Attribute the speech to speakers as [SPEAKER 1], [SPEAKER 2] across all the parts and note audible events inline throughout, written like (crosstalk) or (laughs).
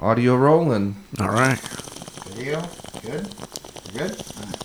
[SPEAKER 1] Audio rolling.
[SPEAKER 2] All right.
[SPEAKER 3] Video? Good? Good? All right.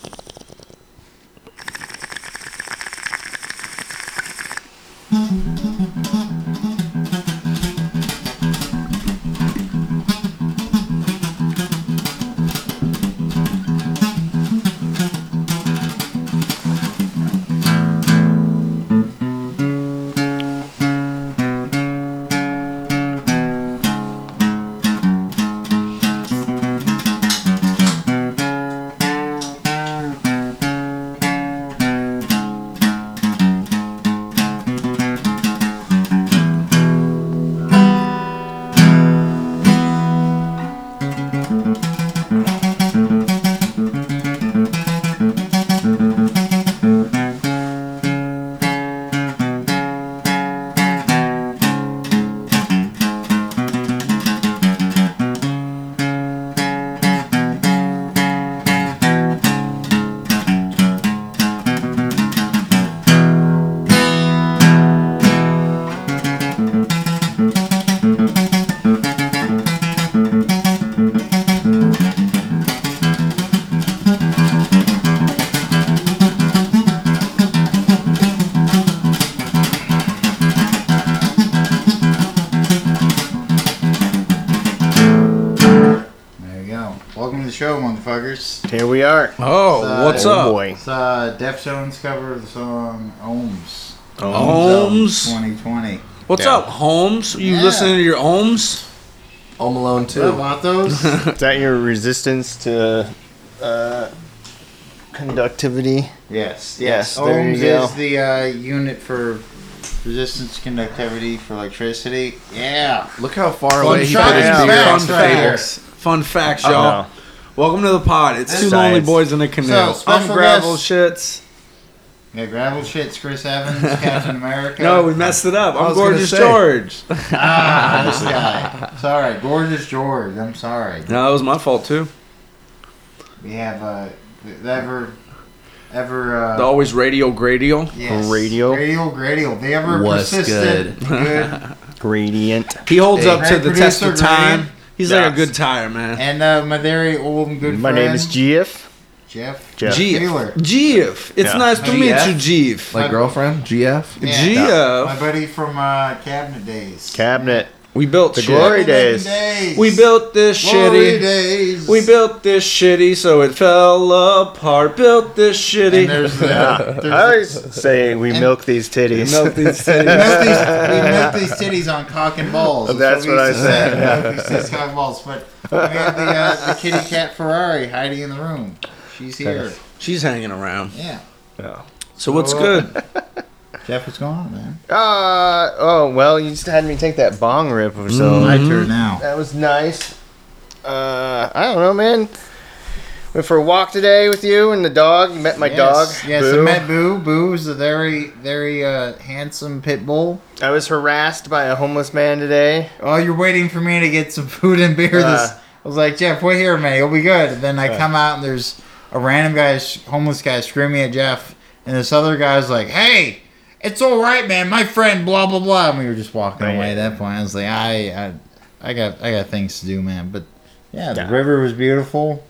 [SPEAKER 3] There you go. Welcome to the show, motherfuckers.
[SPEAKER 4] Here we are.
[SPEAKER 2] Oh,
[SPEAKER 3] Uh,
[SPEAKER 2] what's
[SPEAKER 4] oh
[SPEAKER 2] up?
[SPEAKER 4] boy.
[SPEAKER 3] It's uh, Deftones cover of the song Ohms.
[SPEAKER 2] Ohms?
[SPEAKER 3] 2020.
[SPEAKER 2] What's
[SPEAKER 4] Yeah.
[SPEAKER 2] up, Holmes? You
[SPEAKER 3] Yeah.
[SPEAKER 2] listening to your Holmes?
[SPEAKER 1] Home Alone
[SPEAKER 3] Do I
[SPEAKER 1] 2.
[SPEAKER 3] want
[SPEAKER 1] (laughs)
[SPEAKER 3] those?
[SPEAKER 4] Is that your resistance to uh, conductivity?
[SPEAKER 3] yes.
[SPEAKER 4] Yes,
[SPEAKER 3] Yes.
[SPEAKER 4] there you
[SPEAKER 3] Ohms
[SPEAKER 4] go.
[SPEAKER 3] is the uh, unit for resistance conductivity for electricity. Yeah.
[SPEAKER 1] Look how far away he put
[SPEAKER 3] fact.
[SPEAKER 1] his
[SPEAKER 4] Yeah.
[SPEAKER 1] beer
[SPEAKER 3] Fact.
[SPEAKER 1] on
[SPEAKER 2] Fun
[SPEAKER 3] Facts
[SPEAKER 1] the
[SPEAKER 3] right
[SPEAKER 1] table.
[SPEAKER 3] here.
[SPEAKER 2] facts. Fun facts,
[SPEAKER 4] Oh,
[SPEAKER 2] y'all.
[SPEAKER 4] no.
[SPEAKER 2] Welcome to the pod. It's two lonely
[SPEAKER 4] Science.
[SPEAKER 2] boys in a canoe.
[SPEAKER 3] So, special
[SPEAKER 2] I'm gravel
[SPEAKER 3] guest-
[SPEAKER 2] shits.
[SPEAKER 3] Yeah, gravel shits, Chris
[SPEAKER 1] (laughs)
[SPEAKER 3] Evans, Captain America.
[SPEAKER 2] No, we messed it up. I'm
[SPEAKER 1] was gonna
[SPEAKER 2] gorgeous
[SPEAKER 1] say.
[SPEAKER 2] George.
[SPEAKER 3] ah,
[SPEAKER 1] (laughs)
[SPEAKER 3] this guy. Sorry, gorgeous George. I'm sorry.
[SPEAKER 2] No, that was my fault too.
[SPEAKER 3] We have uh, the ever, ever. Uh,
[SPEAKER 2] The always radio gradial.
[SPEAKER 3] yes,
[SPEAKER 4] Radio.
[SPEAKER 3] radio, radio. The ever
[SPEAKER 1] What's
[SPEAKER 3] persistent,
[SPEAKER 4] (laughs)
[SPEAKER 3] good,
[SPEAKER 4] Gradient.
[SPEAKER 2] He holds
[SPEAKER 1] Hey,
[SPEAKER 2] up to
[SPEAKER 3] great
[SPEAKER 2] the test of
[SPEAKER 3] producer,
[SPEAKER 2] time.
[SPEAKER 3] Grady.
[SPEAKER 2] He's like a
[SPEAKER 4] Yes.
[SPEAKER 2] good tire, man.
[SPEAKER 3] and uh, my very old and good
[SPEAKER 4] My
[SPEAKER 3] friend.
[SPEAKER 4] name is GF.
[SPEAKER 3] Jeff.
[SPEAKER 4] Jeff.
[SPEAKER 3] Taylor.
[SPEAKER 2] Jeef. Jeef. It's
[SPEAKER 4] Yeah.
[SPEAKER 2] nice to
[SPEAKER 1] GF?
[SPEAKER 2] meet you, Jeef.
[SPEAKER 1] Like girlfriend? GF?
[SPEAKER 3] Yeah.
[SPEAKER 2] Jeff.
[SPEAKER 3] My buddy from uh, cabinet days.
[SPEAKER 4] Cabinet.
[SPEAKER 2] We built
[SPEAKER 4] The
[SPEAKER 2] shit.
[SPEAKER 4] glory days.
[SPEAKER 2] We built this
[SPEAKER 3] glory
[SPEAKER 2] shitty.
[SPEAKER 3] days.
[SPEAKER 2] We built this shitty, so it fell apart. Built this shitty.
[SPEAKER 3] And there's the,
[SPEAKER 4] Yeah. (laughs)
[SPEAKER 2] (laughs)
[SPEAKER 3] there's
[SPEAKER 4] I always say we
[SPEAKER 3] And-
[SPEAKER 4] milk these titties.
[SPEAKER 2] Milk
[SPEAKER 4] (laughs)
[SPEAKER 2] these
[SPEAKER 3] We
[SPEAKER 2] titties.
[SPEAKER 3] milk these, we milk these titties on cock and balls.
[SPEAKER 4] That's
[SPEAKER 3] we
[SPEAKER 4] what
[SPEAKER 3] used
[SPEAKER 4] I
[SPEAKER 3] to
[SPEAKER 4] said,
[SPEAKER 3] say, milk these titties, cock and balls. But we have the, uh, the kitty cat Ferrari hiding in the room. She's here.
[SPEAKER 2] She's hanging around.
[SPEAKER 3] Yeah.
[SPEAKER 4] Yeah.
[SPEAKER 2] So what's good?
[SPEAKER 3] Jeff, what's going on, man?
[SPEAKER 4] Uh, oh, well, you just had me take that bong rip or so.
[SPEAKER 2] Mm-hmm.
[SPEAKER 3] My turn now.
[SPEAKER 4] That was nice. Uh, I don't know, man. Went for a walk today with you and the dog. You met my
[SPEAKER 3] yes.
[SPEAKER 4] dog.
[SPEAKER 3] Yes,
[SPEAKER 4] Boo.
[SPEAKER 3] I met Boo. Boo is a very, very uh, handsome pit bull.
[SPEAKER 4] I was harassed by a homeless man today.
[SPEAKER 3] Oh, you're waiting for me to get some food and beer. this
[SPEAKER 4] Uh.
[SPEAKER 3] I was like, Jeff, wait here, man. You'll be good. And then I come out and there's a random guy, sh- homeless guy, screaming at Jeff. And this other guy's like, hey, it's all right, man. My friend, blah blah blah. And we were just walking
[SPEAKER 4] Right.
[SPEAKER 3] away at that point. I was like, I, I, I got, I got things to do, man. But yeah, the
[SPEAKER 4] Yeah.
[SPEAKER 3] river was beautiful.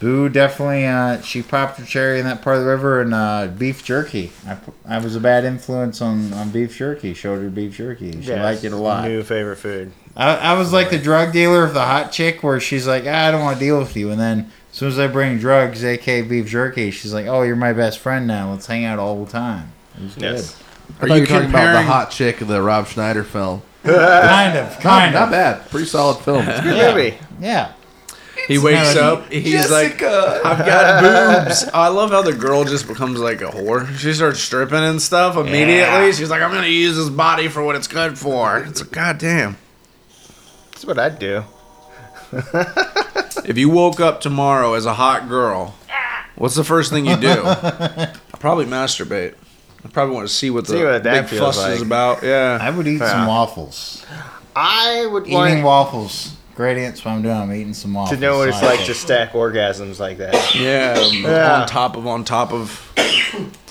[SPEAKER 3] Boo definitely, uh, she popped her cherry in that part of the river and uh, beef jerky. I, pu- I was a bad influence on, on beef jerky. Showed her beef jerky. She
[SPEAKER 4] Yes,
[SPEAKER 3] liked it a lot.
[SPEAKER 4] New favorite food.
[SPEAKER 3] I, I was like the drug dealer of the hot chick where she's like, "Ah, I don't want to deal with you. And then as soon as I bring drugs, aka beef jerky, she's like, oh, you're my best friend now. Let's hang out all the time. It was
[SPEAKER 4] Yes.
[SPEAKER 1] Are you, talking about the hot chick of the Rob Schneider film?
[SPEAKER 3] good. (laughs) kind of,
[SPEAKER 1] Not,
[SPEAKER 3] kind
[SPEAKER 1] not
[SPEAKER 3] of.
[SPEAKER 1] bad. Pretty solid film. It's good.
[SPEAKER 3] Yeah.
[SPEAKER 4] Maybe.
[SPEAKER 3] Yeah.
[SPEAKER 2] He wakes
[SPEAKER 3] Melody.
[SPEAKER 2] up. He's like, I've got boobs. I love how the girl just becomes like a whore. She starts stripping and stuff immediately.
[SPEAKER 4] Yeah.
[SPEAKER 2] She's like, I'm gonna use this body for what it's good for. It's like, goddamn.
[SPEAKER 4] That's what I'd do.
[SPEAKER 2] If you woke up tomorrow as a hot girl, what's the first thing you
[SPEAKER 4] (laughs)
[SPEAKER 2] do? I probably masturbate. I probably want to see what the
[SPEAKER 4] See what that
[SPEAKER 2] big
[SPEAKER 4] feels
[SPEAKER 2] fuss
[SPEAKER 4] like.
[SPEAKER 2] is about. Yeah.
[SPEAKER 3] I would eat some
[SPEAKER 4] Yeah.
[SPEAKER 3] waffles.
[SPEAKER 4] I would
[SPEAKER 3] Eating
[SPEAKER 4] like
[SPEAKER 3] waffles. Great answer. I'm doing. I'm eating some
[SPEAKER 4] to
[SPEAKER 3] waffles.
[SPEAKER 4] know what it's
[SPEAKER 3] Sorry.
[SPEAKER 4] like to stack orgasms
[SPEAKER 2] (laughs)
[SPEAKER 4] like that.
[SPEAKER 2] Yeah,
[SPEAKER 4] (laughs) Yeah.
[SPEAKER 2] on top of on top of.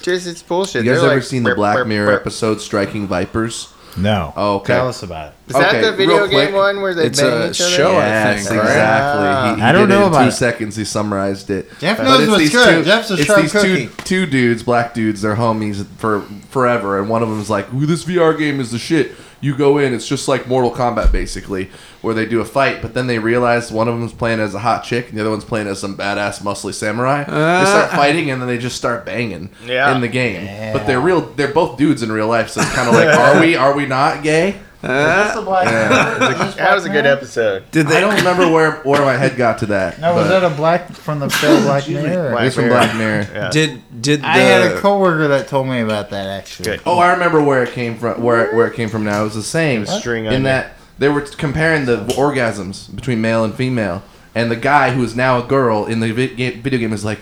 [SPEAKER 4] Just it's bullshit.
[SPEAKER 1] You guys
[SPEAKER 4] They're
[SPEAKER 1] ever
[SPEAKER 4] like,
[SPEAKER 1] seen the
[SPEAKER 4] burp,
[SPEAKER 1] Black
[SPEAKER 4] burp,
[SPEAKER 1] Mirror
[SPEAKER 4] burp.
[SPEAKER 1] episode Striking Vipers?
[SPEAKER 5] No.
[SPEAKER 1] Oh, okay.
[SPEAKER 5] Tell us about it.
[SPEAKER 4] Is that
[SPEAKER 1] Okay,
[SPEAKER 4] the video
[SPEAKER 1] real quick,
[SPEAKER 4] game one where they
[SPEAKER 2] it's
[SPEAKER 4] bang
[SPEAKER 2] a
[SPEAKER 4] each other?
[SPEAKER 2] show.
[SPEAKER 1] Yes,
[SPEAKER 2] Oh, think, right?
[SPEAKER 1] exactly. He, he
[SPEAKER 5] I don't
[SPEAKER 1] did it
[SPEAKER 5] know
[SPEAKER 1] in
[SPEAKER 5] about
[SPEAKER 1] two
[SPEAKER 5] it.
[SPEAKER 1] seconds. He summarized it.
[SPEAKER 3] Jeff
[SPEAKER 1] But
[SPEAKER 3] knows
[SPEAKER 1] it's
[SPEAKER 3] what's
[SPEAKER 1] these
[SPEAKER 3] good.
[SPEAKER 1] Two,
[SPEAKER 3] Jeff's a
[SPEAKER 1] it's
[SPEAKER 3] sharp
[SPEAKER 1] these Two, two dudes, black dudes, they're homies for forever, and one of them's like, "Ooh, this VR game is the shit." You go in, it's just like Mortal Kombat, basically, where they do a fight, but then they realize one of them's playing as a hot chick and the other one's playing as some badass, muscly samurai. they
[SPEAKER 3] Ah.
[SPEAKER 1] start fighting and then they just start banging
[SPEAKER 4] Yeah.
[SPEAKER 1] in the game. But they're real; they're both dudes in real life, so it's kind of
[SPEAKER 3] (laughs)
[SPEAKER 1] like, are we? Are we not gay?
[SPEAKER 4] That was a good episode.
[SPEAKER 2] Did
[SPEAKER 1] I
[SPEAKER 2] they?
[SPEAKER 1] don't remember where where my head got to
[SPEAKER 3] (laughs)
[SPEAKER 1] that.
[SPEAKER 3] No, was
[SPEAKER 1] but
[SPEAKER 3] that a black from the film
[SPEAKER 1] (laughs)
[SPEAKER 3] Black Mirror?
[SPEAKER 1] it was from Black Mirror.
[SPEAKER 4] Yeah.
[SPEAKER 2] Did did the?
[SPEAKER 3] I had a coworker that told me about that actually.
[SPEAKER 4] Good.
[SPEAKER 1] (laughs) Oh, I remember where it came from. Where where it came from now it was the same.
[SPEAKER 4] String
[SPEAKER 1] in
[SPEAKER 4] onion.
[SPEAKER 1] that they were comparing the orgasms between male and female, and the guy who is now a girl in the vi- ga- video game is like,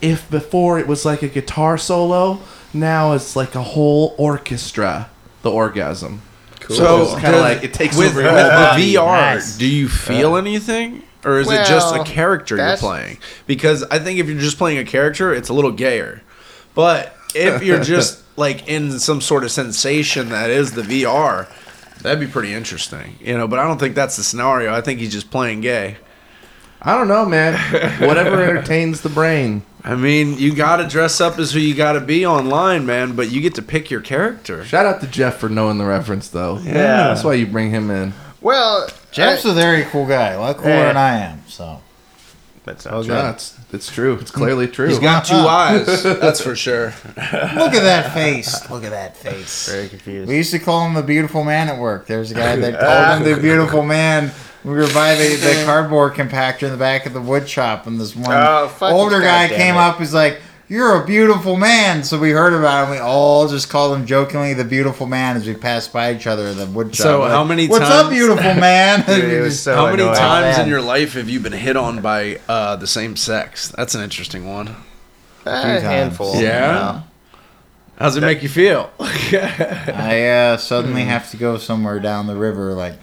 [SPEAKER 1] if before it was like a guitar solo, now it's like a whole orchestra. The orgasm.
[SPEAKER 2] So
[SPEAKER 1] It's kinda
[SPEAKER 2] does-
[SPEAKER 1] like it takes
[SPEAKER 2] with,
[SPEAKER 1] over
[SPEAKER 2] with
[SPEAKER 1] your
[SPEAKER 2] the
[SPEAKER 1] body.
[SPEAKER 2] VR.
[SPEAKER 5] Nice.
[SPEAKER 2] Do you feel anything, or is it just a
[SPEAKER 4] Well,
[SPEAKER 2] character you're
[SPEAKER 4] that's-
[SPEAKER 2] playing? Because I think if you're just playing a character, it's a little gayer. But if you're
[SPEAKER 1] (laughs)
[SPEAKER 2] just like in some sort of sensation that is the VR, that'd be pretty interesting, you know. But I don't think that's the scenario. I think he's just playing gay.
[SPEAKER 1] (laughs) I don't know, man. Whatever entertains the brain.
[SPEAKER 2] I mean, you gotta dress up as who you gotta be online, man. But you get to pick your character.
[SPEAKER 1] Shout out to Jeff for knowing the reference, though.
[SPEAKER 4] Yeah.
[SPEAKER 1] that's why you bring him in.
[SPEAKER 4] Well,
[SPEAKER 3] Jeff's
[SPEAKER 4] I-
[SPEAKER 3] a very cool guy, a lot cooler
[SPEAKER 4] Yeah.
[SPEAKER 3] than I am. So
[SPEAKER 4] that's not true.
[SPEAKER 1] No, it's it's true. It's clearly true.
[SPEAKER 2] He's got two eyes, that's for sure.
[SPEAKER 3] look at that face. Look at that face.
[SPEAKER 4] Very confused.
[SPEAKER 3] We used to call him the beautiful man at work. There was a
[SPEAKER 2] (laughs)
[SPEAKER 3] guy that called him the beautiful man. We were by the, the cardboard compactor in the back of the wood shop, and this one
[SPEAKER 4] Oh, fucking
[SPEAKER 3] older guy
[SPEAKER 4] goddamn
[SPEAKER 3] came
[SPEAKER 4] it.
[SPEAKER 3] up. He's like, "You're a beautiful man." So we heard about him. We all just called him jokingly the beautiful man as we passed by each other in the wood shop.
[SPEAKER 2] So
[SPEAKER 3] We're
[SPEAKER 2] how
[SPEAKER 3] like,
[SPEAKER 2] many
[SPEAKER 3] What's up,
[SPEAKER 2] times- (laughs)
[SPEAKER 3] beautiful man?
[SPEAKER 4] Dude, it
[SPEAKER 3] (laughs)
[SPEAKER 4] was so
[SPEAKER 2] How many
[SPEAKER 4] annoying.
[SPEAKER 2] times
[SPEAKER 3] man.
[SPEAKER 2] in your life have you been hit on by uh, the same sex? That's an interesting one.
[SPEAKER 4] A handful.
[SPEAKER 2] Oh, Yeah. How's it make you feel? (laughs)
[SPEAKER 3] I uh,
[SPEAKER 2] Hmm.
[SPEAKER 3] suddenly have to go somewhere down the river. Like,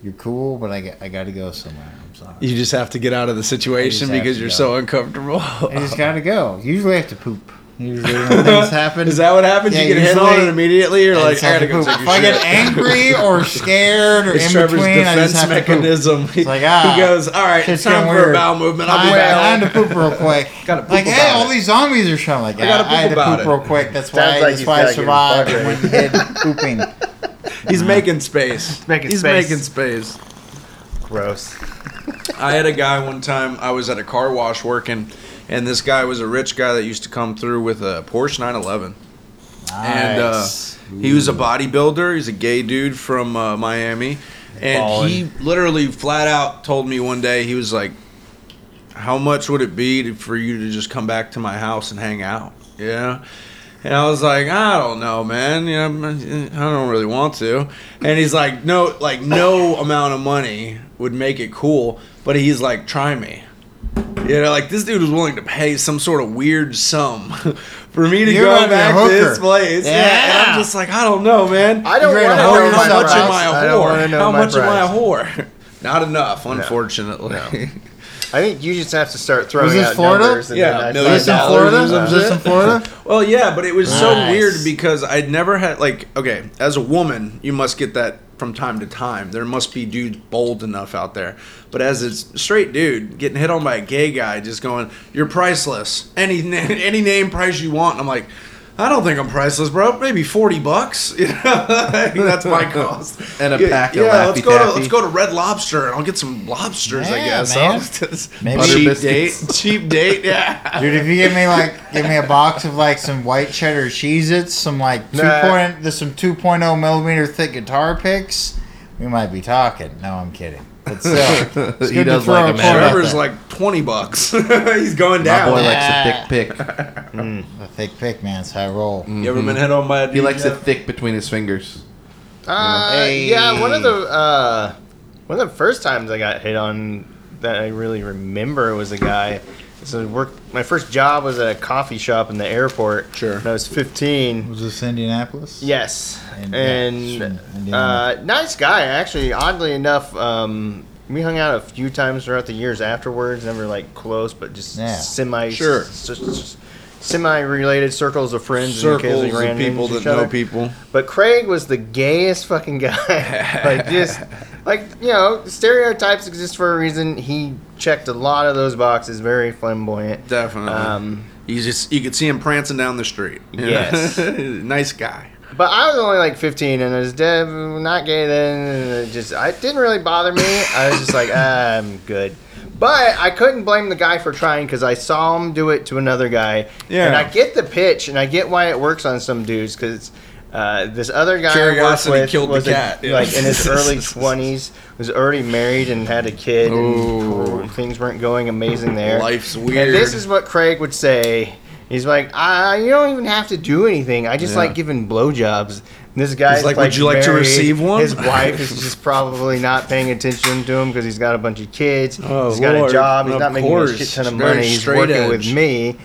[SPEAKER 3] you're cool, but I, got- I got to go somewhere. I'm sorry.
[SPEAKER 2] you just have to get out of the situation
[SPEAKER 3] I just have
[SPEAKER 2] because
[SPEAKER 3] to
[SPEAKER 2] you're
[SPEAKER 3] go.
[SPEAKER 2] so uncomfortable.
[SPEAKER 3] I just got to go. Usually I have to poop.
[SPEAKER 2] (laughs)
[SPEAKER 3] Usually when things happen.
[SPEAKER 2] Is that what happens?
[SPEAKER 3] Yeah,
[SPEAKER 2] you get hit on
[SPEAKER 3] usually-
[SPEAKER 2] and immediately you're
[SPEAKER 3] I
[SPEAKER 2] like,
[SPEAKER 3] just
[SPEAKER 2] I
[SPEAKER 3] have
[SPEAKER 2] gotta
[SPEAKER 3] to
[SPEAKER 2] go take
[SPEAKER 3] poop. If
[SPEAKER 2] your
[SPEAKER 3] I
[SPEAKER 2] shit.
[SPEAKER 3] get angry
[SPEAKER 2] (laughs)
[SPEAKER 3] or scared or
[SPEAKER 2] it's
[SPEAKER 3] in
[SPEAKER 2] Trevor's
[SPEAKER 3] between, I
[SPEAKER 2] defense
[SPEAKER 3] just have to poop.
[SPEAKER 2] mechanism. He,
[SPEAKER 3] like, ah,
[SPEAKER 2] he goes, all right, it's
[SPEAKER 3] Shit's
[SPEAKER 2] time
[SPEAKER 3] getting
[SPEAKER 2] for a
[SPEAKER 3] weird.
[SPEAKER 2] bowel movement. I'll
[SPEAKER 3] I,
[SPEAKER 2] be
[SPEAKER 3] I
[SPEAKER 2] back.
[SPEAKER 3] had to poop real quick.
[SPEAKER 2] (laughs) Gotta poop
[SPEAKER 3] like, hey,
[SPEAKER 2] about
[SPEAKER 3] all
[SPEAKER 2] it.
[SPEAKER 3] these zombies are showing. Like,
[SPEAKER 2] gotta
[SPEAKER 3] yeah, I,
[SPEAKER 2] poop
[SPEAKER 3] had to
[SPEAKER 2] about
[SPEAKER 3] poop
[SPEAKER 2] it.
[SPEAKER 3] real quick. That's why.
[SPEAKER 4] Sounds like
[SPEAKER 3] that's
[SPEAKER 4] he's
[SPEAKER 3] why I survived
[SPEAKER 4] gotta get fucked.
[SPEAKER 3] when he
[SPEAKER 4] (laughs)
[SPEAKER 3] did pooping.
[SPEAKER 2] (laughs) He's making space.
[SPEAKER 4] making
[SPEAKER 2] He's
[SPEAKER 4] space.
[SPEAKER 2] making space.
[SPEAKER 4] Gross.
[SPEAKER 2] I had a guy one time. I was at a car wash working, and this guy was a rich guy that used to come through with a Porsche 911. And uh, he was a bodybuilder. He's a gay dude from uh, Miami, and he literally flat out told me one day he was like, "How much would it be to, for you to just come back to my house and hang out?" Yeah. And I was like, I don't know, man. You know, I'm- I don't really want to. And he's like, no, like
[SPEAKER 4] (laughs)
[SPEAKER 2] no amount of money would make it cool. But he's like, try me. You know, like this dude was willing to pay some sort of weird sum (laughs) for me to
[SPEAKER 3] You're
[SPEAKER 2] go
[SPEAKER 3] gonna be a
[SPEAKER 2] back to
[SPEAKER 3] hooker.
[SPEAKER 2] his place. Yeah. And
[SPEAKER 3] Yeah.
[SPEAKER 2] I'm just like, I don't know, man.
[SPEAKER 4] I don't
[SPEAKER 3] You're
[SPEAKER 4] want
[SPEAKER 3] gonna
[SPEAKER 4] to
[SPEAKER 3] hold
[SPEAKER 4] know
[SPEAKER 3] your
[SPEAKER 4] my
[SPEAKER 3] mouth
[SPEAKER 2] How much
[SPEAKER 4] price.
[SPEAKER 2] am I a
[SPEAKER 4] I don't want to
[SPEAKER 2] whore?
[SPEAKER 4] know
[SPEAKER 2] How
[SPEAKER 4] my
[SPEAKER 2] much am I a
[SPEAKER 4] price.
[SPEAKER 2] whore? (laughs) Not enough, unfortunately.
[SPEAKER 4] I think you just have to start throwing
[SPEAKER 3] Was this
[SPEAKER 4] out
[SPEAKER 3] Florida?
[SPEAKER 4] numbers. and
[SPEAKER 2] Yeah,
[SPEAKER 4] then I
[SPEAKER 2] million
[SPEAKER 4] find
[SPEAKER 3] Is this in
[SPEAKER 4] out.
[SPEAKER 3] Florida?
[SPEAKER 2] dollars or
[SPEAKER 3] Is this in Florida?
[SPEAKER 2] Well, yeah, but it was so
[SPEAKER 3] Nice.
[SPEAKER 2] weird because I'd never had like okay, as a woman, you must get that from time to time. There must be dudes bold enough out there. But as a s- straight dude getting hit on by a gay guy, just going, "You're priceless. Any (laughs) na- any name price you want." And I'm like. I don't think I'm priceless, bro. Maybe forty bucks. (laughs) You know, like, that's
[SPEAKER 1] (laughs)
[SPEAKER 2] my cost.
[SPEAKER 1] And a
[SPEAKER 2] Yeah,
[SPEAKER 1] pack of
[SPEAKER 2] yeah, let's
[SPEAKER 1] Laffy
[SPEAKER 2] go to
[SPEAKER 1] Taffy.
[SPEAKER 2] let's go to Red Lobster and I'll get some lobsters. I
[SPEAKER 3] Yeah,
[SPEAKER 2] guess. (laughs)
[SPEAKER 3] man.
[SPEAKER 2] Huh?
[SPEAKER 3] Maybe-
[SPEAKER 1] Butter
[SPEAKER 2] cheap
[SPEAKER 1] biscuits.
[SPEAKER 2] date. Cheap date.
[SPEAKER 1] (laughs)
[SPEAKER 2] Yeah.
[SPEAKER 3] Dude, if you give me like give me a box of like some white cheddar cheese its, some like two
[SPEAKER 4] Nah.
[SPEAKER 3] point there's some two millimeter thick guitar picks, we might be talking. No, I'm kidding. But
[SPEAKER 1] (laughs)
[SPEAKER 3] still, it's
[SPEAKER 1] He
[SPEAKER 3] good to
[SPEAKER 1] does
[SPEAKER 3] throw
[SPEAKER 1] like
[SPEAKER 3] a
[SPEAKER 1] a
[SPEAKER 3] point
[SPEAKER 1] man.
[SPEAKER 3] out
[SPEAKER 2] Trevor's
[SPEAKER 3] there.
[SPEAKER 2] like twenty bucks. (laughs) He's going
[SPEAKER 1] My
[SPEAKER 2] down.
[SPEAKER 1] boy
[SPEAKER 3] Yeah. (laughs)
[SPEAKER 1] likes a thick pick.
[SPEAKER 3] a thick pick, man. It's how I roll.
[SPEAKER 1] Mm.
[SPEAKER 2] You ever been
[SPEAKER 4] Mhm.
[SPEAKER 2] hit on by a
[SPEAKER 1] He likes
[SPEAKER 2] DJ?
[SPEAKER 1] it thick between his fingers.
[SPEAKER 4] Uh,
[SPEAKER 3] Hey.
[SPEAKER 4] Yeah, one of the uh, one of the first times I got hit on that I really remember was a guy. So I worked. My first job was at a coffee shop in the airport.
[SPEAKER 2] Sure.
[SPEAKER 4] When I was 15.
[SPEAKER 3] Was this Indianapolis?
[SPEAKER 4] Yes,
[SPEAKER 3] And-
[SPEAKER 4] and,
[SPEAKER 3] yeah, sure, Indiana.
[SPEAKER 4] uh, nice guy actually. Oddly enough, um, we hung out a few times throughout the years afterwards. Never like close, but just
[SPEAKER 3] Yeah.
[SPEAKER 4] semi.
[SPEAKER 2] Sure.
[SPEAKER 4] s- s- s- semi-related circles of friends and
[SPEAKER 2] circles
[SPEAKER 4] occasionally
[SPEAKER 2] of
[SPEAKER 4] ran
[SPEAKER 2] people
[SPEAKER 4] into
[SPEAKER 2] that
[SPEAKER 4] each
[SPEAKER 2] know
[SPEAKER 4] other.
[SPEAKER 2] people.
[SPEAKER 4] But Craig was the gayest fucking guy. (laughs) like just like you know, stereotypes exist for a reason. He checked a lot of those boxes. Very flamboyant.
[SPEAKER 2] Definitely.
[SPEAKER 4] Um,
[SPEAKER 2] you just you could see him prancing down the street. (laughs) you know?
[SPEAKER 4] Yes.
[SPEAKER 2] nice guy.
[SPEAKER 4] But I was only like 15, and I was dead, not gay then. And it just, I it didn't really bother me. I was just like, ah, I'm good. But I couldn't blame the guy for trying because I saw him do it to another guy.
[SPEAKER 2] Yeah.
[SPEAKER 4] And I get the pitch, and I get why it works on some dudes because uh, this other guy I worked
[SPEAKER 2] Curiosity
[SPEAKER 4] with
[SPEAKER 2] killed the
[SPEAKER 4] was a-
[SPEAKER 2] cat. Yeah.
[SPEAKER 4] like in his
[SPEAKER 2] (laughs)
[SPEAKER 4] early 20s, was already married and had a kid,
[SPEAKER 2] Ooh.
[SPEAKER 4] and things weren't going amazing there.
[SPEAKER 2] Life's
[SPEAKER 4] And
[SPEAKER 2] weird. (laughs)
[SPEAKER 4] this is what Craig would say. He's like, I, you don't even have to do anything. I just
[SPEAKER 2] Yeah.
[SPEAKER 4] like giving blowjobs. And this guy's
[SPEAKER 2] He's like, "Would you like to
[SPEAKER 4] married.
[SPEAKER 2] receive one?"
[SPEAKER 4] His wife is just probably not paying attention to him because he's got a bunch of kids.
[SPEAKER 2] Oh,
[SPEAKER 4] he's got
[SPEAKER 2] Lord.
[SPEAKER 4] a job. He's
[SPEAKER 2] Of
[SPEAKER 4] not making
[SPEAKER 2] course.
[SPEAKER 4] a shit ton of
[SPEAKER 2] Very
[SPEAKER 4] money. He's
[SPEAKER 2] straight
[SPEAKER 4] working
[SPEAKER 2] edge.
[SPEAKER 4] with me.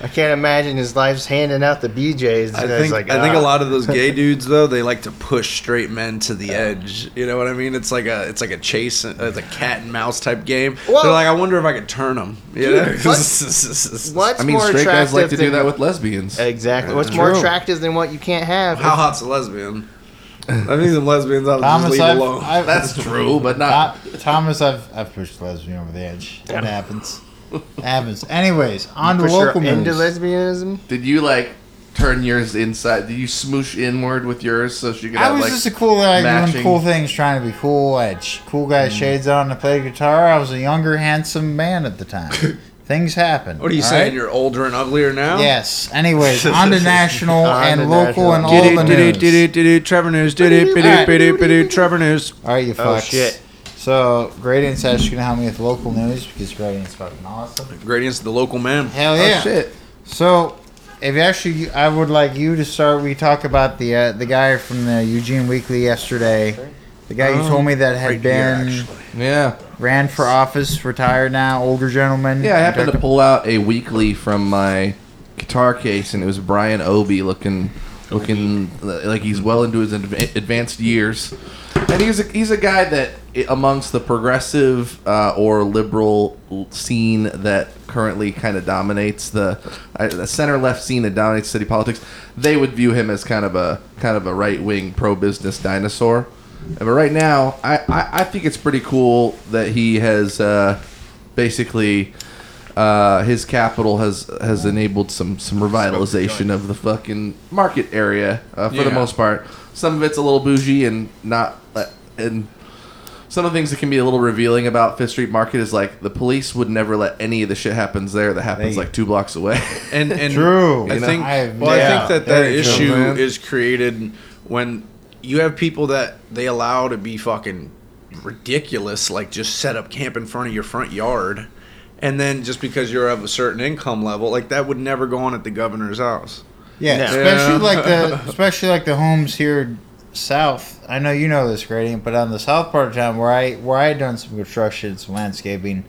[SPEAKER 4] I can't imagine his life's handing out the BJs.
[SPEAKER 2] I
[SPEAKER 4] It's
[SPEAKER 2] think
[SPEAKER 4] like,
[SPEAKER 2] I think a
[SPEAKER 4] ah.
[SPEAKER 2] lot of those
[SPEAKER 4] (laughs)
[SPEAKER 2] gay dudes though they like to push straight men to the edge. You know what I mean? It's like a it's like a chase, uh, it's a cat and mouse type game.
[SPEAKER 4] Well-
[SPEAKER 2] They're like, I wonder if I could turn them. You
[SPEAKER 4] Dude,
[SPEAKER 2] know? (laughs)
[SPEAKER 4] What's
[SPEAKER 1] I mean,
[SPEAKER 4] more
[SPEAKER 1] straight guys like to
[SPEAKER 4] attractive
[SPEAKER 1] do that
[SPEAKER 4] than-
[SPEAKER 1] with lesbians.
[SPEAKER 4] Exactly. What's
[SPEAKER 1] True.
[SPEAKER 4] more attractive than what you can't have?
[SPEAKER 2] How hot's a lesbian? I think some lesbians ought to just
[SPEAKER 3] Thomas,
[SPEAKER 2] leave
[SPEAKER 3] I've,
[SPEAKER 2] alone.
[SPEAKER 3] I've,
[SPEAKER 1] That's true, but not.
[SPEAKER 3] Tom- Thomas, I've, I've pushed lesbian over the edge. It happens. It happens. Anyways, on to
[SPEAKER 4] For sure,
[SPEAKER 3] local
[SPEAKER 4] into
[SPEAKER 3] news.
[SPEAKER 4] lesbianism.
[SPEAKER 1] Did you like turn yours inside? Did you smoosh inward with yours so she could
[SPEAKER 3] I
[SPEAKER 1] have
[SPEAKER 3] was
[SPEAKER 1] like?
[SPEAKER 3] just a cool guy
[SPEAKER 1] matching-
[SPEAKER 3] doing cool things, trying to be cool. I had sh- cool guy shades on to play guitar. I was a younger, handsome man at the time. things happen.
[SPEAKER 2] What are you
[SPEAKER 3] all
[SPEAKER 2] saying?
[SPEAKER 3] right?
[SPEAKER 2] You're older and uglier now?
[SPEAKER 3] Yes.
[SPEAKER 2] (laughs)
[SPEAKER 3] Anyways, on to national
[SPEAKER 4] On
[SPEAKER 3] and
[SPEAKER 4] to
[SPEAKER 3] local
[SPEAKER 4] national.
[SPEAKER 3] and all the news.
[SPEAKER 2] Do-do-do-do-do-do, Trevor News. Do-do,
[SPEAKER 3] Alright.
[SPEAKER 2] do-do, do-do, do-do, Trevor News.
[SPEAKER 3] All right, you fucks.
[SPEAKER 4] Oh, shit.
[SPEAKER 3] So, Gradient's actually going to help me with local news because Gradient's fucking awesome.
[SPEAKER 2] Gradients, the local man.
[SPEAKER 3] Hell
[SPEAKER 1] oh
[SPEAKER 3] yeah.
[SPEAKER 1] shit!
[SPEAKER 3] So, if actually, I would like you to start. We talk about the uh, the guy from the Eugene Weekly yesterday. The guy you told me that had
[SPEAKER 2] Right here,
[SPEAKER 3] been
[SPEAKER 2] Oh, actually.
[SPEAKER 1] Yeah,
[SPEAKER 3] ran for office, retired now, older gentleman.
[SPEAKER 1] yeah. I happened to pull out a weekly from my guitar case, and it was Brian Obi looking, looking uh, like he's well into his adv- advanced years, and he's a, he's a guy that i- amongst the progressive uh, or liberal scene that currently kind of dominates the, uh, the center left scene that dominates city politics, they would view him as kind of a kind of a right wing pro business dinosaur. But right now, I, I, I think it's pretty cool that he has uh, basically uh, his capital has has enabled some some revitalization of the fucking market area uh, for the
[SPEAKER 2] Yeah.
[SPEAKER 1] most part. Some of it's a little bougie and not uh, and some of the things that can be a little revealing about Fifth Street Market is like the police would never let any of the shit happens there that happens
[SPEAKER 4] They-
[SPEAKER 1] like two
[SPEAKER 2] (laughs)
[SPEAKER 1] blocks away. (laughs)
[SPEAKER 2] And, and
[SPEAKER 3] True.
[SPEAKER 2] I
[SPEAKER 3] You know,
[SPEAKER 2] think,
[SPEAKER 3] I have-
[SPEAKER 2] well,
[SPEAKER 4] yeah,
[SPEAKER 2] I think that
[SPEAKER 3] there
[SPEAKER 2] that
[SPEAKER 3] you go,
[SPEAKER 2] issue
[SPEAKER 1] man.
[SPEAKER 2] is created when you have people that they allow to be fucking ridiculous, like just set up camp in front of your front yard. And then just because you're of a certain income level, like that would never go on at the governor's house.
[SPEAKER 3] Yeah,
[SPEAKER 4] Yeah.
[SPEAKER 3] especially
[SPEAKER 2] Yeah.
[SPEAKER 3] like the especially like the homes here south. I know you know this gradient, but on the south part of town where I where I had done some construction, some landscaping,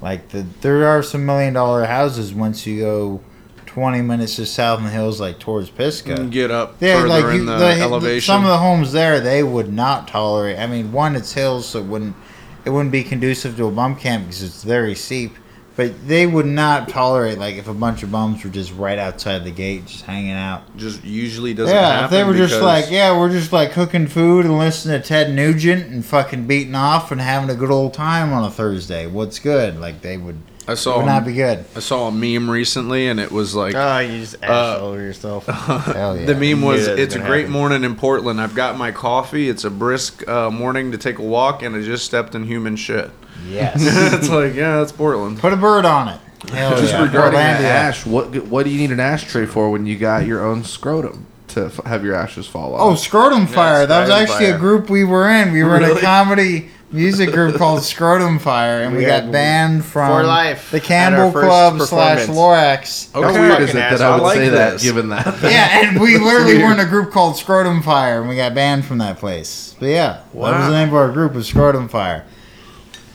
[SPEAKER 3] like the there are some million dollar houses once you go twenty minutes to south in the hills, like towards Pisgah.
[SPEAKER 2] And get up
[SPEAKER 3] Yeah,
[SPEAKER 2] further
[SPEAKER 3] like
[SPEAKER 2] in
[SPEAKER 3] you,
[SPEAKER 2] the,
[SPEAKER 3] the-
[SPEAKER 2] elevation.
[SPEAKER 3] some of the homes there, they would not tolerate. I mean, one, it's hills, so it wouldn't it wouldn't be conducive to a bum camp because it's very steep. But they would not tolerate like if a bunch of bums were just right outside the gate, just hanging out.
[SPEAKER 2] just usually doesn't happen.
[SPEAKER 3] Yeah, if they were just
[SPEAKER 2] because-
[SPEAKER 3] like, yeah, we're just like cooking food and listening to Ted Nugent and fucking beating off and having a good old time on a Thursday. What's good? Like they would,
[SPEAKER 2] I
[SPEAKER 3] it
[SPEAKER 2] saw
[SPEAKER 3] would not be good.
[SPEAKER 2] I saw a meme recently, and it was like
[SPEAKER 4] Ah, you just ash all over yourself.
[SPEAKER 3] Hell yeah.
[SPEAKER 2] the meme
[SPEAKER 4] knew
[SPEAKER 2] was,
[SPEAKER 4] that was
[SPEAKER 2] "It's a
[SPEAKER 4] gonna
[SPEAKER 2] great
[SPEAKER 4] happen."
[SPEAKER 2] morning in Portland. I've got my coffee. It's a brisk uh, morning to take a walk, and I just stepped in human shit." (laughs)
[SPEAKER 3] yes.
[SPEAKER 2] it's like, yeah, that's Portland.
[SPEAKER 3] Put a bird on it. Hell
[SPEAKER 2] Oh,
[SPEAKER 1] Just
[SPEAKER 3] yeah.
[SPEAKER 1] regarding that
[SPEAKER 3] Portlandia.
[SPEAKER 1] ash, what what do you need an ashtray for when you got your own scrotum to f- have your ashes fall
[SPEAKER 3] Oh,
[SPEAKER 1] off?
[SPEAKER 3] Scrotum Fire. that was
[SPEAKER 4] Scrotum
[SPEAKER 3] actually a
[SPEAKER 4] Fire.
[SPEAKER 3] group we were in. We were in a
[SPEAKER 2] Really?
[SPEAKER 3] comedy music
[SPEAKER 4] (laughs)
[SPEAKER 3] group called Scrotum Fire, and we,
[SPEAKER 4] We
[SPEAKER 3] got
[SPEAKER 4] had-
[SPEAKER 3] banned from
[SPEAKER 4] for life
[SPEAKER 3] the
[SPEAKER 4] at our
[SPEAKER 3] Campbell
[SPEAKER 4] first
[SPEAKER 3] Club slash
[SPEAKER 4] performance.
[SPEAKER 3] Lorax.
[SPEAKER 1] How
[SPEAKER 2] Oh, Okay.
[SPEAKER 1] weird is it
[SPEAKER 4] Fucking
[SPEAKER 1] that
[SPEAKER 4] asshole.
[SPEAKER 1] I would
[SPEAKER 2] I like
[SPEAKER 1] say that
[SPEAKER 2] this. (laughs)
[SPEAKER 1] given that?
[SPEAKER 3] Yeah, and
[SPEAKER 4] (laughs)
[SPEAKER 3] we literally were in a group called Scrotum Fire, and we got banned from that place. But yeah, that was
[SPEAKER 2] Wow.
[SPEAKER 3] the name of our group was Scrotum Fire.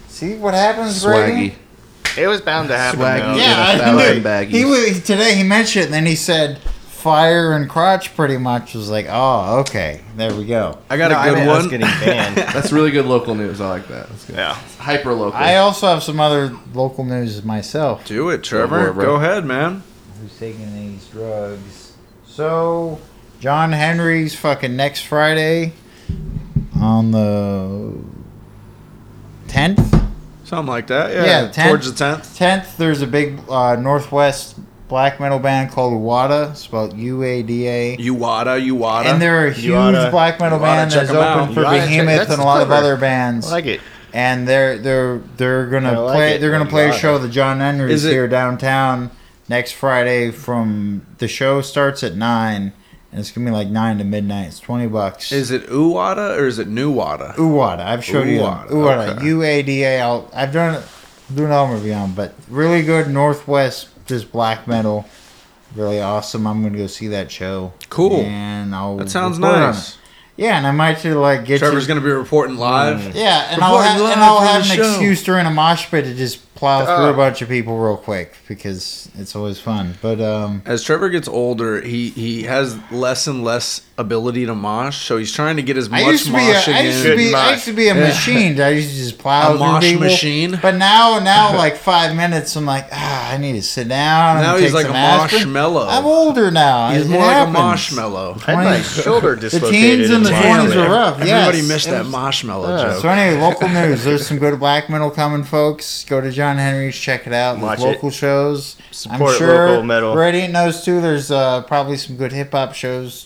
[SPEAKER 3] See what happens, Brady?
[SPEAKER 1] (laughs) Swaggy.
[SPEAKER 4] It was bound to happen.
[SPEAKER 1] Swaggy.
[SPEAKER 4] though.
[SPEAKER 1] Yeah,
[SPEAKER 3] Yeah, I
[SPEAKER 1] that's
[SPEAKER 3] knew.
[SPEAKER 1] how I baggies.
[SPEAKER 3] He was today. He mentioned it, and then he said, fire and crotch pretty much was like, oh, okay, there we go.
[SPEAKER 2] I got
[SPEAKER 4] No,
[SPEAKER 2] a
[SPEAKER 4] I
[SPEAKER 2] good
[SPEAKER 4] meant us
[SPEAKER 2] one.
[SPEAKER 4] getting banned.
[SPEAKER 1] That's really good local news. I like that. That's good.
[SPEAKER 4] yeah.
[SPEAKER 1] Hyper local.
[SPEAKER 3] I also have some other local news
[SPEAKER 2] (laughs)
[SPEAKER 3] myself.
[SPEAKER 2] Do it,
[SPEAKER 1] for
[SPEAKER 2] Trevor.
[SPEAKER 1] it, bro.
[SPEAKER 2] Go ahead, man.
[SPEAKER 3] who's taking these drugs. So, John Henry's fucking next Friday on the 10th.
[SPEAKER 2] Something like that. Yeah.
[SPEAKER 3] Yeah, tenth.
[SPEAKER 2] Towards the tenth.
[SPEAKER 3] 10th, there's a big uh, Northwest black metal band called Wada, spelled U A D A.
[SPEAKER 2] Uwada, Uwada.
[SPEAKER 3] And they're a huge
[SPEAKER 4] Uwada.
[SPEAKER 3] black metal
[SPEAKER 2] Uwada,
[SPEAKER 3] band
[SPEAKER 2] check
[SPEAKER 3] that's
[SPEAKER 2] 'em
[SPEAKER 3] open
[SPEAKER 2] out.
[SPEAKER 3] for
[SPEAKER 4] Uwada, check-
[SPEAKER 3] Behemoth
[SPEAKER 4] that's
[SPEAKER 3] and a lot of
[SPEAKER 4] clever.
[SPEAKER 3] other bands.
[SPEAKER 4] I like it.
[SPEAKER 3] and they're they're they're
[SPEAKER 4] Kinda
[SPEAKER 3] gonna
[SPEAKER 4] like
[SPEAKER 3] play
[SPEAKER 4] it,
[SPEAKER 3] they're gonna
[SPEAKER 4] but
[SPEAKER 3] play a
[SPEAKER 4] not.
[SPEAKER 3] show the John Henry's
[SPEAKER 2] Is it-
[SPEAKER 3] here downtown next Friday from the show starts at nine and it's gonna be like nine to midnight. It's twenty bucks.
[SPEAKER 2] is it Uwada or is it Nuwada?
[SPEAKER 3] Uwada? I've showed you them.
[SPEAKER 2] Uwada,
[SPEAKER 3] Uwada
[SPEAKER 2] okay.
[SPEAKER 3] U A D A. I'll- I've done it. Doing all review on, but really good Northwest, just black metal, really awesome. I'm gonna go see that show.
[SPEAKER 2] Cool.
[SPEAKER 3] and I'll
[SPEAKER 2] That sounds
[SPEAKER 3] report on
[SPEAKER 2] nice.
[SPEAKER 3] it. Yeah, and I might should like get you
[SPEAKER 2] Trevor's gonna be reporting live.
[SPEAKER 3] yeah, and
[SPEAKER 2] Before
[SPEAKER 3] I'll,
[SPEAKER 2] you
[SPEAKER 3] have,
[SPEAKER 2] learn
[SPEAKER 3] and I'll
[SPEAKER 2] from
[SPEAKER 3] have
[SPEAKER 2] the
[SPEAKER 3] an
[SPEAKER 2] show.
[SPEAKER 3] excuse during a mosh pit to just plow
[SPEAKER 2] Uh,
[SPEAKER 3] through
[SPEAKER 4] Ah.
[SPEAKER 3] a bunch of people real quick because it's always fun. But um,
[SPEAKER 2] As Trevor gets older, he he has less and less ability to mosh, so he's trying to get as much
[SPEAKER 3] I used to be a,
[SPEAKER 2] moshing
[SPEAKER 3] I used to
[SPEAKER 2] in.
[SPEAKER 3] be I used to be a machine. I used to just plow
[SPEAKER 2] A
[SPEAKER 3] through
[SPEAKER 2] mosh
[SPEAKER 3] people.
[SPEAKER 2] machine.
[SPEAKER 3] But now,
[SPEAKER 2] (laughs)
[SPEAKER 3] now like five minutes, I'm like, ah, I need to sit down.
[SPEAKER 2] Now
[SPEAKER 3] and
[SPEAKER 2] he's
[SPEAKER 3] take
[SPEAKER 2] like a
[SPEAKER 3] some aspirin."
[SPEAKER 2] marshmallow.
[SPEAKER 3] I'm older now.
[SPEAKER 2] He's
[SPEAKER 3] It
[SPEAKER 2] more like a
[SPEAKER 3] happens. (laughs)
[SPEAKER 2] marshmallow.
[SPEAKER 4] I had my
[SPEAKER 3] Twenty-
[SPEAKER 4] shoulder
[SPEAKER 3] The
[SPEAKER 4] dislocated.
[SPEAKER 3] teens and the
[SPEAKER 4] in
[SPEAKER 3] twenties
[SPEAKER 4] Miami.
[SPEAKER 3] were rough. Yes.
[SPEAKER 2] Everybody missed
[SPEAKER 3] It
[SPEAKER 2] that
[SPEAKER 3] was-
[SPEAKER 2] marshmallow
[SPEAKER 4] Yeah.
[SPEAKER 2] joke.
[SPEAKER 3] So anyway, local news. There's some good black metal coming, folks. Go to John Henry's, check it out. There's
[SPEAKER 4] Watch it.
[SPEAKER 3] local shows.
[SPEAKER 4] Support local metal.
[SPEAKER 3] Radiant knows too. There's uh, probably some good hip hop shows.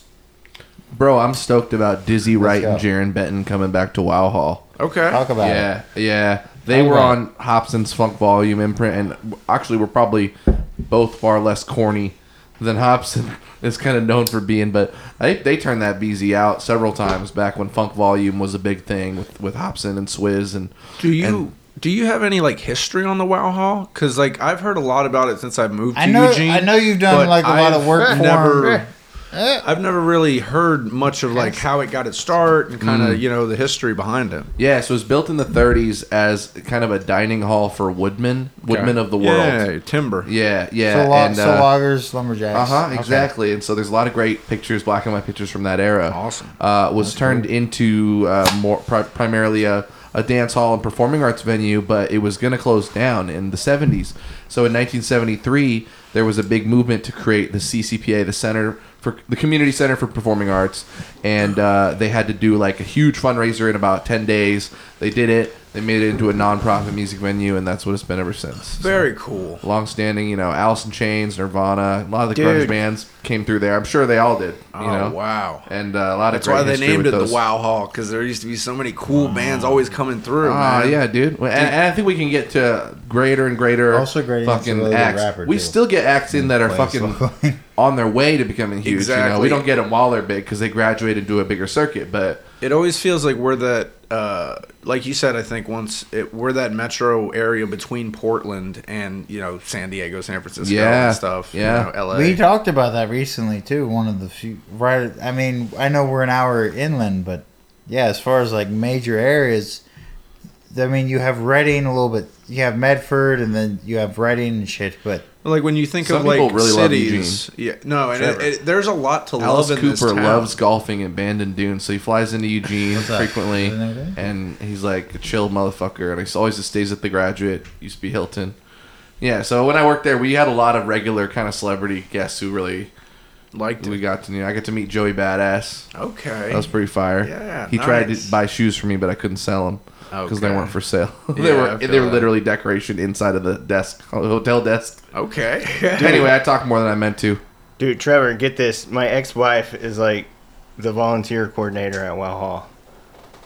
[SPEAKER 1] Bro, I'm stoked about Dizzy Wright and
[SPEAKER 3] go.
[SPEAKER 1] Jaron Benton coming back to Wow Hall.
[SPEAKER 2] Okay.
[SPEAKER 3] Talk about it.
[SPEAKER 1] Yeah, yeah. They
[SPEAKER 3] Talk
[SPEAKER 1] were
[SPEAKER 3] about it.
[SPEAKER 1] on Hobson's Funk Volume imprint, and actually, we're probably both far less corny than Hobson (laughs) is kind of known for being. But I think they turned that BZ out several times back when Funk Volume was a big thing with, with Hobson and Swizz. And
[SPEAKER 2] Do you
[SPEAKER 1] and-
[SPEAKER 2] do you have any like history on the Wow Hall? Because like I've heard a lot about it since I moved to
[SPEAKER 3] I know.
[SPEAKER 2] Eugene.
[SPEAKER 3] I know you've done
[SPEAKER 2] but
[SPEAKER 3] like a lot of
[SPEAKER 2] I've
[SPEAKER 3] work for
[SPEAKER 2] never-
[SPEAKER 3] him.
[SPEAKER 4] Yeah.
[SPEAKER 2] I've never really heard much of like how it got its start and kind
[SPEAKER 1] Mm.
[SPEAKER 2] of you know the history behind it.
[SPEAKER 1] yeah, so it was built in the 30s as kind of a dining hall for woodmen, woodmen of the world.
[SPEAKER 2] Yeah, timber.
[SPEAKER 1] Yeah, yeah.
[SPEAKER 3] So, lo-
[SPEAKER 1] and,
[SPEAKER 3] so
[SPEAKER 1] uh,
[SPEAKER 3] loggers, lumberjacks.
[SPEAKER 1] Uh huh.
[SPEAKER 3] Okay.
[SPEAKER 1] Exactly. And so there's a lot of great pictures, black and white pictures from that era.
[SPEAKER 2] Awesome.
[SPEAKER 1] Uh, was turned into uh, more pri- primarily a, a dance hall and performing arts venue, but it was going to close down in the 70s. So in 1973, there was a big movement to create the CCPA, the Center for the Community Center for Performing Arts, and uh, they had to do like a huge fundraiser in about 10 days. They did it. They made it into a nonprofit music venue, and that's what it's been ever since
[SPEAKER 2] Very cool.
[SPEAKER 1] longstanding, you know, Alice in Chains, Nirvana, a lot of the grunge
[SPEAKER 4] Dude.
[SPEAKER 1] bands came through there. I'm sure they all did. You
[SPEAKER 2] Oh
[SPEAKER 1] know,
[SPEAKER 2] wow.
[SPEAKER 1] and uh, a lot
[SPEAKER 2] That's
[SPEAKER 1] of great
[SPEAKER 2] why they
[SPEAKER 1] history
[SPEAKER 2] named
[SPEAKER 1] with
[SPEAKER 2] it
[SPEAKER 1] those.
[SPEAKER 2] the Wow Hall because there used to be so many cool bands always coming through.
[SPEAKER 1] Ah,
[SPEAKER 2] man.
[SPEAKER 1] yeah, dude. Well, And, and I think we can get to greater and greater
[SPEAKER 3] Also great
[SPEAKER 1] fucking
[SPEAKER 3] ancillary
[SPEAKER 1] acts.
[SPEAKER 3] rapper,
[SPEAKER 1] we
[SPEAKER 3] too.
[SPEAKER 1] still get acts in that are
[SPEAKER 3] Plays
[SPEAKER 1] fucking
[SPEAKER 2] (laughs)
[SPEAKER 3] locally.
[SPEAKER 1] on their way to becoming huge. You know, we
[SPEAKER 2] Exactly.
[SPEAKER 1] don't get them while they're big because they graduated to a bigger circuit. But
[SPEAKER 2] It always feels like we're that, uh, like you said, I think once it, we're that metro area between Portland and you know San Diego, San Francisco,
[SPEAKER 1] Yeah,
[SPEAKER 2] and stuff.
[SPEAKER 1] yeah.
[SPEAKER 2] you know, LA.
[SPEAKER 3] We talked about that recently too. One of the few, right? I mean, I know we're an hour inland, but yeah, as far as like major areas, I mean, you have Reading a little bit, you have Medford, and then you have Reading and shit. But
[SPEAKER 2] like when you think
[SPEAKER 1] Some
[SPEAKER 2] of like
[SPEAKER 1] people really love
[SPEAKER 2] cities, yeah, no, and it,
[SPEAKER 1] Trevor.
[SPEAKER 2] it, there's a lot to
[SPEAKER 1] Alice
[SPEAKER 2] love in this
[SPEAKER 1] Cooper
[SPEAKER 2] town.
[SPEAKER 1] loves golfing at Bandon Dunes, so he flies into Eugene
[SPEAKER 3] that?
[SPEAKER 1] frequently,
[SPEAKER 3] Isn't that it?
[SPEAKER 1] and he's like a chill motherfucker, and he always just stays at the Graduate. Used to be Hilton. Yeah, so when I worked there, we had a lot of regular kind of celebrity guests who really
[SPEAKER 2] liked
[SPEAKER 1] we
[SPEAKER 2] it.
[SPEAKER 1] got to know. I got to meet Joey Badass.
[SPEAKER 2] Okay,
[SPEAKER 1] That was pretty fire.
[SPEAKER 2] Yeah,
[SPEAKER 1] he tried
[SPEAKER 2] nice.
[SPEAKER 1] to buy shoes for me, but I couldn't sell them because they
[SPEAKER 2] Okay.
[SPEAKER 1] weren't for sale. (laughs) they
[SPEAKER 2] Yeah, I
[SPEAKER 1] were
[SPEAKER 2] feel
[SPEAKER 1] they were
[SPEAKER 2] that.
[SPEAKER 1] literally decoration inside of the desk, (laughs) hotel desk.
[SPEAKER 2] okay.
[SPEAKER 1] Anyway, I talked more than I meant to.
[SPEAKER 4] Dude, Trevor, get this. My ex-wife is like the volunteer coordinator at Wow Hall.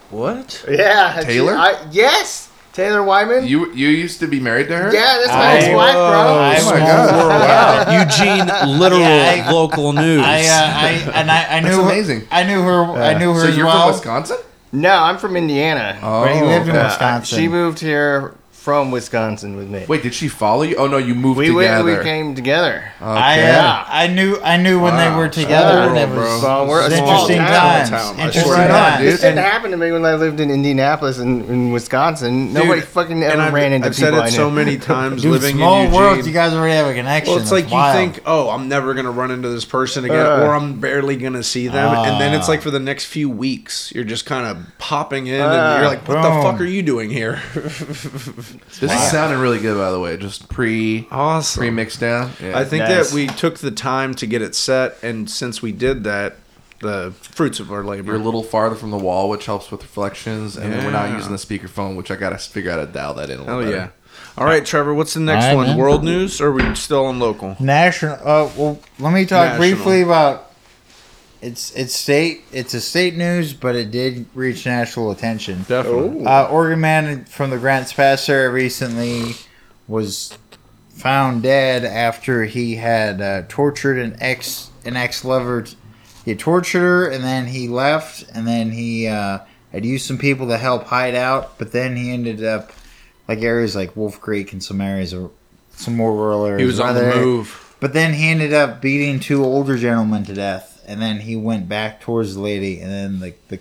[SPEAKER 2] what?
[SPEAKER 4] Yeah,
[SPEAKER 1] Taylor?
[SPEAKER 4] she- I, yes, Taylor Wyman.
[SPEAKER 1] You you used to be married to her?
[SPEAKER 4] yeah, that's my
[SPEAKER 3] I-
[SPEAKER 4] ex-wife,
[SPEAKER 3] I-
[SPEAKER 4] bro.
[SPEAKER 3] Oh my (laughs) God.
[SPEAKER 2] Eugene, literal
[SPEAKER 3] Yeah, I-
[SPEAKER 2] local news.
[SPEAKER 3] I, uh, I and I, I knew
[SPEAKER 1] That's
[SPEAKER 3] her-
[SPEAKER 1] amazing.
[SPEAKER 3] I knew her. I knew her
[SPEAKER 1] So
[SPEAKER 3] as
[SPEAKER 1] you're
[SPEAKER 3] well.
[SPEAKER 1] from Wisconsin?
[SPEAKER 4] No, I'm from Indiana.
[SPEAKER 1] Oh,
[SPEAKER 3] But he lived in
[SPEAKER 1] okay.
[SPEAKER 4] Uh,
[SPEAKER 3] Wisconsin.
[SPEAKER 4] She moved here from Wisconsin with me.
[SPEAKER 1] Wait, did she follow you? Oh no, you moved
[SPEAKER 4] we
[SPEAKER 1] together.
[SPEAKER 4] went. We came together.
[SPEAKER 1] Okay.
[SPEAKER 3] I
[SPEAKER 4] Yeah.
[SPEAKER 3] uh, I knew I knew when they
[SPEAKER 1] Wow.
[SPEAKER 3] were together, and it
[SPEAKER 1] Small
[SPEAKER 3] was, it
[SPEAKER 4] bro.
[SPEAKER 1] world,
[SPEAKER 4] We're a
[SPEAKER 3] was
[SPEAKER 4] small
[SPEAKER 3] interesting
[SPEAKER 4] town.
[SPEAKER 3] times.
[SPEAKER 2] Town. I
[SPEAKER 3] Interesting
[SPEAKER 1] swear to God,
[SPEAKER 3] times.
[SPEAKER 1] dude.
[SPEAKER 4] This didn't happen to me when I lived in Indianapolis and in Wisconsin. Nobody
[SPEAKER 2] Dude,
[SPEAKER 4] fucking
[SPEAKER 2] and
[SPEAKER 4] ever
[SPEAKER 2] I've,
[SPEAKER 4] ran into
[SPEAKER 2] I've
[SPEAKER 4] people
[SPEAKER 2] said it
[SPEAKER 4] I knew.
[SPEAKER 2] so
[SPEAKER 4] (laughs)
[SPEAKER 2] many times
[SPEAKER 3] Dude,
[SPEAKER 2] living
[SPEAKER 3] small
[SPEAKER 2] in Eugene.
[SPEAKER 3] world, you guys already have a connection.
[SPEAKER 2] well, it's
[SPEAKER 3] That's
[SPEAKER 2] like
[SPEAKER 3] wild.
[SPEAKER 2] you think, oh, I'm never gonna run into this person again,
[SPEAKER 4] Uh.
[SPEAKER 2] or I'm barely gonna see them, and then it's
[SPEAKER 3] Ah.
[SPEAKER 2] like for the next few weeks, you're just kind of popping in,
[SPEAKER 4] Ah.
[SPEAKER 2] and you're like, what the
[SPEAKER 3] Boom.
[SPEAKER 2] fuck are you doing here? (laughs)
[SPEAKER 1] This is sounding really good, by the way. Just pre
[SPEAKER 2] awesome.
[SPEAKER 1] pre mixed down. Yeah.
[SPEAKER 2] I think
[SPEAKER 4] Nice.
[SPEAKER 2] that we took the time to get it set, and since we did that, the fruits of our
[SPEAKER 1] you're a
[SPEAKER 2] labor.
[SPEAKER 1] little farther from the wall, which helps with reflections, and then we're not
[SPEAKER 2] Yeah.
[SPEAKER 1] using the speakerphone, which I gotta figure out how to dial that in a little
[SPEAKER 2] Oh
[SPEAKER 1] better.
[SPEAKER 2] yeah. All right, Trevor. What's the next
[SPEAKER 3] All right,
[SPEAKER 2] one?
[SPEAKER 3] man.
[SPEAKER 2] World news, or are we still on
[SPEAKER 1] Oh.
[SPEAKER 2] local?
[SPEAKER 3] national. Uh, well, let me talk
[SPEAKER 2] National.
[SPEAKER 3] briefly about. It's it's state it's a state news, but it did reach national attention.
[SPEAKER 2] Definitely.
[SPEAKER 3] Uh, Oregon man from the Grants Pass area recently was found dead after he had uh, tortured an ex an ex lover. He had tortured her, and then he left, and then he uh, had used some people to help hide out. But then he ended up like areas like Wolf Creek and some areas of some more rural areas.
[SPEAKER 2] He was on the
[SPEAKER 3] Rather-
[SPEAKER 2] move.
[SPEAKER 3] but then he ended up beating two older gentlemen to death, and then he went back towards the lady, and then like the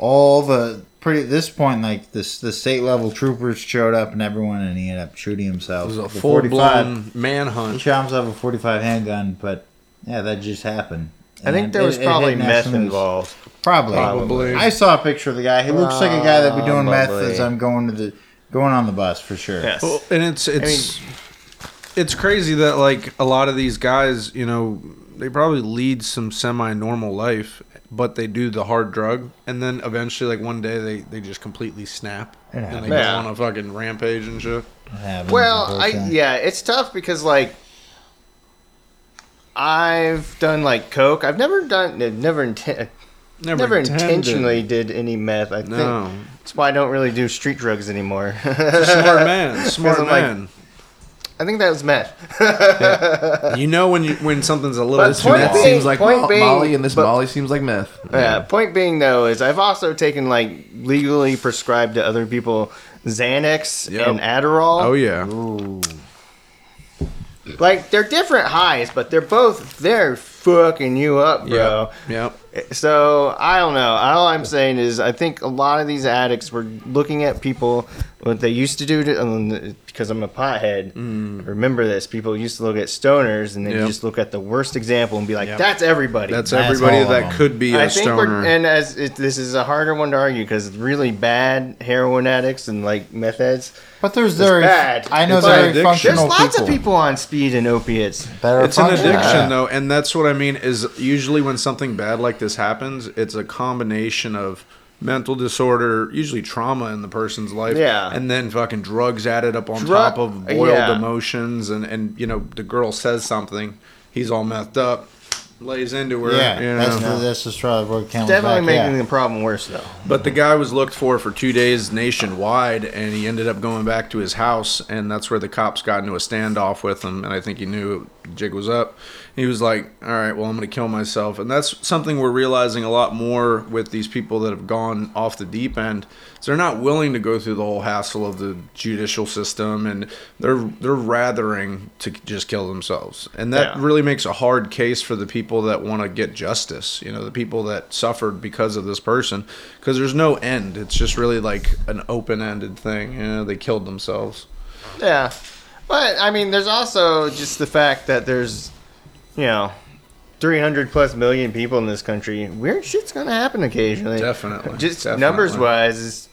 [SPEAKER 3] all the pretty at this point like this the state level troopers showed up and everyone, and he ended up shooting himself.
[SPEAKER 2] It was a
[SPEAKER 3] The
[SPEAKER 2] full
[SPEAKER 3] 45
[SPEAKER 2] blown
[SPEAKER 3] He
[SPEAKER 2] manhunt.
[SPEAKER 3] shot himself with a forty-five handgun, but yeah, that just happened.
[SPEAKER 4] I think
[SPEAKER 3] And
[SPEAKER 4] there
[SPEAKER 3] it-
[SPEAKER 4] was
[SPEAKER 3] it hit
[SPEAKER 4] probably
[SPEAKER 3] national
[SPEAKER 4] meth
[SPEAKER 3] news.
[SPEAKER 4] involved.
[SPEAKER 3] Probably.
[SPEAKER 2] Probably.
[SPEAKER 3] I saw a picture of the guy. He looks like a guy that'd be doing meth
[SPEAKER 4] Probably.
[SPEAKER 3] as I'm going to the going on the bus for sure.
[SPEAKER 4] Yes.
[SPEAKER 2] Well, and it's it's it's crazy that like a lot of these guys, you know, they probably lead some semi-normal life, but they do the hard drug, and then eventually, like one day, they they just completely snap
[SPEAKER 3] It
[SPEAKER 2] and they go
[SPEAKER 4] happens.
[SPEAKER 2] on a fucking rampage and shit.
[SPEAKER 3] It happens the
[SPEAKER 4] Well,
[SPEAKER 3] whole
[SPEAKER 4] I
[SPEAKER 3] time.
[SPEAKER 4] yeah, it's tough because like I've done like coke. I've never done never inten- never,
[SPEAKER 2] intended.
[SPEAKER 4] intentionally did any meth. I think
[SPEAKER 2] No.
[SPEAKER 4] that's why I don't really do street drugs anymore. (laughs)
[SPEAKER 2] Smart man, smart
[SPEAKER 4] I'm like,
[SPEAKER 2] man.
[SPEAKER 4] I think that was meth.
[SPEAKER 2] you know when you, when something's a little
[SPEAKER 4] But
[SPEAKER 1] This
[SPEAKER 2] too
[SPEAKER 4] point
[SPEAKER 1] meth
[SPEAKER 4] being-
[SPEAKER 1] seems like
[SPEAKER 4] point
[SPEAKER 1] mo-
[SPEAKER 4] being-
[SPEAKER 1] Molly, and this
[SPEAKER 4] but-
[SPEAKER 1] Molly seems like meth.
[SPEAKER 4] Yeah. Uh, Point being though is I've also taken like legally prescribed to other people Xanax
[SPEAKER 2] Yep.
[SPEAKER 4] and Adderall.
[SPEAKER 2] Oh yeah,
[SPEAKER 4] Like they're different highs, but they're both they're fucking you up, bro.
[SPEAKER 2] Yep.
[SPEAKER 4] So I don't know. All I'm saying is I think a lot of these addicts were looking at people what they used to do to, um, because I'm a pothead. Remember this? People used to look at stoners and they
[SPEAKER 2] Mm. Yep.
[SPEAKER 4] just look at the worst example and be like,
[SPEAKER 2] Yep.
[SPEAKER 4] "That's everybody."
[SPEAKER 2] That's
[SPEAKER 3] That's
[SPEAKER 2] everybody
[SPEAKER 3] all of
[SPEAKER 2] that
[SPEAKER 3] them.
[SPEAKER 2] could be a
[SPEAKER 4] I think
[SPEAKER 2] stoner.
[SPEAKER 4] we're and as it, this is a harder one to argue because really bad heroin addicts and like meth heads.
[SPEAKER 3] But there's
[SPEAKER 4] It's
[SPEAKER 3] very,
[SPEAKER 4] bad.
[SPEAKER 3] I know
[SPEAKER 2] It's
[SPEAKER 3] there
[SPEAKER 2] an
[SPEAKER 3] are
[SPEAKER 2] addiction.
[SPEAKER 4] There's
[SPEAKER 3] functional
[SPEAKER 4] lots of people on speed and opiates.
[SPEAKER 3] that are
[SPEAKER 2] it's an
[SPEAKER 3] functional.
[SPEAKER 2] addiction
[SPEAKER 3] Yeah.
[SPEAKER 2] though, and that's what I mean is usually when something bad like this happens, it's a combination of mental disorder, usually trauma in the person's life,
[SPEAKER 4] Yeah.
[SPEAKER 2] and then fucking drugs added up on
[SPEAKER 4] Drug-
[SPEAKER 2] top of boiled
[SPEAKER 4] yeah.
[SPEAKER 2] emotions, and and you know the girl says something, he's all methed up, lays into her,
[SPEAKER 3] Yeah,
[SPEAKER 2] you
[SPEAKER 3] that's
[SPEAKER 2] know.
[SPEAKER 3] the that's the straw that broke the camel's
[SPEAKER 4] Definitely
[SPEAKER 3] back.
[SPEAKER 4] making
[SPEAKER 3] yeah.
[SPEAKER 4] the problem worse though.
[SPEAKER 2] But the guy was looked for for two days nationwide, and he ended up going back to his house, and that's where the cops got into a standoff with him. And I think he knew jig was up. He was like, "All right, well, I'm going to kill myself." And that's something we're realizing a lot more with these people that have gone off the deep end. Is they're not willing to go through the whole hassle of the judicial system, and they're they're rathering to just kill themselves. And that
[SPEAKER 4] Yeah.
[SPEAKER 2] really makes a hard case for the people that want to get justice. You know, the people that suffered because of this person, because there's no end. It's just really like an open-ended thing. You know, they killed themselves.
[SPEAKER 4] Yeah. But I mean, there's also just the fact that there's, you know, 300 plus million people in this country. Weird shit's gonna happen occasionally.
[SPEAKER 2] Definitely.
[SPEAKER 4] Just
[SPEAKER 2] Definitely.
[SPEAKER 4] numbers wise, it's,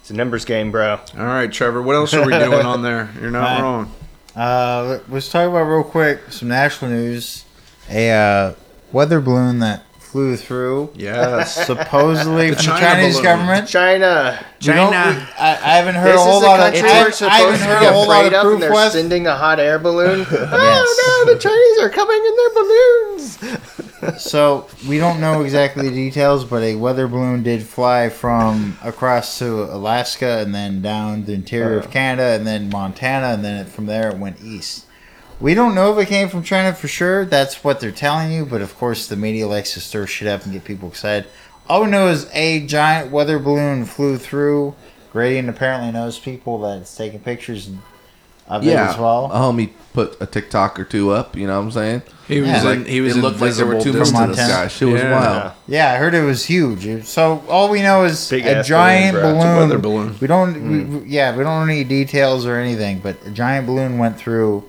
[SPEAKER 4] it's a numbers game, bro.
[SPEAKER 2] All right, Trevor, what else are we doing on there? You're
[SPEAKER 1] (laughs)
[SPEAKER 2] not
[SPEAKER 3] Right.
[SPEAKER 2] wrong.
[SPEAKER 3] Uh, let's talk about real quick some national news. A uh, weather balloon that flew through
[SPEAKER 2] Yes.
[SPEAKER 3] (laughs) supposedly from
[SPEAKER 2] China
[SPEAKER 3] the Chinese
[SPEAKER 2] balloon.
[SPEAKER 3] government.
[SPEAKER 4] China.
[SPEAKER 3] We don't-
[SPEAKER 2] China.
[SPEAKER 3] we- I, I haven't heard
[SPEAKER 4] This
[SPEAKER 3] a whole
[SPEAKER 4] is a
[SPEAKER 3] lot of.
[SPEAKER 4] country
[SPEAKER 3] I,
[SPEAKER 4] we're
[SPEAKER 3] I haven't
[SPEAKER 4] supposed to
[SPEAKER 3] heard
[SPEAKER 4] be
[SPEAKER 3] a whole lot
[SPEAKER 4] afraid
[SPEAKER 3] of
[SPEAKER 4] of, and
[SPEAKER 3] proof
[SPEAKER 4] they're
[SPEAKER 3] west.
[SPEAKER 4] sending a hot air balloon. Oh no, the Chinese are coming in their balloons.
[SPEAKER 3] So we don't know exactly the details, but a weather balloon did fly from across to Alaska and then down the interior of Canada and then Montana and then it, from there it went east. We don't know if it came from China for sure. That's what they're telling you, but of course the media likes to stir shit up and get people excited. All we know is a giant weather balloon flew through Gradient apparently knows people that's taking pictures of it
[SPEAKER 1] yeah, uh,
[SPEAKER 3] as well.
[SPEAKER 1] a homie put a TikTok or two up. You know what I'm saying?
[SPEAKER 2] He was
[SPEAKER 3] Yeah.
[SPEAKER 2] in, he was
[SPEAKER 1] it looked like there were two
[SPEAKER 2] invisible
[SPEAKER 1] months
[SPEAKER 3] from
[SPEAKER 1] to
[SPEAKER 2] distance.
[SPEAKER 1] this
[SPEAKER 3] Montana.
[SPEAKER 1] guy. Shit was
[SPEAKER 2] Yeah.
[SPEAKER 1] wild.
[SPEAKER 3] Yeah, I heard it was huge. It- So all we know is
[SPEAKER 4] Big
[SPEAKER 3] a
[SPEAKER 4] ass
[SPEAKER 3] giant
[SPEAKER 4] balloon,
[SPEAKER 3] balloon.
[SPEAKER 4] Hmm. bro. It's a
[SPEAKER 2] weather balloon.
[SPEAKER 3] We don't. We, we- yeah, we don't know any details or anything, but a giant balloon went through,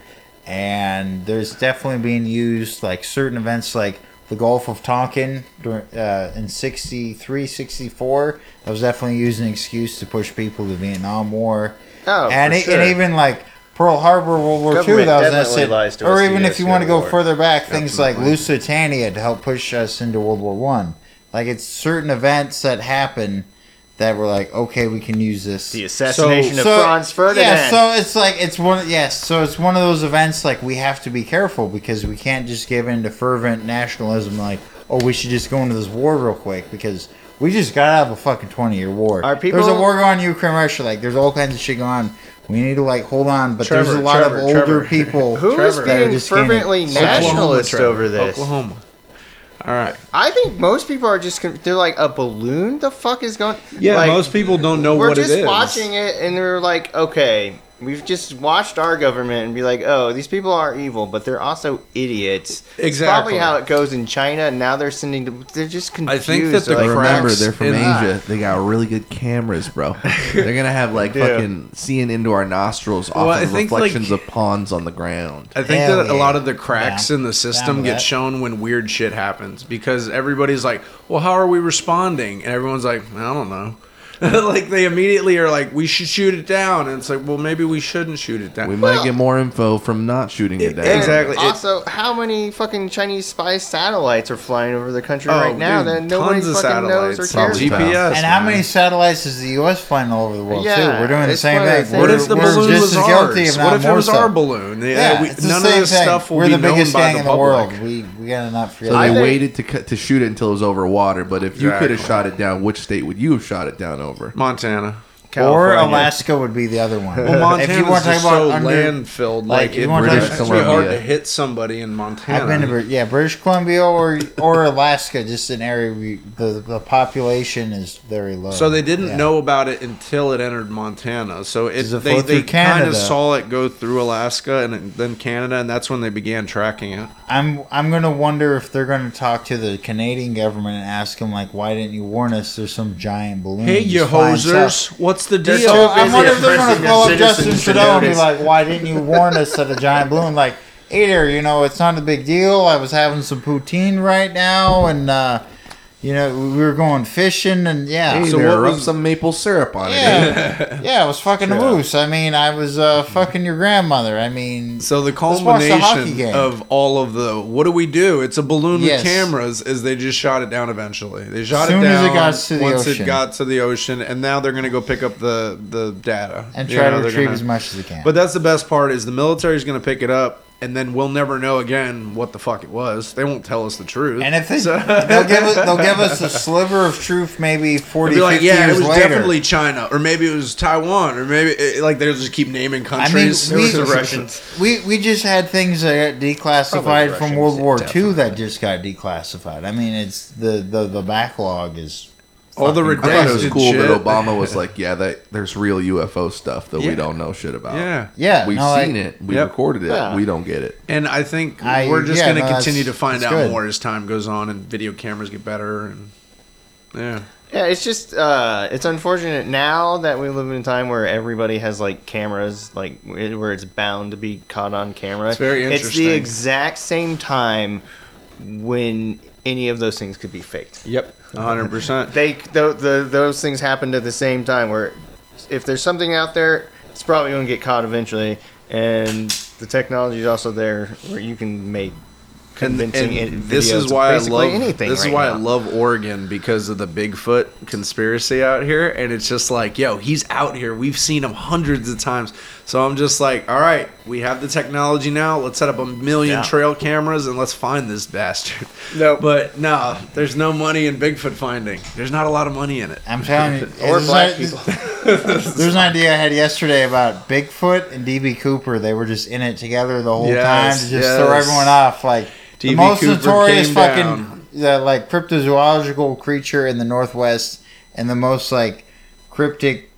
[SPEAKER 3] and there's definitely being used like certain events, like the Gulf of Tonkin during, uh, in 63, 64. That was definitely used as an excuse to push people to the Vietnam War.
[SPEAKER 4] Oh,
[SPEAKER 3] and,
[SPEAKER 4] for
[SPEAKER 3] it,
[SPEAKER 4] sure.
[SPEAKER 3] and even like Pearl Harbor, World War II,
[SPEAKER 4] Government
[SPEAKER 3] that was
[SPEAKER 4] definitely
[SPEAKER 3] necessary.
[SPEAKER 4] lies to
[SPEAKER 3] Or
[SPEAKER 4] us to
[SPEAKER 3] even
[SPEAKER 4] get
[SPEAKER 3] if
[SPEAKER 4] us
[SPEAKER 3] you
[SPEAKER 4] to
[SPEAKER 3] want to
[SPEAKER 4] the
[SPEAKER 3] go
[SPEAKER 4] war.
[SPEAKER 3] further back, things like Lusitania to help push us into World War One. Like it's certain events that happen that were like, okay, we can use this.
[SPEAKER 4] The assassination
[SPEAKER 3] So-
[SPEAKER 4] of Franz Ferdinand.
[SPEAKER 3] Yeah, so it's like it's one. Yes, so it's one of those events like we have to be careful because we can't just give in to fervent nationalism. Like, oh, we should just go into this war real quick because we just gotta have a fucking twenty-year war.
[SPEAKER 4] Are people-
[SPEAKER 3] There's a war going on in Ukraine, Russia. Like, there's all kinds of shit going on. We need to like hold on, but there's
[SPEAKER 2] Trevor,
[SPEAKER 3] a lot
[SPEAKER 2] Trevor,
[SPEAKER 3] of older
[SPEAKER 2] Trevor.
[SPEAKER 3] people
[SPEAKER 4] Who is
[SPEAKER 3] that are
[SPEAKER 4] being
[SPEAKER 3] just getting it.
[SPEAKER 4] fervently nationalist
[SPEAKER 2] Oklahoma,
[SPEAKER 4] over this?
[SPEAKER 2] Oklahoma. All right.
[SPEAKER 4] I think most people are just con- they're like a balloon. The fuck is going?
[SPEAKER 2] Yeah,
[SPEAKER 4] like,
[SPEAKER 2] most people don't know
[SPEAKER 4] We're
[SPEAKER 2] what
[SPEAKER 4] just
[SPEAKER 2] it is.
[SPEAKER 4] watching it, and they're like, okay, we've just watched our government and be like, oh, these people are evil, but they're also idiots. It's
[SPEAKER 2] Exactly.
[SPEAKER 4] probably how it goes in China. and Now they're sending. They're just
[SPEAKER 2] I
[SPEAKER 4] confused.
[SPEAKER 2] think that
[SPEAKER 4] They're
[SPEAKER 2] the
[SPEAKER 4] like,
[SPEAKER 2] cracks
[SPEAKER 1] Remember, they're from
[SPEAKER 2] in-
[SPEAKER 1] Asia. They got really good cameras,
[SPEAKER 2] (laughs)
[SPEAKER 1] bro. They're gonna have like
[SPEAKER 4] They do.
[SPEAKER 1] fucking seeing into our nostrils off
[SPEAKER 2] Well, I
[SPEAKER 1] of
[SPEAKER 2] think,
[SPEAKER 1] reflections
[SPEAKER 2] like-
[SPEAKER 1] of ponds on the ground.
[SPEAKER 2] I think
[SPEAKER 3] Hell
[SPEAKER 2] that a
[SPEAKER 3] yeah.
[SPEAKER 2] lot of the cracks
[SPEAKER 3] Down-
[SPEAKER 2] in the system
[SPEAKER 3] down
[SPEAKER 2] get
[SPEAKER 3] with that.
[SPEAKER 2] shown when weird shit happens because everybody's like, "Well, how are we responding?" And everyone's like, "I don't know." (laughs) like they immediately are like, "We should shoot it down," and it's like, "Well, maybe we shouldn't shoot it down."
[SPEAKER 1] We might get more info from not shooting it down.
[SPEAKER 4] And
[SPEAKER 2] e- Exactly. It-
[SPEAKER 4] Also, how many fucking Chinese spy satellites are flying over the country
[SPEAKER 2] Oh,
[SPEAKER 4] right now?
[SPEAKER 2] dude,
[SPEAKER 4] That nobody
[SPEAKER 2] tons of
[SPEAKER 4] fucking knows or
[SPEAKER 2] satellites.
[SPEAKER 4] cares.
[SPEAKER 1] Probably
[SPEAKER 4] about?
[SPEAKER 1] GPS.
[SPEAKER 3] And how many satellites is the U.S. flying all over the world too?
[SPEAKER 4] Yeah,
[SPEAKER 3] We're doing the
[SPEAKER 4] it's
[SPEAKER 3] same
[SPEAKER 4] one of the
[SPEAKER 3] thing.
[SPEAKER 4] things.
[SPEAKER 2] What
[SPEAKER 3] We're,
[SPEAKER 2] if the
[SPEAKER 3] we're
[SPEAKER 2] balloon
[SPEAKER 3] just
[SPEAKER 2] was
[SPEAKER 3] as guilty,
[SPEAKER 2] ours?
[SPEAKER 3] if
[SPEAKER 2] What
[SPEAKER 3] not
[SPEAKER 2] if it
[SPEAKER 3] more
[SPEAKER 2] was
[SPEAKER 3] so.
[SPEAKER 2] our balloon? Yeah,
[SPEAKER 3] Yeah,
[SPEAKER 2] we-
[SPEAKER 3] it's the
[SPEAKER 2] none of
[SPEAKER 3] same
[SPEAKER 2] this
[SPEAKER 3] thing.
[SPEAKER 2] stuff will
[SPEAKER 3] We're
[SPEAKER 2] be
[SPEAKER 3] the
[SPEAKER 2] known
[SPEAKER 3] biggest
[SPEAKER 2] by
[SPEAKER 3] gang
[SPEAKER 2] the
[SPEAKER 3] in the world.
[SPEAKER 2] public.
[SPEAKER 3] We we gotta not forget.
[SPEAKER 1] So they
[SPEAKER 4] I think-
[SPEAKER 1] waited to cut, to shoot it until it was over water. But if you could
[SPEAKER 2] Exactly.
[SPEAKER 1] have shot it down, which state would you have shot it down over?
[SPEAKER 2] Montana.
[SPEAKER 3] or
[SPEAKER 4] California.
[SPEAKER 3] Alaska would be the other one.
[SPEAKER 2] Well, Montana's
[SPEAKER 3] if you want to talk
[SPEAKER 2] just
[SPEAKER 3] about
[SPEAKER 2] so
[SPEAKER 3] under,
[SPEAKER 2] landfilled, like,
[SPEAKER 3] like, you
[SPEAKER 2] it-
[SPEAKER 3] wanna
[SPEAKER 1] talk
[SPEAKER 2] it's
[SPEAKER 1] about-
[SPEAKER 2] really hard
[SPEAKER 1] Colombia.
[SPEAKER 2] to hit somebody in Montana.
[SPEAKER 3] I've been to Br- yeah British Columbia or or Alaska, just an area we, the the population is very low.
[SPEAKER 2] So they didn't
[SPEAKER 3] Yeah.
[SPEAKER 2] know about it until it entered Montana. So it,
[SPEAKER 3] Does it
[SPEAKER 2] they,
[SPEAKER 3] flow
[SPEAKER 2] they
[SPEAKER 3] through
[SPEAKER 2] kind of
[SPEAKER 3] Canada?
[SPEAKER 2] saw it go through Alaska and it- then Canada, and that's when they began tracking
[SPEAKER 3] Mm,
[SPEAKER 2] it.
[SPEAKER 3] I'm I'm gonna wonder if they're gonna talk to the Canadian government and ask them like, why didn't you warn us? There's some giant balloon.
[SPEAKER 2] Hey, you
[SPEAKER 3] flying south.
[SPEAKER 2] hosers! What's the
[SPEAKER 4] They're
[SPEAKER 2] deal?
[SPEAKER 4] so
[SPEAKER 3] I wonder if they're going to
[SPEAKER 4] Impressive
[SPEAKER 3] call up Justin
[SPEAKER 4] citizens to
[SPEAKER 3] Trudeau and be
[SPEAKER 4] notice.
[SPEAKER 3] like, "Why didn't you warn us of the giant balloon?" Like, hey there, you know, it's not a big deal. I was having some poutine right now, and uh, you know, we were going fishing, and yeah,
[SPEAKER 1] Hey,
[SPEAKER 2] So
[SPEAKER 1] so there,
[SPEAKER 2] what
[SPEAKER 1] rub
[SPEAKER 2] was-
[SPEAKER 1] some maple syrup on
[SPEAKER 4] (laughs)
[SPEAKER 1] it.
[SPEAKER 3] yeah, yeah, I was fucking a moose. I mean, I was uh,
[SPEAKER 2] Mm-hmm.
[SPEAKER 3] fucking your grandmother. I mean,
[SPEAKER 2] So the
[SPEAKER 3] Let's watch the hockey
[SPEAKER 2] culmination
[SPEAKER 3] game.
[SPEAKER 2] of all of the what do we do? It's a balloon
[SPEAKER 3] Yes.
[SPEAKER 2] with cameras. Is they just shot it down eventually? They shot
[SPEAKER 3] Soon
[SPEAKER 2] it
[SPEAKER 3] as
[SPEAKER 2] down
[SPEAKER 3] it got to the
[SPEAKER 2] once it
[SPEAKER 3] ocean.
[SPEAKER 2] got to the ocean, and now they're going to go pick up the the data
[SPEAKER 3] and
[SPEAKER 2] You
[SPEAKER 3] try
[SPEAKER 2] know,
[SPEAKER 3] to
[SPEAKER 2] they're
[SPEAKER 3] retrieve
[SPEAKER 2] gonna-
[SPEAKER 3] as much as we can.
[SPEAKER 2] But that's the best part is the military's going to pick it up, and then we'll never know again what the fuck it was. They won't tell us the truth.
[SPEAKER 3] and if they, (laughs)
[SPEAKER 2] So- (laughs)
[SPEAKER 3] they'll give us, they'll give us a sliver of truth, maybe 40,
[SPEAKER 2] be like,
[SPEAKER 3] 50
[SPEAKER 2] yeah, it
[SPEAKER 3] years
[SPEAKER 2] was
[SPEAKER 3] later.
[SPEAKER 2] definitely China, or maybe it was Taiwan, or maybe it, like they'll just keep naming countries.
[SPEAKER 3] I mean, we, (laughs)
[SPEAKER 2] It was the
[SPEAKER 3] We, we just had things that got
[SPEAKER 4] Probably
[SPEAKER 3] declassified
[SPEAKER 4] the
[SPEAKER 3] from
[SPEAKER 4] Russians,
[SPEAKER 3] World War
[SPEAKER 4] definitely.
[SPEAKER 3] II that just got declassified. I mean, it's the, the, the backlog is.
[SPEAKER 2] All the
[SPEAKER 3] fucking-
[SPEAKER 2] redacted
[SPEAKER 1] I thought it was cool
[SPEAKER 2] shit.
[SPEAKER 1] that Obama was like, "Yeah, that there's real UFO stuff that
[SPEAKER 2] Yeah.
[SPEAKER 1] we don't know shit about."
[SPEAKER 2] Yeah,
[SPEAKER 3] Yeah,
[SPEAKER 1] we've
[SPEAKER 3] no,
[SPEAKER 1] seen
[SPEAKER 3] I-
[SPEAKER 1] it. We
[SPEAKER 2] Yep.
[SPEAKER 1] recorded it.
[SPEAKER 4] Yeah.
[SPEAKER 1] We don't get it.
[SPEAKER 2] and I think
[SPEAKER 3] I-
[SPEAKER 2] we're just
[SPEAKER 3] yeah,
[SPEAKER 2] going to
[SPEAKER 3] no, that's-
[SPEAKER 2] continue to find out
[SPEAKER 3] that's good.
[SPEAKER 2] more as time goes on, and video cameras get better, and yeah.
[SPEAKER 4] Yeah, it's just uh, it's unfortunate now that we live in a time where everybody has like cameras, like wh- where it's bound to be caught on camera.
[SPEAKER 2] It's very
[SPEAKER 4] the
[SPEAKER 2] interesting.
[SPEAKER 4] exact same time when any of those things could be faked.
[SPEAKER 2] Yep, hundred percent.
[SPEAKER 4] They tho- the, those things happened at the same time. Where if there's something out there, it's probably going to get caught eventually, and the technology is also there where you can make
[SPEAKER 2] and,
[SPEAKER 4] convincing
[SPEAKER 2] and
[SPEAKER 4] it-
[SPEAKER 2] this
[SPEAKER 4] videos
[SPEAKER 2] is
[SPEAKER 4] of
[SPEAKER 2] why I
[SPEAKER 4] basically
[SPEAKER 2] love
[SPEAKER 4] anything.
[SPEAKER 2] This is
[SPEAKER 4] right
[SPEAKER 2] why
[SPEAKER 4] now.
[SPEAKER 2] I love Oregon because of the Bigfoot conspiracy out here, and it's just like, yo, he's out here. We've seen him hundreds of times. So I'm just like, all right, we have the technology now. Let's set up a million
[SPEAKER 4] Yeah.
[SPEAKER 2] trail cameras and let's find this bastard.
[SPEAKER 4] No.
[SPEAKER 2] (laughs) but no, there's no money in Bigfoot finding. There's not a lot of money in it.
[SPEAKER 3] I'm telling you.
[SPEAKER 4] or
[SPEAKER 3] there's
[SPEAKER 4] black
[SPEAKER 3] an-
[SPEAKER 4] people.
[SPEAKER 3] (laughs) There's an idea I had yesterday about Bigfoot and DB Cooper. They were just in it together the whole
[SPEAKER 2] Yes,
[SPEAKER 3] time to just throw
[SPEAKER 2] yes.
[SPEAKER 3] everyone off. Like,
[SPEAKER 2] DB
[SPEAKER 3] the most
[SPEAKER 2] Cooper
[SPEAKER 3] notorious
[SPEAKER 2] came
[SPEAKER 3] fucking
[SPEAKER 2] down.
[SPEAKER 3] the, like cryptozoological creature in the Northwest and the most like cryptic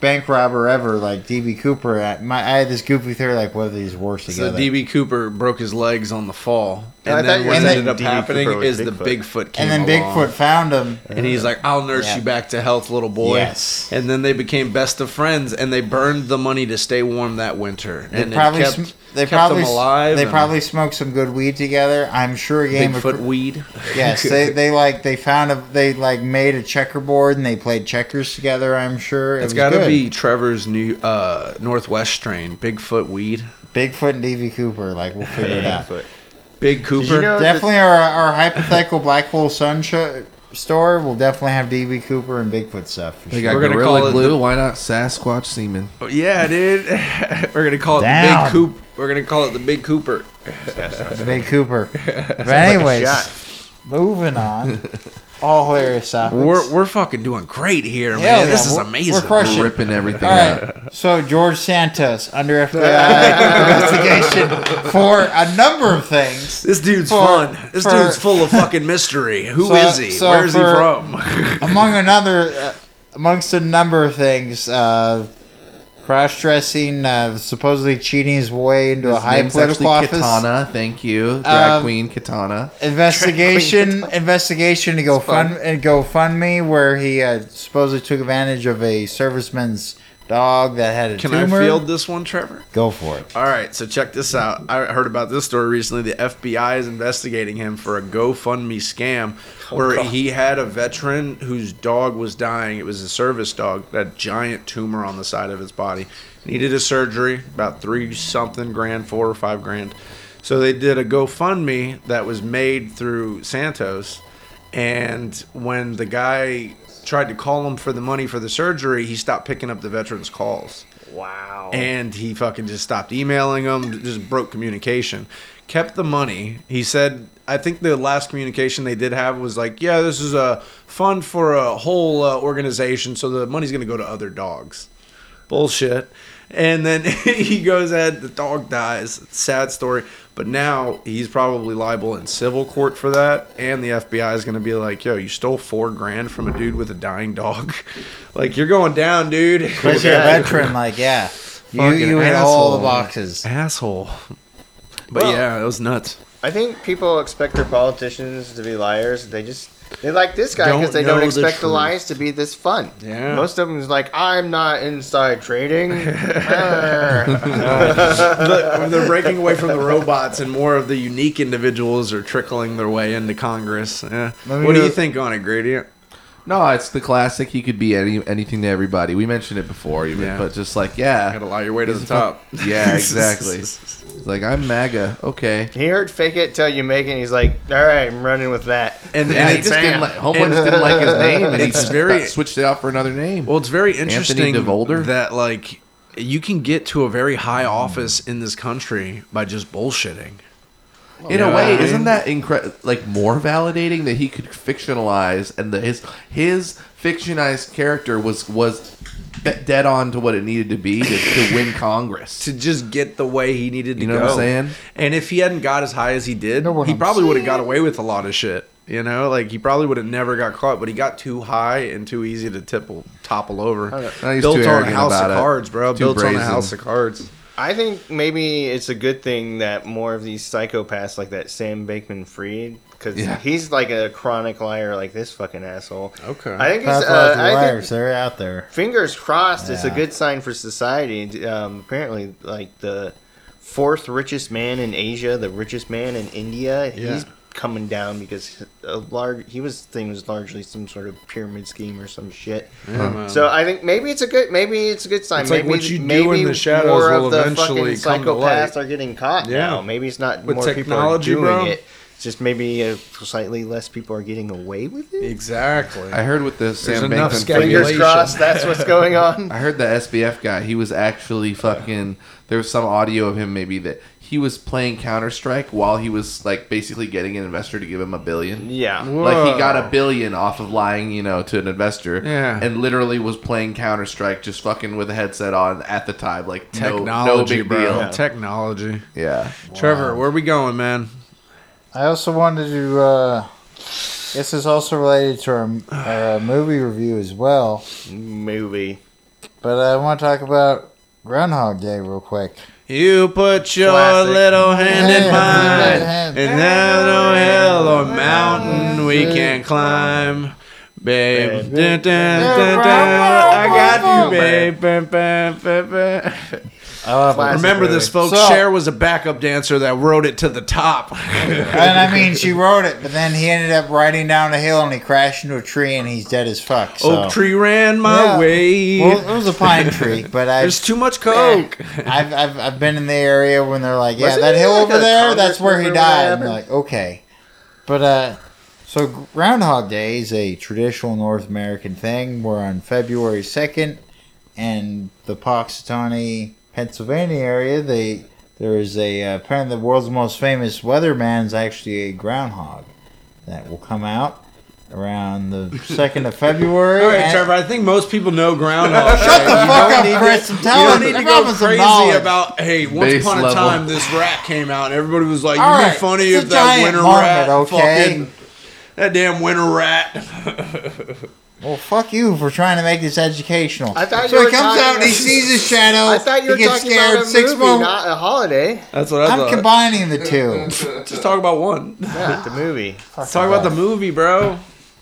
[SPEAKER 3] bank robber ever, like DB Cooper. I, my, I had this goofy theory, like whether these worse
[SPEAKER 2] So
[SPEAKER 3] together.
[SPEAKER 2] DB Cooper broke his legs on the fall,
[SPEAKER 4] And I
[SPEAKER 2] and
[SPEAKER 4] thought
[SPEAKER 2] then
[SPEAKER 4] you
[SPEAKER 2] what
[SPEAKER 3] said
[SPEAKER 2] ended up
[SPEAKER 4] DB
[SPEAKER 2] happening
[SPEAKER 4] Cooper was
[SPEAKER 2] is the
[SPEAKER 4] Bigfoot.
[SPEAKER 2] Bigfoot came
[SPEAKER 3] and then
[SPEAKER 2] along.
[SPEAKER 3] Bigfoot found him.
[SPEAKER 2] and he's like, "I'll nurse
[SPEAKER 3] Yeah.
[SPEAKER 2] you back to health, little boy."
[SPEAKER 3] Yes.
[SPEAKER 2] And then they became best of friends, and they burned the money to stay warm that winter,
[SPEAKER 3] They
[SPEAKER 2] and
[SPEAKER 3] probably
[SPEAKER 2] it kept,
[SPEAKER 3] sm- they
[SPEAKER 2] kept
[SPEAKER 3] probably
[SPEAKER 2] them
[SPEAKER 3] s-
[SPEAKER 2] alive.
[SPEAKER 3] They
[SPEAKER 2] and
[SPEAKER 3] probably smoked some good weed together. I'm sure a game
[SPEAKER 2] Bigfoot
[SPEAKER 3] of
[SPEAKER 2] weed. (laughs)
[SPEAKER 3] yes. They they like they found a they like made a checkerboard and they played checkers together. I'm sure it
[SPEAKER 2] It's
[SPEAKER 3] was
[SPEAKER 2] got to
[SPEAKER 3] good.
[SPEAKER 2] be Trevor's new uh, Northwest strain, Bigfoot weed,
[SPEAKER 3] Bigfoot and DB Cooper. Like we'll figure it
[SPEAKER 4] (laughs)
[SPEAKER 3] out.
[SPEAKER 2] Big Cooper.
[SPEAKER 4] know-
[SPEAKER 3] Definitely our our hypothetical black hole sun sho- store will definitely have DB Cooper and Bigfoot stuff. For
[SPEAKER 1] They
[SPEAKER 3] sure.
[SPEAKER 1] got
[SPEAKER 2] We're gonna
[SPEAKER 1] Gorilla
[SPEAKER 2] call it
[SPEAKER 1] Glue.
[SPEAKER 2] the-
[SPEAKER 1] Why not Sasquatch semen?
[SPEAKER 2] Oh, yeah, dude. (laughs) We're gonna call it
[SPEAKER 3] Down.
[SPEAKER 2] the Big Coop. We're gonna call it the Big Cooper. (laughs)
[SPEAKER 3] Big Cooper. But anyways,
[SPEAKER 4] shot.
[SPEAKER 3] moving on. All hilarious topics.
[SPEAKER 2] We're we're fucking doing great here, man.
[SPEAKER 3] Hell yeah,
[SPEAKER 2] this is
[SPEAKER 3] we're-
[SPEAKER 2] amazing.
[SPEAKER 3] we're crushing.
[SPEAKER 1] Ripping everything
[SPEAKER 3] Oh, All
[SPEAKER 1] up.
[SPEAKER 3] right. So George Santos
[SPEAKER 2] (laughs)
[SPEAKER 3] under FBI investigation for a number of things.
[SPEAKER 2] This dude's
[SPEAKER 3] For-
[SPEAKER 2] fun. This
[SPEAKER 3] for-
[SPEAKER 2] dude's full of fucking mystery. Who is
[SPEAKER 3] So-
[SPEAKER 2] he?
[SPEAKER 3] so
[SPEAKER 2] Where is
[SPEAKER 3] for-
[SPEAKER 2] he from? (laughs)
[SPEAKER 3] among another, uh, amongst a number of things, uh, cross-dressing, uh, supposedly cheating his way into a
[SPEAKER 1] His
[SPEAKER 3] high
[SPEAKER 1] name's
[SPEAKER 3] political
[SPEAKER 1] actually
[SPEAKER 3] office.
[SPEAKER 1] Katana, thank you, drag
[SPEAKER 3] Um,
[SPEAKER 1] queen Katana.
[SPEAKER 4] (laughs)
[SPEAKER 3] Investigation, investigation to go fund and GoFundMe, where he uh, supposedly took advantage of a serviceman's dog that had a
[SPEAKER 2] Can I
[SPEAKER 3] tumor.
[SPEAKER 2] field this one, Trevor?
[SPEAKER 3] go for it.
[SPEAKER 2] All right, so check this out. I heard about this story recently. The FBI is investigating him for a GoFundMe scam where he had a veteran whose dog was dying. It was a service dog, that giant tumor on the side of his body. Needed a surgery, about three something grand, four or five grand. So they did a GoFundMe that was made through Santos. And when the guy tried to call him for the money for the surgery, he stopped picking up the veteran's calls
[SPEAKER 4] Wow.
[SPEAKER 2] and he fucking just stopped emailing them just broke communication kept the money he said i think the last communication they did have was like yeah this is a fund for a whole uh, organization so the money's going to go to other dogs bullshit and then (laughs) he goes ahead the dog dies sad story but now he's probably liable in civil court for that and the fbi is going to be like yo you stole four grand from a dude with a dying dog (laughs) like you're going down dude (laughs)
[SPEAKER 3] Especially a
[SPEAKER 4] Yeah.
[SPEAKER 3] veteran, like yeah, you
[SPEAKER 2] Fucking
[SPEAKER 3] you hit all the
[SPEAKER 2] asshole.
[SPEAKER 3] boxes.
[SPEAKER 2] asshole. But
[SPEAKER 4] Well-
[SPEAKER 2] yeah, it was nuts.
[SPEAKER 4] I think people expect their politicians to be liars. They just they like this guy
[SPEAKER 2] Don't
[SPEAKER 4] because they don't
[SPEAKER 2] know the
[SPEAKER 4] expect the,
[SPEAKER 2] truth.
[SPEAKER 4] lies to be this fun.
[SPEAKER 2] Yeah.
[SPEAKER 4] Most of them is like, I'm not
[SPEAKER 2] (laughs)
[SPEAKER 4] inside trading. Ah.
[SPEAKER 2] Look, when they're breaking away from the robots and more of the unique individuals are trickling their way into Congress. Yeah.
[SPEAKER 3] Let me
[SPEAKER 2] What do
[SPEAKER 3] go-
[SPEAKER 2] you think on it, Gradient?
[SPEAKER 1] No, it's the classic. He could be any anything to everybody. We mentioned it before, even,
[SPEAKER 2] Yeah.
[SPEAKER 1] but just like yeah,
[SPEAKER 2] Gotta lie your way to
[SPEAKER 1] He's
[SPEAKER 2] the
[SPEAKER 1] a fuck-
[SPEAKER 2] top. (laughs)
[SPEAKER 1] Yeah, exactly. It's like I'm MAGA. Okay.
[SPEAKER 4] (laughs) he heard fake it till you make it. And he's like, all right, I'm running with that.
[SPEAKER 2] And,
[SPEAKER 1] And
[SPEAKER 2] and
[SPEAKER 1] he
[SPEAKER 2] it's,
[SPEAKER 1] just
[SPEAKER 4] bam.
[SPEAKER 1] didn't like, Homeland just didn't like his name, and he
[SPEAKER 2] It's
[SPEAKER 1] just
[SPEAKER 2] very-
[SPEAKER 1] got- switched it out for another name.
[SPEAKER 2] well, it's very interesting
[SPEAKER 1] DeVolder?
[SPEAKER 2] that like you can get to a very high office in this country by just bullshitting.
[SPEAKER 1] in
[SPEAKER 2] yeah,
[SPEAKER 1] a way,
[SPEAKER 2] I mean-
[SPEAKER 1] isn't that incre- like more validating that he could fictionalize and that his his fictionized character was was de- dead on to what it needed to be to,
[SPEAKER 2] (laughs)
[SPEAKER 1] to win Congress.
[SPEAKER 2] to just get the way he needed to
[SPEAKER 1] You know what
[SPEAKER 2] go.
[SPEAKER 1] I'm saying?
[SPEAKER 2] And if he hadn't got as high as he did,
[SPEAKER 3] know what
[SPEAKER 2] he
[SPEAKER 3] I'm
[SPEAKER 2] probably would have got away with a lot of shit. You know, like he probably would have never got caught, but he got too high and too easy to tipple, topple over.
[SPEAKER 1] No, he's
[SPEAKER 2] Built
[SPEAKER 1] too
[SPEAKER 2] on a
[SPEAKER 1] arrogant
[SPEAKER 2] house of
[SPEAKER 1] about it.
[SPEAKER 2] cards, bro.
[SPEAKER 1] Too
[SPEAKER 2] Built on
[SPEAKER 1] brazen.
[SPEAKER 2] a house of cards.
[SPEAKER 4] I think maybe it's a good thing that more of these psychopaths like that Sam Bakeman Freed, because
[SPEAKER 1] Yeah.
[SPEAKER 4] he's like a chronic liar like this fucking asshole.
[SPEAKER 2] Okay.
[SPEAKER 4] I think, it's, uh,
[SPEAKER 3] Pathological
[SPEAKER 4] I think
[SPEAKER 3] liars, they're out there.
[SPEAKER 4] fingers crossed it's a
[SPEAKER 3] Yeah.
[SPEAKER 4] good sign for society um, apparently like the fourth richest man in asia the richest man in india he's coming down because a large he was thing was largely some sort of pyramid scheme or some shit
[SPEAKER 2] um,
[SPEAKER 4] so i think maybe it's a good maybe it's a good sign
[SPEAKER 2] It's like
[SPEAKER 4] maybe
[SPEAKER 2] what you do
[SPEAKER 4] maybe
[SPEAKER 2] in the shadows
[SPEAKER 4] more
[SPEAKER 2] will
[SPEAKER 4] of the
[SPEAKER 2] eventually
[SPEAKER 4] fucking
[SPEAKER 2] come to light.
[SPEAKER 4] psychopaths are getting caught
[SPEAKER 2] Yeah.
[SPEAKER 4] now maybe it's not
[SPEAKER 2] With
[SPEAKER 4] more
[SPEAKER 2] technology,
[SPEAKER 4] people are doing
[SPEAKER 2] bro.
[SPEAKER 4] it it's just maybe uh, slightly less people are getting away with it
[SPEAKER 2] Exactly.
[SPEAKER 1] I heard with the
[SPEAKER 2] There's
[SPEAKER 1] Sam
[SPEAKER 2] enough
[SPEAKER 1] Bankman
[SPEAKER 2] scandal.
[SPEAKER 1] Fried.
[SPEAKER 4] fingers crossed that's what's
[SPEAKER 2] (laughs)
[SPEAKER 4] going on
[SPEAKER 1] I heard the SBF guy. He was actually fucking. There was some audio of him maybe that he was playing Counter Strike while he was like basically getting an investor to give him a billion.
[SPEAKER 4] yeah
[SPEAKER 1] Like he
[SPEAKER 2] Whoa.
[SPEAKER 1] got a billion off of lying, you know, to an investor.
[SPEAKER 2] Yeah.
[SPEAKER 1] And literally was playing Counter Strike, just fucking with a headset on at the time, like no- no
[SPEAKER 2] Technology,
[SPEAKER 1] big
[SPEAKER 2] bro.
[SPEAKER 1] deal.
[SPEAKER 4] Yeah.
[SPEAKER 2] Technology.
[SPEAKER 1] Yeah.
[SPEAKER 2] Trevor, where we going, man?
[SPEAKER 3] I also wanted to. Uh, this is also related to our, our movie review as well.
[SPEAKER 4] movie
[SPEAKER 3] But I want to talk about Groundhog Day real quick.
[SPEAKER 2] You put your
[SPEAKER 4] Classic.
[SPEAKER 2] little hand in
[SPEAKER 3] Yeah,
[SPEAKER 2] mine, (laughs)
[SPEAKER 3] hand.
[SPEAKER 2] and there's no hill or mountain we can climb. Babe, Dun, dun, dun, dun. I got you, babe. Bam, bam, bam, bam.
[SPEAKER 3] I love it.
[SPEAKER 2] Remember this, folks.
[SPEAKER 3] So-
[SPEAKER 2] Cher was a backup dancer that rode it to the top.
[SPEAKER 3] And I mean, she wrote it, but then he ended up riding down a hill and he crashed into a tree and he's dead as fuck. So.
[SPEAKER 2] Oak tree ran my
[SPEAKER 3] Yeah.
[SPEAKER 2] way.
[SPEAKER 3] Well, it was a pine tree, but I.
[SPEAKER 2] There's too much coke.
[SPEAKER 3] I've, I've, I've been in the area when they're like, yeah,
[SPEAKER 4] Wasn't
[SPEAKER 3] that
[SPEAKER 4] it
[SPEAKER 3] hill
[SPEAKER 4] like
[SPEAKER 3] over
[SPEAKER 4] a
[SPEAKER 3] there,
[SPEAKER 4] Congress
[SPEAKER 3] that's where he
[SPEAKER 4] member when that
[SPEAKER 3] died. And they're
[SPEAKER 4] happened?
[SPEAKER 3] like, okay. But, uh, so Groundhog Day is a traditional North American thing. We're on February 2nd, and the Poxitani, Pennsylvania area, they there is a, uh, apparently the world's most famous weatherman is actually a groundhog that will come out around the
[SPEAKER 2] (laughs)
[SPEAKER 3] 2nd of February.
[SPEAKER 2] All right,
[SPEAKER 3] and-
[SPEAKER 2] Trevor. I think most people know Groundhog.
[SPEAKER 3] Shut
[SPEAKER 2] Day.
[SPEAKER 3] the
[SPEAKER 2] You
[SPEAKER 3] fuck
[SPEAKER 2] don't
[SPEAKER 3] up,
[SPEAKER 2] need to-
[SPEAKER 3] Chris. I'm
[SPEAKER 2] You don't
[SPEAKER 3] telling
[SPEAKER 2] need
[SPEAKER 3] you.
[SPEAKER 2] to
[SPEAKER 3] Everyone
[SPEAKER 2] go
[SPEAKER 3] wants some
[SPEAKER 2] crazy
[SPEAKER 3] knowledge.
[SPEAKER 2] about hey. Once
[SPEAKER 1] Base
[SPEAKER 2] upon a
[SPEAKER 1] level.
[SPEAKER 2] time, this rat came out, and everybody was like,
[SPEAKER 3] All
[SPEAKER 2] "You'd
[SPEAKER 3] right,
[SPEAKER 2] be funny
[SPEAKER 3] it's
[SPEAKER 2] if
[SPEAKER 3] a
[SPEAKER 2] that
[SPEAKER 3] giant
[SPEAKER 2] winter rat,
[SPEAKER 3] marmot, okay?
[SPEAKER 2] fucking that damn winter rat." (laughs)
[SPEAKER 3] Well, fuck you for trying to make this educational.
[SPEAKER 4] I thought
[SPEAKER 3] so
[SPEAKER 4] you were
[SPEAKER 3] he comes
[SPEAKER 4] talking-
[SPEAKER 3] out and he sees a shadow.
[SPEAKER 4] (laughs) I thought you were
[SPEAKER 3] he gets
[SPEAKER 4] talking
[SPEAKER 3] scared.
[SPEAKER 4] about a
[SPEAKER 3] six
[SPEAKER 4] movie,
[SPEAKER 3] more.
[SPEAKER 4] not a (laughs) holiday.
[SPEAKER 2] That's what I
[SPEAKER 3] I'm
[SPEAKER 2] thought.
[SPEAKER 3] combining the two. (laughs)
[SPEAKER 2] Just talk about one.
[SPEAKER 4] Yeah, the movie.
[SPEAKER 2] Let's talk about the movie, bro.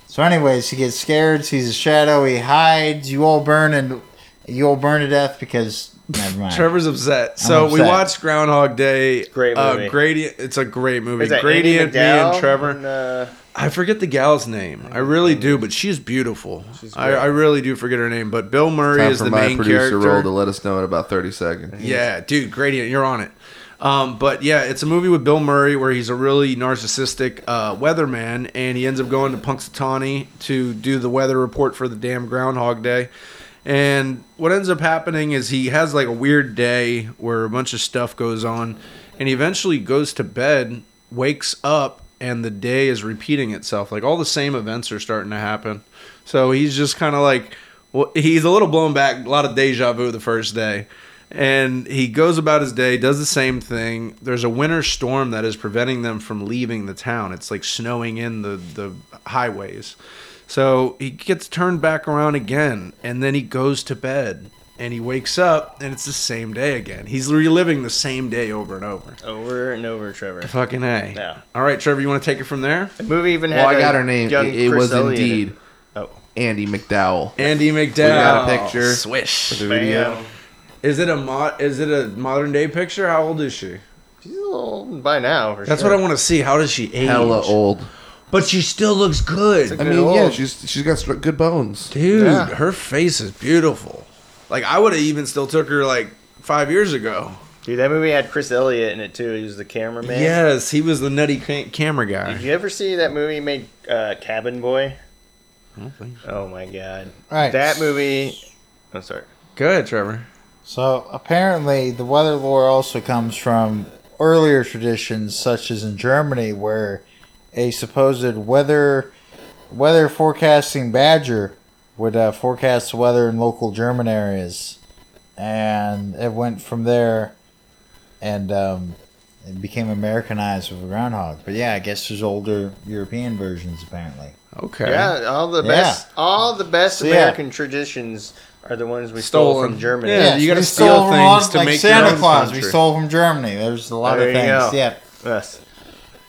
[SPEAKER 3] So, anyways, he gets scared, sees a shadow, he hides. You all burn and you all burn to death because never mind.
[SPEAKER 2] Trevor's upset. So we
[SPEAKER 3] upset.
[SPEAKER 2] watched Groundhog Day.
[SPEAKER 4] Great movie.
[SPEAKER 2] Uh, gradient. It's a great movie.
[SPEAKER 4] Is that
[SPEAKER 2] gradient.
[SPEAKER 4] Andy
[SPEAKER 2] Me and
[SPEAKER 4] McDowell
[SPEAKER 2] Trevor.
[SPEAKER 4] and, uh,
[SPEAKER 2] I forget the gal's name. I really do, but she's beautiful. I, I really do forget her name. But Bill Murray
[SPEAKER 1] Time
[SPEAKER 2] is
[SPEAKER 1] for
[SPEAKER 2] the
[SPEAKER 1] my
[SPEAKER 2] main
[SPEAKER 1] producer
[SPEAKER 2] character.
[SPEAKER 1] role to let us know in about 30 seconds.
[SPEAKER 2] Yeah, dude, gradient, you're on it. Um, but yeah, it's a movie with Bill Murray where he's a really narcissistic uh, weatherman, and he ends up going to Punxsutawney to do the weather report for the damn Groundhog Day. And what ends up happening is he has like a weird day where a bunch of stuff goes on, and he eventually goes to bed, wakes up, and the day is repeating itself. Like all the same events are starting to happen. So he's just kind of like, well, he's a little blown back, a lot of deja vu the first day. And he goes about his day, does the same thing. There's a winter storm that is preventing them from leaving the town. It's like snowing in the, the highways. So he gets turned back around again, and then he goes to bed. And he wakes up, and it's the same day again. He's reliving the same day over and over.
[SPEAKER 4] over and over, Trevor.
[SPEAKER 2] Fucking A.
[SPEAKER 4] Yeah.
[SPEAKER 2] All right, Trevor, you want to take it from there?
[SPEAKER 4] The movie even had
[SPEAKER 1] Well,
[SPEAKER 4] a
[SPEAKER 1] I got her name.
[SPEAKER 4] young
[SPEAKER 1] It, it was
[SPEAKER 4] Chris Elliott in it.
[SPEAKER 1] indeed
[SPEAKER 4] Oh.
[SPEAKER 1] Andy McDowell.
[SPEAKER 2] Andy McDowell.
[SPEAKER 1] got a picture.
[SPEAKER 2] Swish.
[SPEAKER 4] Bam.
[SPEAKER 2] Is it a mod? Is it a modern day picture? How old is she?
[SPEAKER 4] She's a little old by now, for
[SPEAKER 2] That's
[SPEAKER 4] sure.
[SPEAKER 2] what I want to see. How does she age?
[SPEAKER 1] Hella old.
[SPEAKER 2] But she still looks good.
[SPEAKER 1] I
[SPEAKER 4] Good
[SPEAKER 1] mean, yeah,
[SPEAKER 4] old.
[SPEAKER 1] she's she's got str- good bones.
[SPEAKER 2] Dude,
[SPEAKER 4] Yeah.
[SPEAKER 2] her face is beautiful. Like I would have even still took her like five years ago.
[SPEAKER 4] Dude, that movie had Chris Elliott in it too. He was the cameraman.
[SPEAKER 2] Yes, he was the nutty ca- camera
[SPEAKER 4] Did
[SPEAKER 2] guy.
[SPEAKER 4] you ever see that movie made uh, Cabin Boy? Oh my god.
[SPEAKER 3] Right.
[SPEAKER 4] That movie. I'm sorry.
[SPEAKER 2] Good, Trevor.
[SPEAKER 3] So apparently, the weather lore also comes from earlier traditions, such as in Germany, where a supposed weather weather forecasting badger would uh, forecast the weather in local German areas, and it went from there, and um, it became Americanized with a groundhog. But yeah, I guess there's older European versions apparently.
[SPEAKER 2] Okay.
[SPEAKER 4] Yeah, all the
[SPEAKER 3] Yeah.
[SPEAKER 4] best, all the best
[SPEAKER 3] So, yeah.
[SPEAKER 4] American traditions are the ones we stole
[SPEAKER 2] Stolen.
[SPEAKER 4] from Germany.
[SPEAKER 2] Yeah. you gotta
[SPEAKER 3] we
[SPEAKER 2] steal
[SPEAKER 3] stole from
[SPEAKER 2] things
[SPEAKER 3] all-
[SPEAKER 2] to
[SPEAKER 3] like
[SPEAKER 2] make your
[SPEAKER 3] Santa
[SPEAKER 2] own
[SPEAKER 3] Claus. We
[SPEAKER 2] country.
[SPEAKER 3] stole from Germany. There's a lot
[SPEAKER 4] There
[SPEAKER 3] of
[SPEAKER 4] you
[SPEAKER 3] things.
[SPEAKER 4] go.
[SPEAKER 3] Yeah.
[SPEAKER 4] Yes.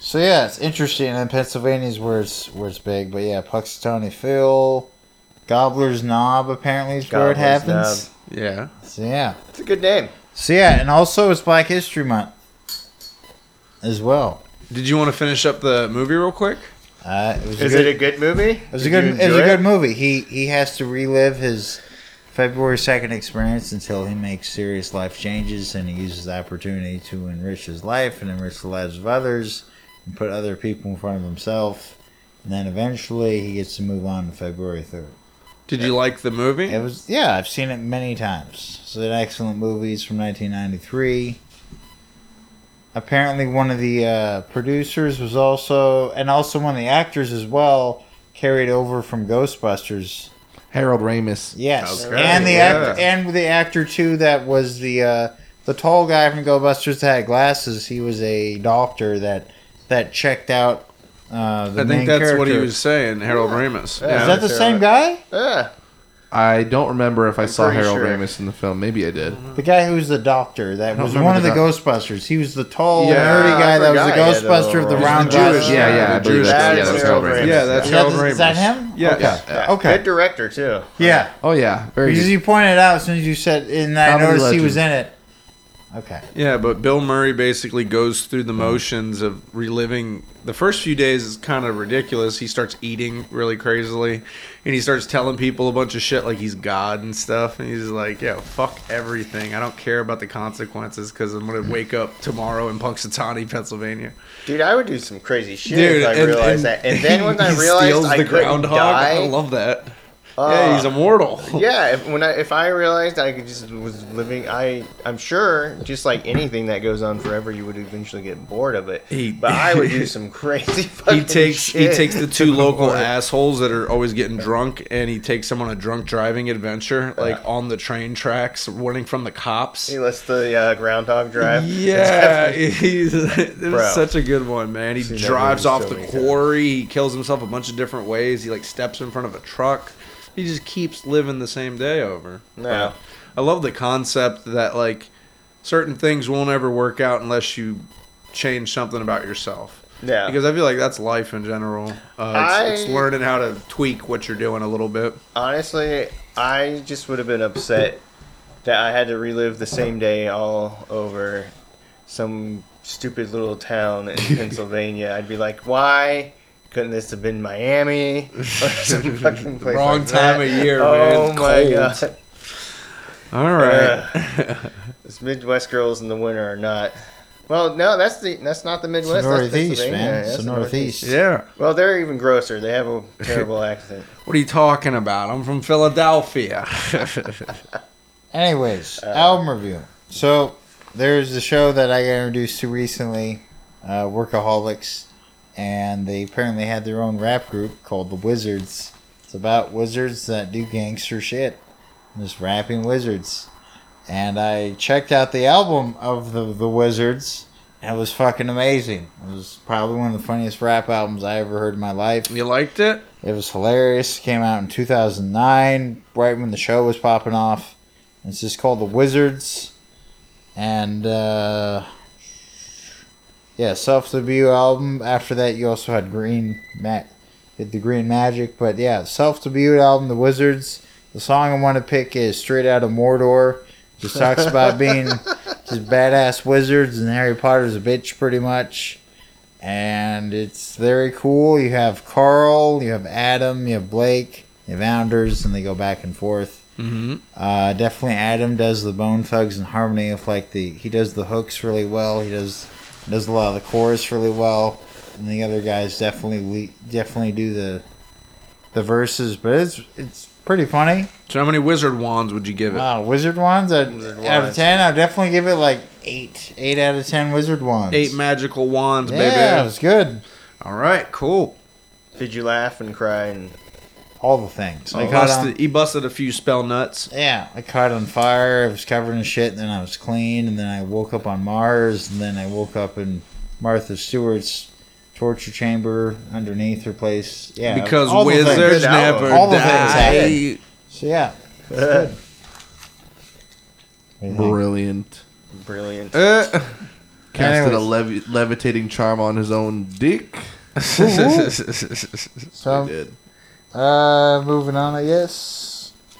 [SPEAKER 3] So yeah, it's interesting. And Pennsylvania's where it's where it's big, but yeah, Puxatony Phil, Gobbler's Knob apparently is where it
[SPEAKER 4] Gobbler's
[SPEAKER 3] happens.
[SPEAKER 2] Yeah.
[SPEAKER 3] So yeah.
[SPEAKER 4] It's a good name.
[SPEAKER 3] So yeah, and also it's Black History Month as well.
[SPEAKER 2] Did you want to finish up the movie real quick?
[SPEAKER 3] Uh, it was
[SPEAKER 4] Is
[SPEAKER 3] a good,
[SPEAKER 4] it a good movie?
[SPEAKER 3] it was a good it was a good movie. He he has to relive his February second experience until he makes serious life changes and he uses the opportunity to enrich his life and enrich the lives of others and put other people in front of himself. And then eventually he gets to move on to February third.
[SPEAKER 2] Did you like the movie?
[SPEAKER 3] It was yeah, I've seen it many times. So an excellent movies from 1993. Apparently, one of the uh, producers was also, and also one of the actors as well, carried over from Ghostbusters.
[SPEAKER 1] Harold Ramis.
[SPEAKER 3] Yes,
[SPEAKER 2] Okay,
[SPEAKER 3] and the
[SPEAKER 2] yeah.
[SPEAKER 3] act- and the actor too that was the uh, the tall guy from Ghostbusters that had glasses. He was a doctor that that checked out. Uh, the
[SPEAKER 2] I think
[SPEAKER 3] main
[SPEAKER 2] that's what he
[SPEAKER 3] character.
[SPEAKER 2] was saying, Harold Ramis.
[SPEAKER 4] Yeah.
[SPEAKER 3] Is that the same guy?
[SPEAKER 4] Yeah.
[SPEAKER 1] I don't remember if I saw
[SPEAKER 4] pretty
[SPEAKER 1] Harold
[SPEAKER 4] sure.
[SPEAKER 1] Ramis in the film. Maybe
[SPEAKER 2] (laughs)
[SPEAKER 1] I did.
[SPEAKER 3] The guy who was the doctor that was
[SPEAKER 1] remember
[SPEAKER 3] one of
[SPEAKER 1] the
[SPEAKER 3] the Ghostbusters. He was the tall,
[SPEAKER 1] Yeah,
[SPEAKER 3] nerdy guy
[SPEAKER 4] I
[SPEAKER 3] that was
[SPEAKER 4] forgot he had
[SPEAKER 3] the
[SPEAKER 4] that
[SPEAKER 3] Ghostbuster of the
[SPEAKER 4] little
[SPEAKER 3] round
[SPEAKER 2] role.
[SPEAKER 3] glasses.
[SPEAKER 2] Jewish-
[SPEAKER 1] Yeah, yeah, I
[SPEAKER 2] the
[SPEAKER 1] believe
[SPEAKER 2] Jewish
[SPEAKER 1] that's,
[SPEAKER 4] guy.
[SPEAKER 1] yeah, that was
[SPEAKER 4] That's
[SPEAKER 1] Harold
[SPEAKER 4] Harold
[SPEAKER 1] Ramis.
[SPEAKER 4] Ramis.
[SPEAKER 2] Yeah,
[SPEAKER 1] Yeah.
[SPEAKER 2] that's
[SPEAKER 3] Is that,
[SPEAKER 2] Harold
[SPEAKER 3] the-
[SPEAKER 2] Ramis.
[SPEAKER 3] is that him?
[SPEAKER 2] Yes.
[SPEAKER 3] Okay. okay.
[SPEAKER 4] Good director too.
[SPEAKER 3] Yeah.
[SPEAKER 1] Oh yeah, very
[SPEAKER 3] Because
[SPEAKER 1] good.
[SPEAKER 3] you pointed out as soon as you said, and I
[SPEAKER 1] Comedy
[SPEAKER 3] noticed he
[SPEAKER 1] legend.
[SPEAKER 3] was in it. Okay.
[SPEAKER 2] Yeah, but Bill Murray basically goes through the motions of reliving the first few days is kind of ridiculous. He starts eating really crazily and he starts telling people a bunch of shit like he's God and stuff. And he's like, yeah, fuck everything. I don't care about the consequences because I'm going to wake up tomorrow in Punxsutawney, Pennsylvania.
[SPEAKER 4] Dude, I would do some crazy shit
[SPEAKER 2] Dude,
[SPEAKER 4] if I
[SPEAKER 2] and- (laughs) and
[SPEAKER 4] realized that. And then when I
[SPEAKER 2] he
[SPEAKER 4] realized
[SPEAKER 2] steals
[SPEAKER 4] I
[SPEAKER 2] the
[SPEAKER 4] couldn't
[SPEAKER 2] groundhog,
[SPEAKER 4] die, uh, oh,
[SPEAKER 2] I love that. yeah, he's immortal. (laughs)
[SPEAKER 4] yeah. If, when I if I realized I could just was living, I I'm sure just like anything that goes on forever, you would eventually get bored of it.
[SPEAKER 2] He-
[SPEAKER 4] but I
[SPEAKER 2] (laughs)
[SPEAKER 4] would do some crazy. Fucking
[SPEAKER 2] he takes
[SPEAKER 4] shit.
[SPEAKER 2] he takes
[SPEAKER 4] (laughs)
[SPEAKER 2] the two local
[SPEAKER 4] Lord.
[SPEAKER 2] assholes that are always getting drunk and he takes them on a drunk driving adventure like on the train tracks running from the cops
[SPEAKER 4] He lets the uh, groundhog drive. (laughs)
[SPEAKER 2] yeah (laughs) he's it was
[SPEAKER 4] Bro.
[SPEAKER 2] such a good one man he
[SPEAKER 4] Seen that
[SPEAKER 2] drives
[SPEAKER 4] movie
[SPEAKER 2] off
[SPEAKER 4] so
[SPEAKER 2] the
[SPEAKER 4] many
[SPEAKER 2] quarry he kills himself a bunch of different ways he like steps in front of a truck he just keeps living the same day over
[SPEAKER 4] Yeah.
[SPEAKER 2] But i love the concept that like certain things won't ever work out unless you change something about yourself
[SPEAKER 4] yeah.
[SPEAKER 2] because I feel like that's life in general. Uh, it's, it's
[SPEAKER 4] I-
[SPEAKER 2] learning how to tweak what you're doing a little bit.
[SPEAKER 4] Honestly, I just would have been upset that I had to relive the same day all over some stupid little town
[SPEAKER 2] (laughs)
[SPEAKER 4] in Pennsylvania. I'd be like, why couldn't this have been Miami or
[SPEAKER 2] (laughs)
[SPEAKER 4] some fucking place?
[SPEAKER 2] Wrong
[SPEAKER 4] like
[SPEAKER 2] time
[SPEAKER 4] that?
[SPEAKER 2] of year, man.
[SPEAKER 4] Oh
[SPEAKER 2] It's
[SPEAKER 4] my
[SPEAKER 2] cold.
[SPEAKER 4] god!
[SPEAKER 2] All (laughs) right. (laughs)
[SPEAKER 4] These Midwest girls in the winter are not. Well, no, that's the that's not the
[SPEAKER 3] It's
[SPEAKER 4] Midwest.
[SPEAKER 3] the
[SPEAKER 4] that's
[SPEAKER 3] Northeast,
[SPEAKER 4] Pennsylvania.
[SPEAKER 3] man.
[SPEAKER 4] That's
[SPEAKER 3] It's the
[SPEAKER 4] the
[SPEAKER 3] Northeast.
[SPEAKER 2] yeah.
[SPEAKER 4] Well, they're even grosser. They have a terrible accent.
[SPEAKER 2] What are you talking about? I'm from Philadelphia. (laughs)
[SPEAKER 3] Anyways,
[SPEAKER 2] Uh,
[SPEAKER 3] album review. So there's the show that I got introduced to recently, uh, Workaholics, and they apparently had their own rap group called the Wizards. It's about wizards that do gangster shit, just rapping wizards. And I checked out the album of the the Wizards. And it was fucking amazing. It was probably one of the funniest rap albums I ever heard in my life.
[SPEAKER 2] you liked it?
[SPEAKER 3] It was hilarious. Came out in 2009, right when the show was popping off. It's just called The Wizards. And, uh, yeah, self debut album. After that, you also had Green Ma- did the Green Magic. But yeah, self debut album, The Wizards. The song I want to pick is Straight Out of Mordor. Just talks about being just badass wizards and Harry Potter's a bitch, pretty much. And it's very cool. You have Carl, you have Adam, you have Blake, you have Anders, and they go back and forth.
[SPEAKER 2] Mm-hmm.
[SPEAKER 3] Uh, definitely, Adam does the Bone Thugs and Harmony. If like the he does the hooks really well, he does does a lot of the chorus really well, and the other guys definitely le- definitely do the the verses. But it's it's pretty funny.
[SPEAKER 2] So how many wizard wands would you give it?
[SPEAKER 3] Wow, Wizard Wands I'd-
[SPEAKER 4] Wizard
[SPEAKER 3] out of
[SPEAKER 4] Wands.
[SPEAKER 3] ten, I'd definitely give it like eight, eight out of ten Wizard Wands.
[SPEAKER 2] Eight magical wands,
[SPEAKER 3] yeah, it
[SPEAKER 2] baby.
[SPEAKER 3] was good.
[SPEAKER 2] All right, cool.
[SPEAKER 4] Did you laugh and cry? And
[SPEAKER 3] All the things. I
[SPEAKER 2] he,
[SPEAKER 3] caught on-
[SPEAKER 2] busted, he busted a few spell nuts.
[SPEAKER 3] Yeah, I caught on fire. I was covered in shit, and then I was clean, and then I woke up on Mars, and then I woke up in Martha Stewart's torture chamber underneath her place. Yeah,
[SPEAKER 2] because
[SPEAKER 3] all the things.
[SPEAKER 2] wizards
[SPEAKER 4] Good album.
[SPEAKER 2] never
[SPEAKER 3] All the things
[SPEAKER 2] die.
[SPEAKER 3] happened. So yeah, What do you think?
[SPEAKER 1] Brilliant.
[SPEAKER 4] brilliant.
[SPEAKER 2] (laughs) Uh,
[SPEAKER 1] Casted a
[SPEAKER 3] Anyways.
[SPEAKER 1] levi- levitating charm on his own dick.
[SPEAKER 2] Oh,
[SPEAKER 1] He
[SPEAKER 3] so
[SPEAKER 1] did.
[SPEAKER 3] uh, moving on, I guess.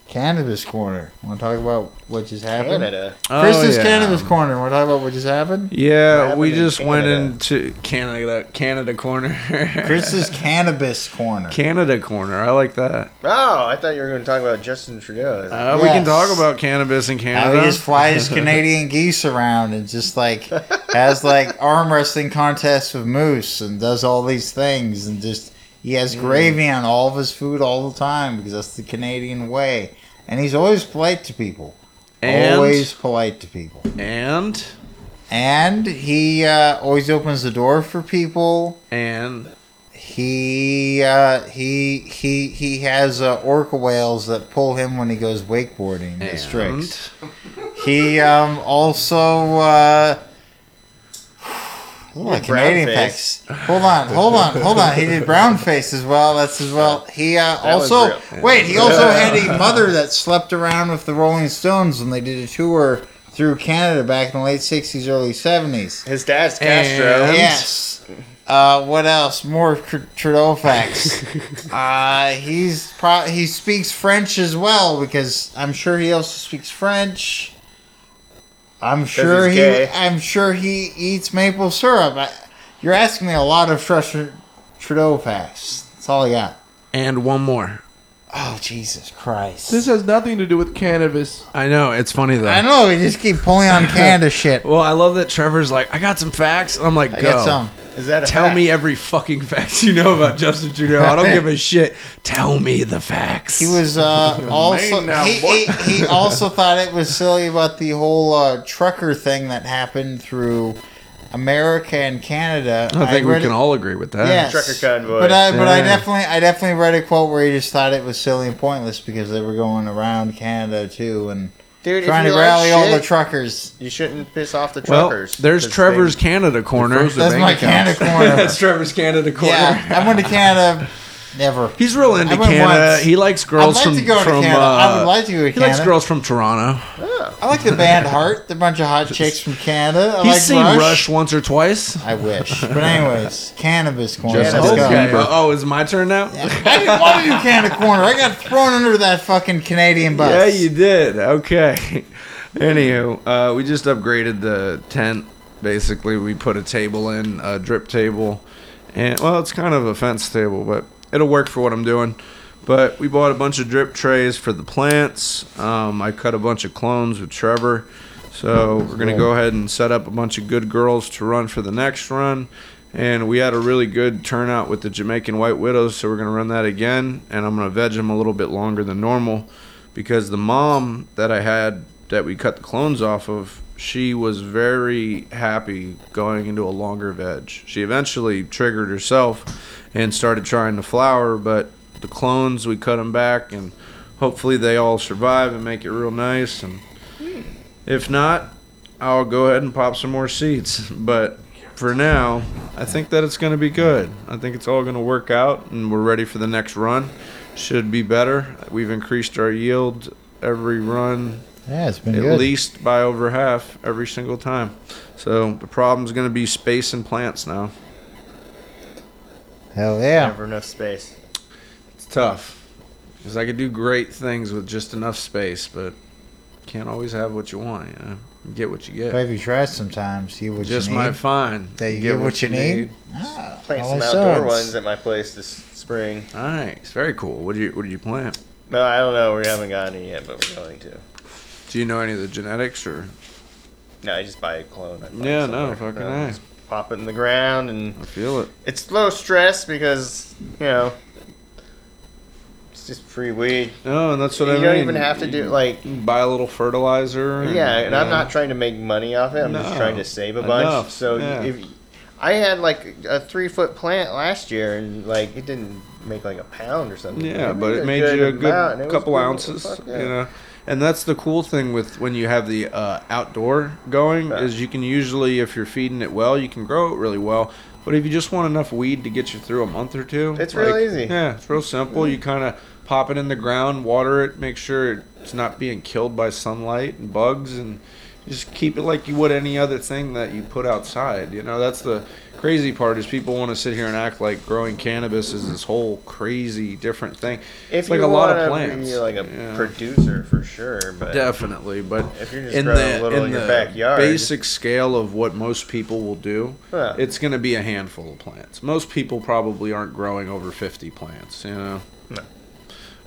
[SPEAKER 3] Cannabis corner. Want to talk about what just happened?
[SPEAKER 4] Canada.
[SPEAKER 3] Chris's
[SPEAKER 2] Oh, yeah.
[SPEAKER 3] cannabis corner. Want to talk about what just happened?
[SPEAKER 2] Yeah,
[SPEAKER 4] happened
[SPEAKER 2] we
[SPEAKER 4] in
[SPEAKER 2] just went
[SPEAKER 4] Canada?
[SPEAKER 2] into Canada Canada corner.
[SPEAKER 3] Chris's cannabis
[SPEAKER 2] (laughs)
[SPEAKER 3] corner.
[SPEAKER 2] Canada corner. I like that.
[SPEAKER 4] Oh, I thought you were going to talk about Justin Trudeau.
[SPEAKER 2] Uh, We can
[SPEAKER 3] Yes.
[SPEAKER 2] talk about cannabis in
[SPEAKER 3] How he
[SPEAKER 2] Canada.
[SPEAKER 3] just
[SPEAKER 2] (laughs)
[SPEAKER 3] flies Canadian geese around and just like
[SPEAKER 2] (laughs)
[SPEAKER 3] has like arm wrestling contests with moose and does all these things and just he has
[SPEAKER 2] Mm.
[SPEAKER 3] gravy on all of his food all the time because that's the Canadian way. And he's always polite to people.
[SPEAKER 2] and
[SPEAKER 3] Always polite to people.
[SPEAKER 2] and
[SPEAKER 3] And he uh, always opens the door for people.
[SPEAKER 2] and
[SPEAKER 3] He uh, he he he has uh, orca whales that pull him when he goes wakeboarding. as tricks.
[SPEAKER 2] and
[SPEAKER 3] He um, also uh, Ooh, a
[SPEAKER 4] brown
[SPEAKER 3] Canadian
[SPEAKER 4] face.
[SPEAKER 3] face. Hold on, hold on, hold on. He did brown face as well. That's as well. He uh,
[SPEAKER 4] was
[SPEAKER 3] also
[SPEAKER 4] real.
[SPEAKER 3] wait. He
[SPEAKER 4] (laughs)
[SPEAKER 3] also had a mother that slept around with the Rolling Stones when they did a tour through Canada back in the late '60s, early '70s.
[SPEAKER 4] His dad's Castro.
[SPEAKER 2] And-
[SPEAKER 3] Yes. Uh, what else? More tr- Trudeau facts. uh, he's pro- he speaks French as well because I'm sure he also speaks French. I'm sure
[SPEAKER 4] he's
[SPEAKER 3] he.
[SPEAKER 4] gay.
[SPEAKER 3] I'm sure he eats maple syrup. I, you're asking me a lot of Trus- Trudeau facts. That's all I got.
[SPEAKER 2] And one more.
[SPEAKER 3] Oh Jesus Christ!
[SPEAKER 1] This has nothing to do with cannabis.
[SPEAKER 2] I know it's funny though.
[SPEAKER 3] I know we just keep pulling on Canada shit.
[SPEAKER 2] Well, I love that Trevor's like, I got some facts. I'm like, go.
[SPEAKER 3] I got some.
[SPEAKER 4] Is that a
[SPEAKER 2] Tell
[SPEAKER 4] fact?
[SPEAKER 2] me every fucking fact you know about Justin Trudeau. I don't give
[SPEAKER 3] (laughs)
[SPEAKER 2] a shit. Tell me the facts.
[SPEAKER 3] He was
[SPEAKER 4] (laughs)
[SPEAKER 3] uh, also
[SPEAKER 1] Maine now,
[SPEAKER 3] he,
[SPEAKER 1] boy.
[SPEAKER 3] he, he also thought it was silly about the whole uh, trucker thing that happened through America and Canada.
[SPEAKER 2] I think we
[SPEAKER 3] read
[SPEAKER 2] can
[SPEAKER 3] it-
[SPEAKER 2] all agree with that.
[SPEAKER 3] yes.
[SPEAKER 4] Trucker convoy.
[SPEAKER 3] But I but I
[SPEAKER 2] Yeah.
[SPEAKER 3] definitely I definitely read a quote where he just thought it was silly and pointless because they were going around Canada too and
[SPEAKER 4] Dude,
[SPEAKER 3] trying to
[SPEAKER 4] if you like
[SPEAKER 3] rally all
[SPEAKER 4] shit,
[SPEAKER 3] the truckers.
[SPEAKER 4] You shouldn't piss off the
[SPEAKER 2] Well,
[SPEAKER 4] truckers.
[SPEAKER 2] there's
[SPEAKER 4] 'cause
[SPEAKER 2] Trevor's Canada corner.
[SPEAKER 1] Those are
[SPEAKER 3] That's
[SPEAKER 1] bank
[SPEAKER 3] my
[SPEAKER 1] accounts.
[SPEAKER 3] Canada
[SPEAKER 2] (laughs)
[SPEAKER 3] corner.
[SPEAKER 2] That's Trevor's Canada corner.
[SPEAKER 3] yeah, I went to Canada. Never.
[SPEAKER 2] He's real into
[SPEAKER 3] I went
[SPEAKER 2] Canada.
[SPEAKER 3] once.
[SPEAKER 2] He likes girls
[SPEAKER 3] like
[SPEAKER 2] from
[SPEAKER 3] to go to
[SPEAKER 2] from.
[SPEAKER 3] Canada.
[SPEAKER 2] Uh,
[SPEAKER 3] I would like to go to
[SPEAKER 2] He likes
[SPEAKER 3] Canada.
[SPEAKER 2] girls from Toronto.
[SPEAKER 3] I like the band Heart. They're a bunch of hot chicks from Canada. I
[SPEAKER 2] He's
[SPEAKER 3] like
[SPEAKER 2] seen Rush.
[SPEAKER 3] Rush.
[SPEAKER 2] once or twice.
[SPEAKER 3] I wish. But anyways, cannabis corner.
[SPEAKER 4] Just
[SPEAKER 3] Let's
[SPEAKER 4] hope
[SPEAKER 3] go.
[SPEAKER 4] Okay.
[SPEAKER 2] Uh, oh, is it my turn now?
[SPEAKER 3] I didn't want to do Canada corner. I got thrown under that fucking Canadian bus.
[SPEAKER 2] Yeah, you did. Okay. (laughs) Anywho, uh, we just upgraded the tent. Basically, we put a table in, a drip table, and well, it's kind of a fence table, but it'll work for what I'm doing. But we bought a bunch of drip trays for the plants. Um, I cut a bunch of clones with Trevor, so we're gonna go ahead and set up a bunch of good girls to run for the next run. And we had a really good turnout with the Jamaican White Widows, so we're gonna run that again. And I'm gonna veg them a little bit longer than normal because the mom that I had that we cut the clones off of, she was very happy going into a longer veg. She eventually triggered herself and started trying to flower, but the clones we cut them back and hopefully they all survive and make it real nice and if not, I'll go ahead and pop some more seeds, but for now, I think that it's going to be good. I think it's all going to work out and we're ready for the next run should be better. We've increased our yield every run
[SPEAKER 3] Yeah, it's been
[SPEAKER 2] at
[SPEAKER 3] good.
[SPEAKER 2] least by over half every single time. So the problem's going to be space and plants now.
[SPEAKER 3] Hell yeah.
[SPEAKER 4] Never enough space.
[SPEAKER 2] It's tough because I could do great things with just enough space, but can't always have what you want. You know, You get what you
[SPEAKER 3] But
[SPEAKER 2] get.
[SPEAKER 3] if you try sometimes, you would
[SPEAKER 2] Just
[SPEAKER 3] you need.
[SPEAKER 2] might find
[SPEAKER 3] That you get what you need? Ah,
[SPEAKER 4] Plant
[SPEAKER 3] all
[SPEAKER 4] some
[SPEAKER 3] these
[SPEAKER 4] outdoor
[SPEAKER 3] sons.
[SPEAKER 4] ones at my place this spring.
[SPEAKER 2] Nice, very cool. What do you What do you plant?
[SPEAKER 4] No, I don't know. We haven't got any yet, but we're going to.
[SPEAKER 2] Do you know any of the genetics or?
[SPEAKER 4] No, I just buy a clone. I find
[SPEAKER 2] Yeah, no,
[SPEAKER 4] somewhere.
[SPEAKER 2] fucking
[SPEAKER 4] No,
[SPEAKER 2] A.
[SPEAKER 4] just Pop it in the ground, and
[SPEAKER 2] I feel it.
[SPEAKER 4] it's low stress because you know it's just free weed.
[SPEAKER 2] No, and that's what
[SPEAKER 4] You
[SPEAKER 2] I
[SPEAKER 4] don't
[SPEAKER 2] mean.
[SPEAKER 4] even have to do like
[SPEAKER 2] You buy a little fertilizer. uh,
[SPEAKER 4] Yeah, and I'm
[SPEAKER 2] yeah.
[SPEAKER 4] not trying to make money off it. I'm just
[SPEAKER 2] No,
[SPEAKER 4] trying to save a bunch.
[SPEAKER 2] enough,
[SPEAKER 4] So
[SPEAKER 2] yeah.
[SPEAKER 4] if I had like a three foot plant last year, and like it didn't make like a pound or something.
[SPEAKER 2] Yeah,
[SPEAKER 4] made
[SPEAKER 2] but
[SPEAKER 4] a
[SPEAKER 2] it made you a good
[SPEAKER 4] amount, and it was
[SPEAKER 2] couple
[SPEAKER 4] cool.
[SPEAKER 2] ounces,
[SPEAKER 4] Fuck yeah.
[SPEAKER 2] you know. And that's the cool thing with when you have the uh, outdoor going
[SPEAKER 4] Yeah.
[SPEAKER 2] is you can usually, if you're feeding it well, you can grow it really well. But if you just want enough weed to get you through a month or two,
[SPEAKER 4] It's real easy. Mm-hmm.
[SPEAKER 2] Yeah, it's real simple. You kind of pop it in the ground, water it, make sure it's not being killed by sunlight and bugs, and just keep it like you would any other thing that you put outside. You know, that's the crazy part is people want to sit here and act like growing cannabis is this whole crazy different thing.
[SPEAKER 4] If
[SPEAKER 2] it's like a
[SPEAKER 4] you
[SPEAKER 2] lot of
[SPEAKER 4] wanna
[SPEAKER 2] plants.
[SPEAKER 4] be like a
[SPEAKER 2] Yeah.
[SPEAKER 4] producer for sure, but
[SPEAKER 2] Definitely, but
[SPEAKER 4] If you're just growing a little in your backyard.
[SPEAKER 2] basic scale of what most people will do,
[SPEAKER 4] Yeah.
[SPEAKER 2] it's going to be a handful of plants. Most people probably aren't growing over 50 plants, you know.
[SPEAKER 4] No.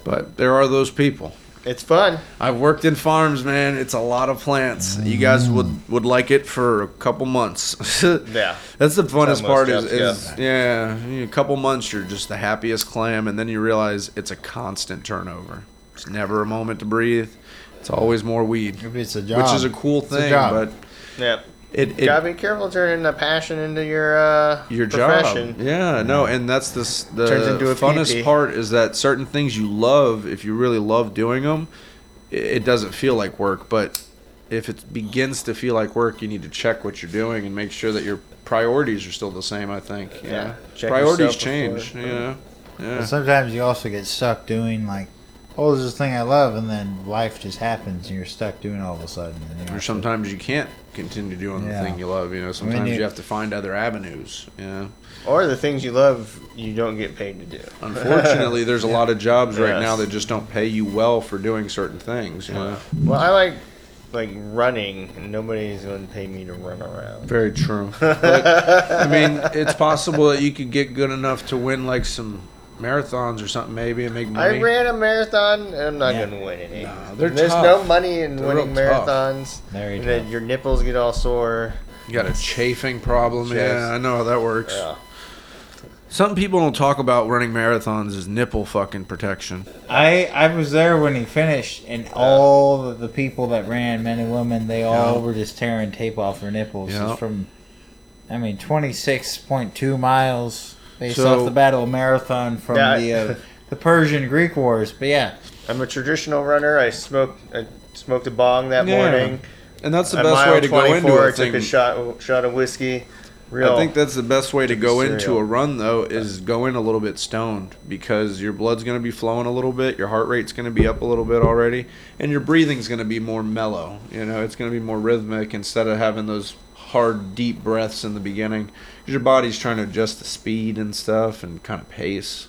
[SPEAKER 2] But there are those people.
[SPEAKER 4] it's fun.
[SPEAKER 2] I've worked in farms, man. It's a lot of plants. You guys
[SPEAKER 3] Mm.
[SPEAKER 2] would would like it for a couple months. (laughs)
[SPEAKER 4] Yeah.
[SPEAKER 2] That's the funnest
[SPEAKER 4] most
[SPEAKER 2] part is,
[SPEAKER 4] jobs,
[SPEAKER 2] is yeah. a couple months you're just the happiest clam and then you realize it's a constant turnover. It's never a moment to breathe. It's always more weed.
[SPEAKER 3] Maybe It's a job.
[SPEAKER 2] Which is a cool
[SPEAKER 3] a
[SPEAKER 2] thing,
[SPEAKER 3] job.
[SPEAKER 2] but
[SPEAKER 4] Yeah,
[SPEAKER 2] it, it
[SPEAKER 4] gotta be careful turning a passion into your uh,
[SPEAKER 2] your
[SPEAKER 4] profession.
[SPEAKER 2] job. Yeah, no, and that's the s- the
[SPEAKER 4] Turns into a
[SPEAKER 2] funnest
[SPEAKER 4] PP.
[SPEAKER 2] part is that certain things you love, if you really love doing them, it, it doesn't feel like work, but if it begins to feel like work, you need to check what you're doing and make sure that your priorities are still the same. I think. you
[SPEAKER 4] Yeah.
[SPEAKER 2] know?
[SPEAKER 4] Check
[SPEAKER 2] priorities
[SPEAKER 4] yourself
[SPEAKER 2] change.
[SPEAKER 4] before-
[SPEAKER 2] You know.
[SPEAKER 3] But
[SPEAKER 2] Yeah.
[SPEAKER 3] sometimes you also get stuck doing like, oh, there's this thing I love, and then life just happens, and you're stuck doing it all of a sudden. And you're
[SPEAKER 2] Or sometimes you can't continue doing
[SPEAKER 3] Yeah.
[SPEAKER 2] the thing you love. You know. Sometimes
[SPEAKER 3] you-
[SPEAKER 2] you have to find other avenues. You know.
[SPEAKER 4] Or the things you love, you don't get paid to do.
[SPEAKER 2] Unfortunately,
[SPEAKER 4] (laughs)
[SPEAKER 2] there's a lot of jobs right
[SPEAKER 4] Yes.
[SPEAKER 2] now that just don't pay you well for doing certain things. You know?
[SPEAKER 4] Well, I like like running, and nobody's going to pay me to run around.
[SPEAKER 2] Very
[SPEAKER 4] (laughs)
[SPEAKER 2] true. But, I mean, it's possible that you could get good enough to win like some marathons or something maybe and make money.
[SPEAKER 4] I ran a marathon, and I'm not
[SPEAKER 3] Yeah.
[SPEAKER 4] going to win any.
[SPEAKER 2] No, they're
[SPEAKER 4] There's
[SPEAKER 2] tough.
[SPEAKER 4] no money in
[SPEAKER 2] They're
[SPEAKER 4] winning
[SPEAKER 2] real tough.
[SPEAKER 4] marathons.
[SPEAKER 3] Very
[SPEAKER 4] and then your nipples get all sore.
[SPEAKER 2] You got a chafing problem.
[SPEAKER 4] Yes.
[SPEAKER 2] Yeah, I know how that works.
[SPEAKER 4] Yeah.
[SPEAKER 2] Some people don't talk about running marathons as nipple fucking protection.
[SPEAKER 3] I I was there when he finished, and all the, the people that ran, men and women, they all
[SPEAKER 2] Yeah.
[SPEAKER 3] were just tearing tape off their nipples
[SPEAKER 2] Yeah.
[SPEAKER 3] just from, I mean, twenty six point two miles based
[SPEAKER 2] So-
[SPEAKER 3] off the Battle of Marathon from
[SPEAKER 4] Yeah, I-
[SPEAKER 3] the uh, the Persian Greek Wars. But yeah,
[SPEAKER 4] I'm a traditional runner. I smoked I smoked a bong that
[SPEAKER 2] Yeah.
[SPEAKER 4] morning.
[SPEAKER 2] And that's the
[SPEAKER 4] At
[SPEAKER 2] best
[SPEAKER 4] mile
[SPEAKER 2] way to go
[SPEAKER 4] 24,
[SPEAKER 2] into a
[SPEAKER 4] I took
[SPEAKER 2] thing.
[SPEAKER 4] a shot shot of whiskey. Real.
[SPEAKER 2] I think that's the best way to go
[SPEAKER 4] cereal.
[SPEAKER 2] into a run though is go in a little bit stoned because your blood's going to be flowing a little bit, your heart rate's going to be up a little bit already, and your breathing's going to be more mellow. You know, it's going to be more rhythmic instead of having those hard deep breaths in the beginning 'cause your body's trying to adjust the speed and stuff and kind of pace.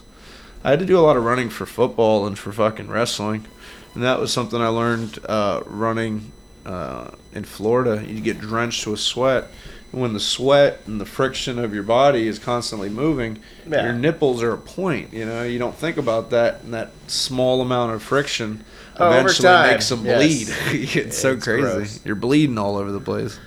[SPEAKER 2] I had to do a lot of running for football and for fucking wrestling, and that was something I learned uh, running uh, in Florida. You get drenched with sweat. And When the sweat and the friction of your body is constantly moving,
[SPEAKER 4] Yeah.
[SPEAKER 2] your nipples are a point. You know, you don't think about that, and that small amount of friction
[SPEAKER 4] Oh, over
[SPEAKER 2] eventually
[SPEAKER 4] time,
[SPEAKER 2] makes them
[SPEAKER 4] yes.
[SPEAKER 2] bleed. (laughs) it's, so
[SPEAKER 4] It's
[SPEAKER 2] crazy.
[SPEAKER 4] gross.
[SPEAKER 2] You're bleeding all over the place.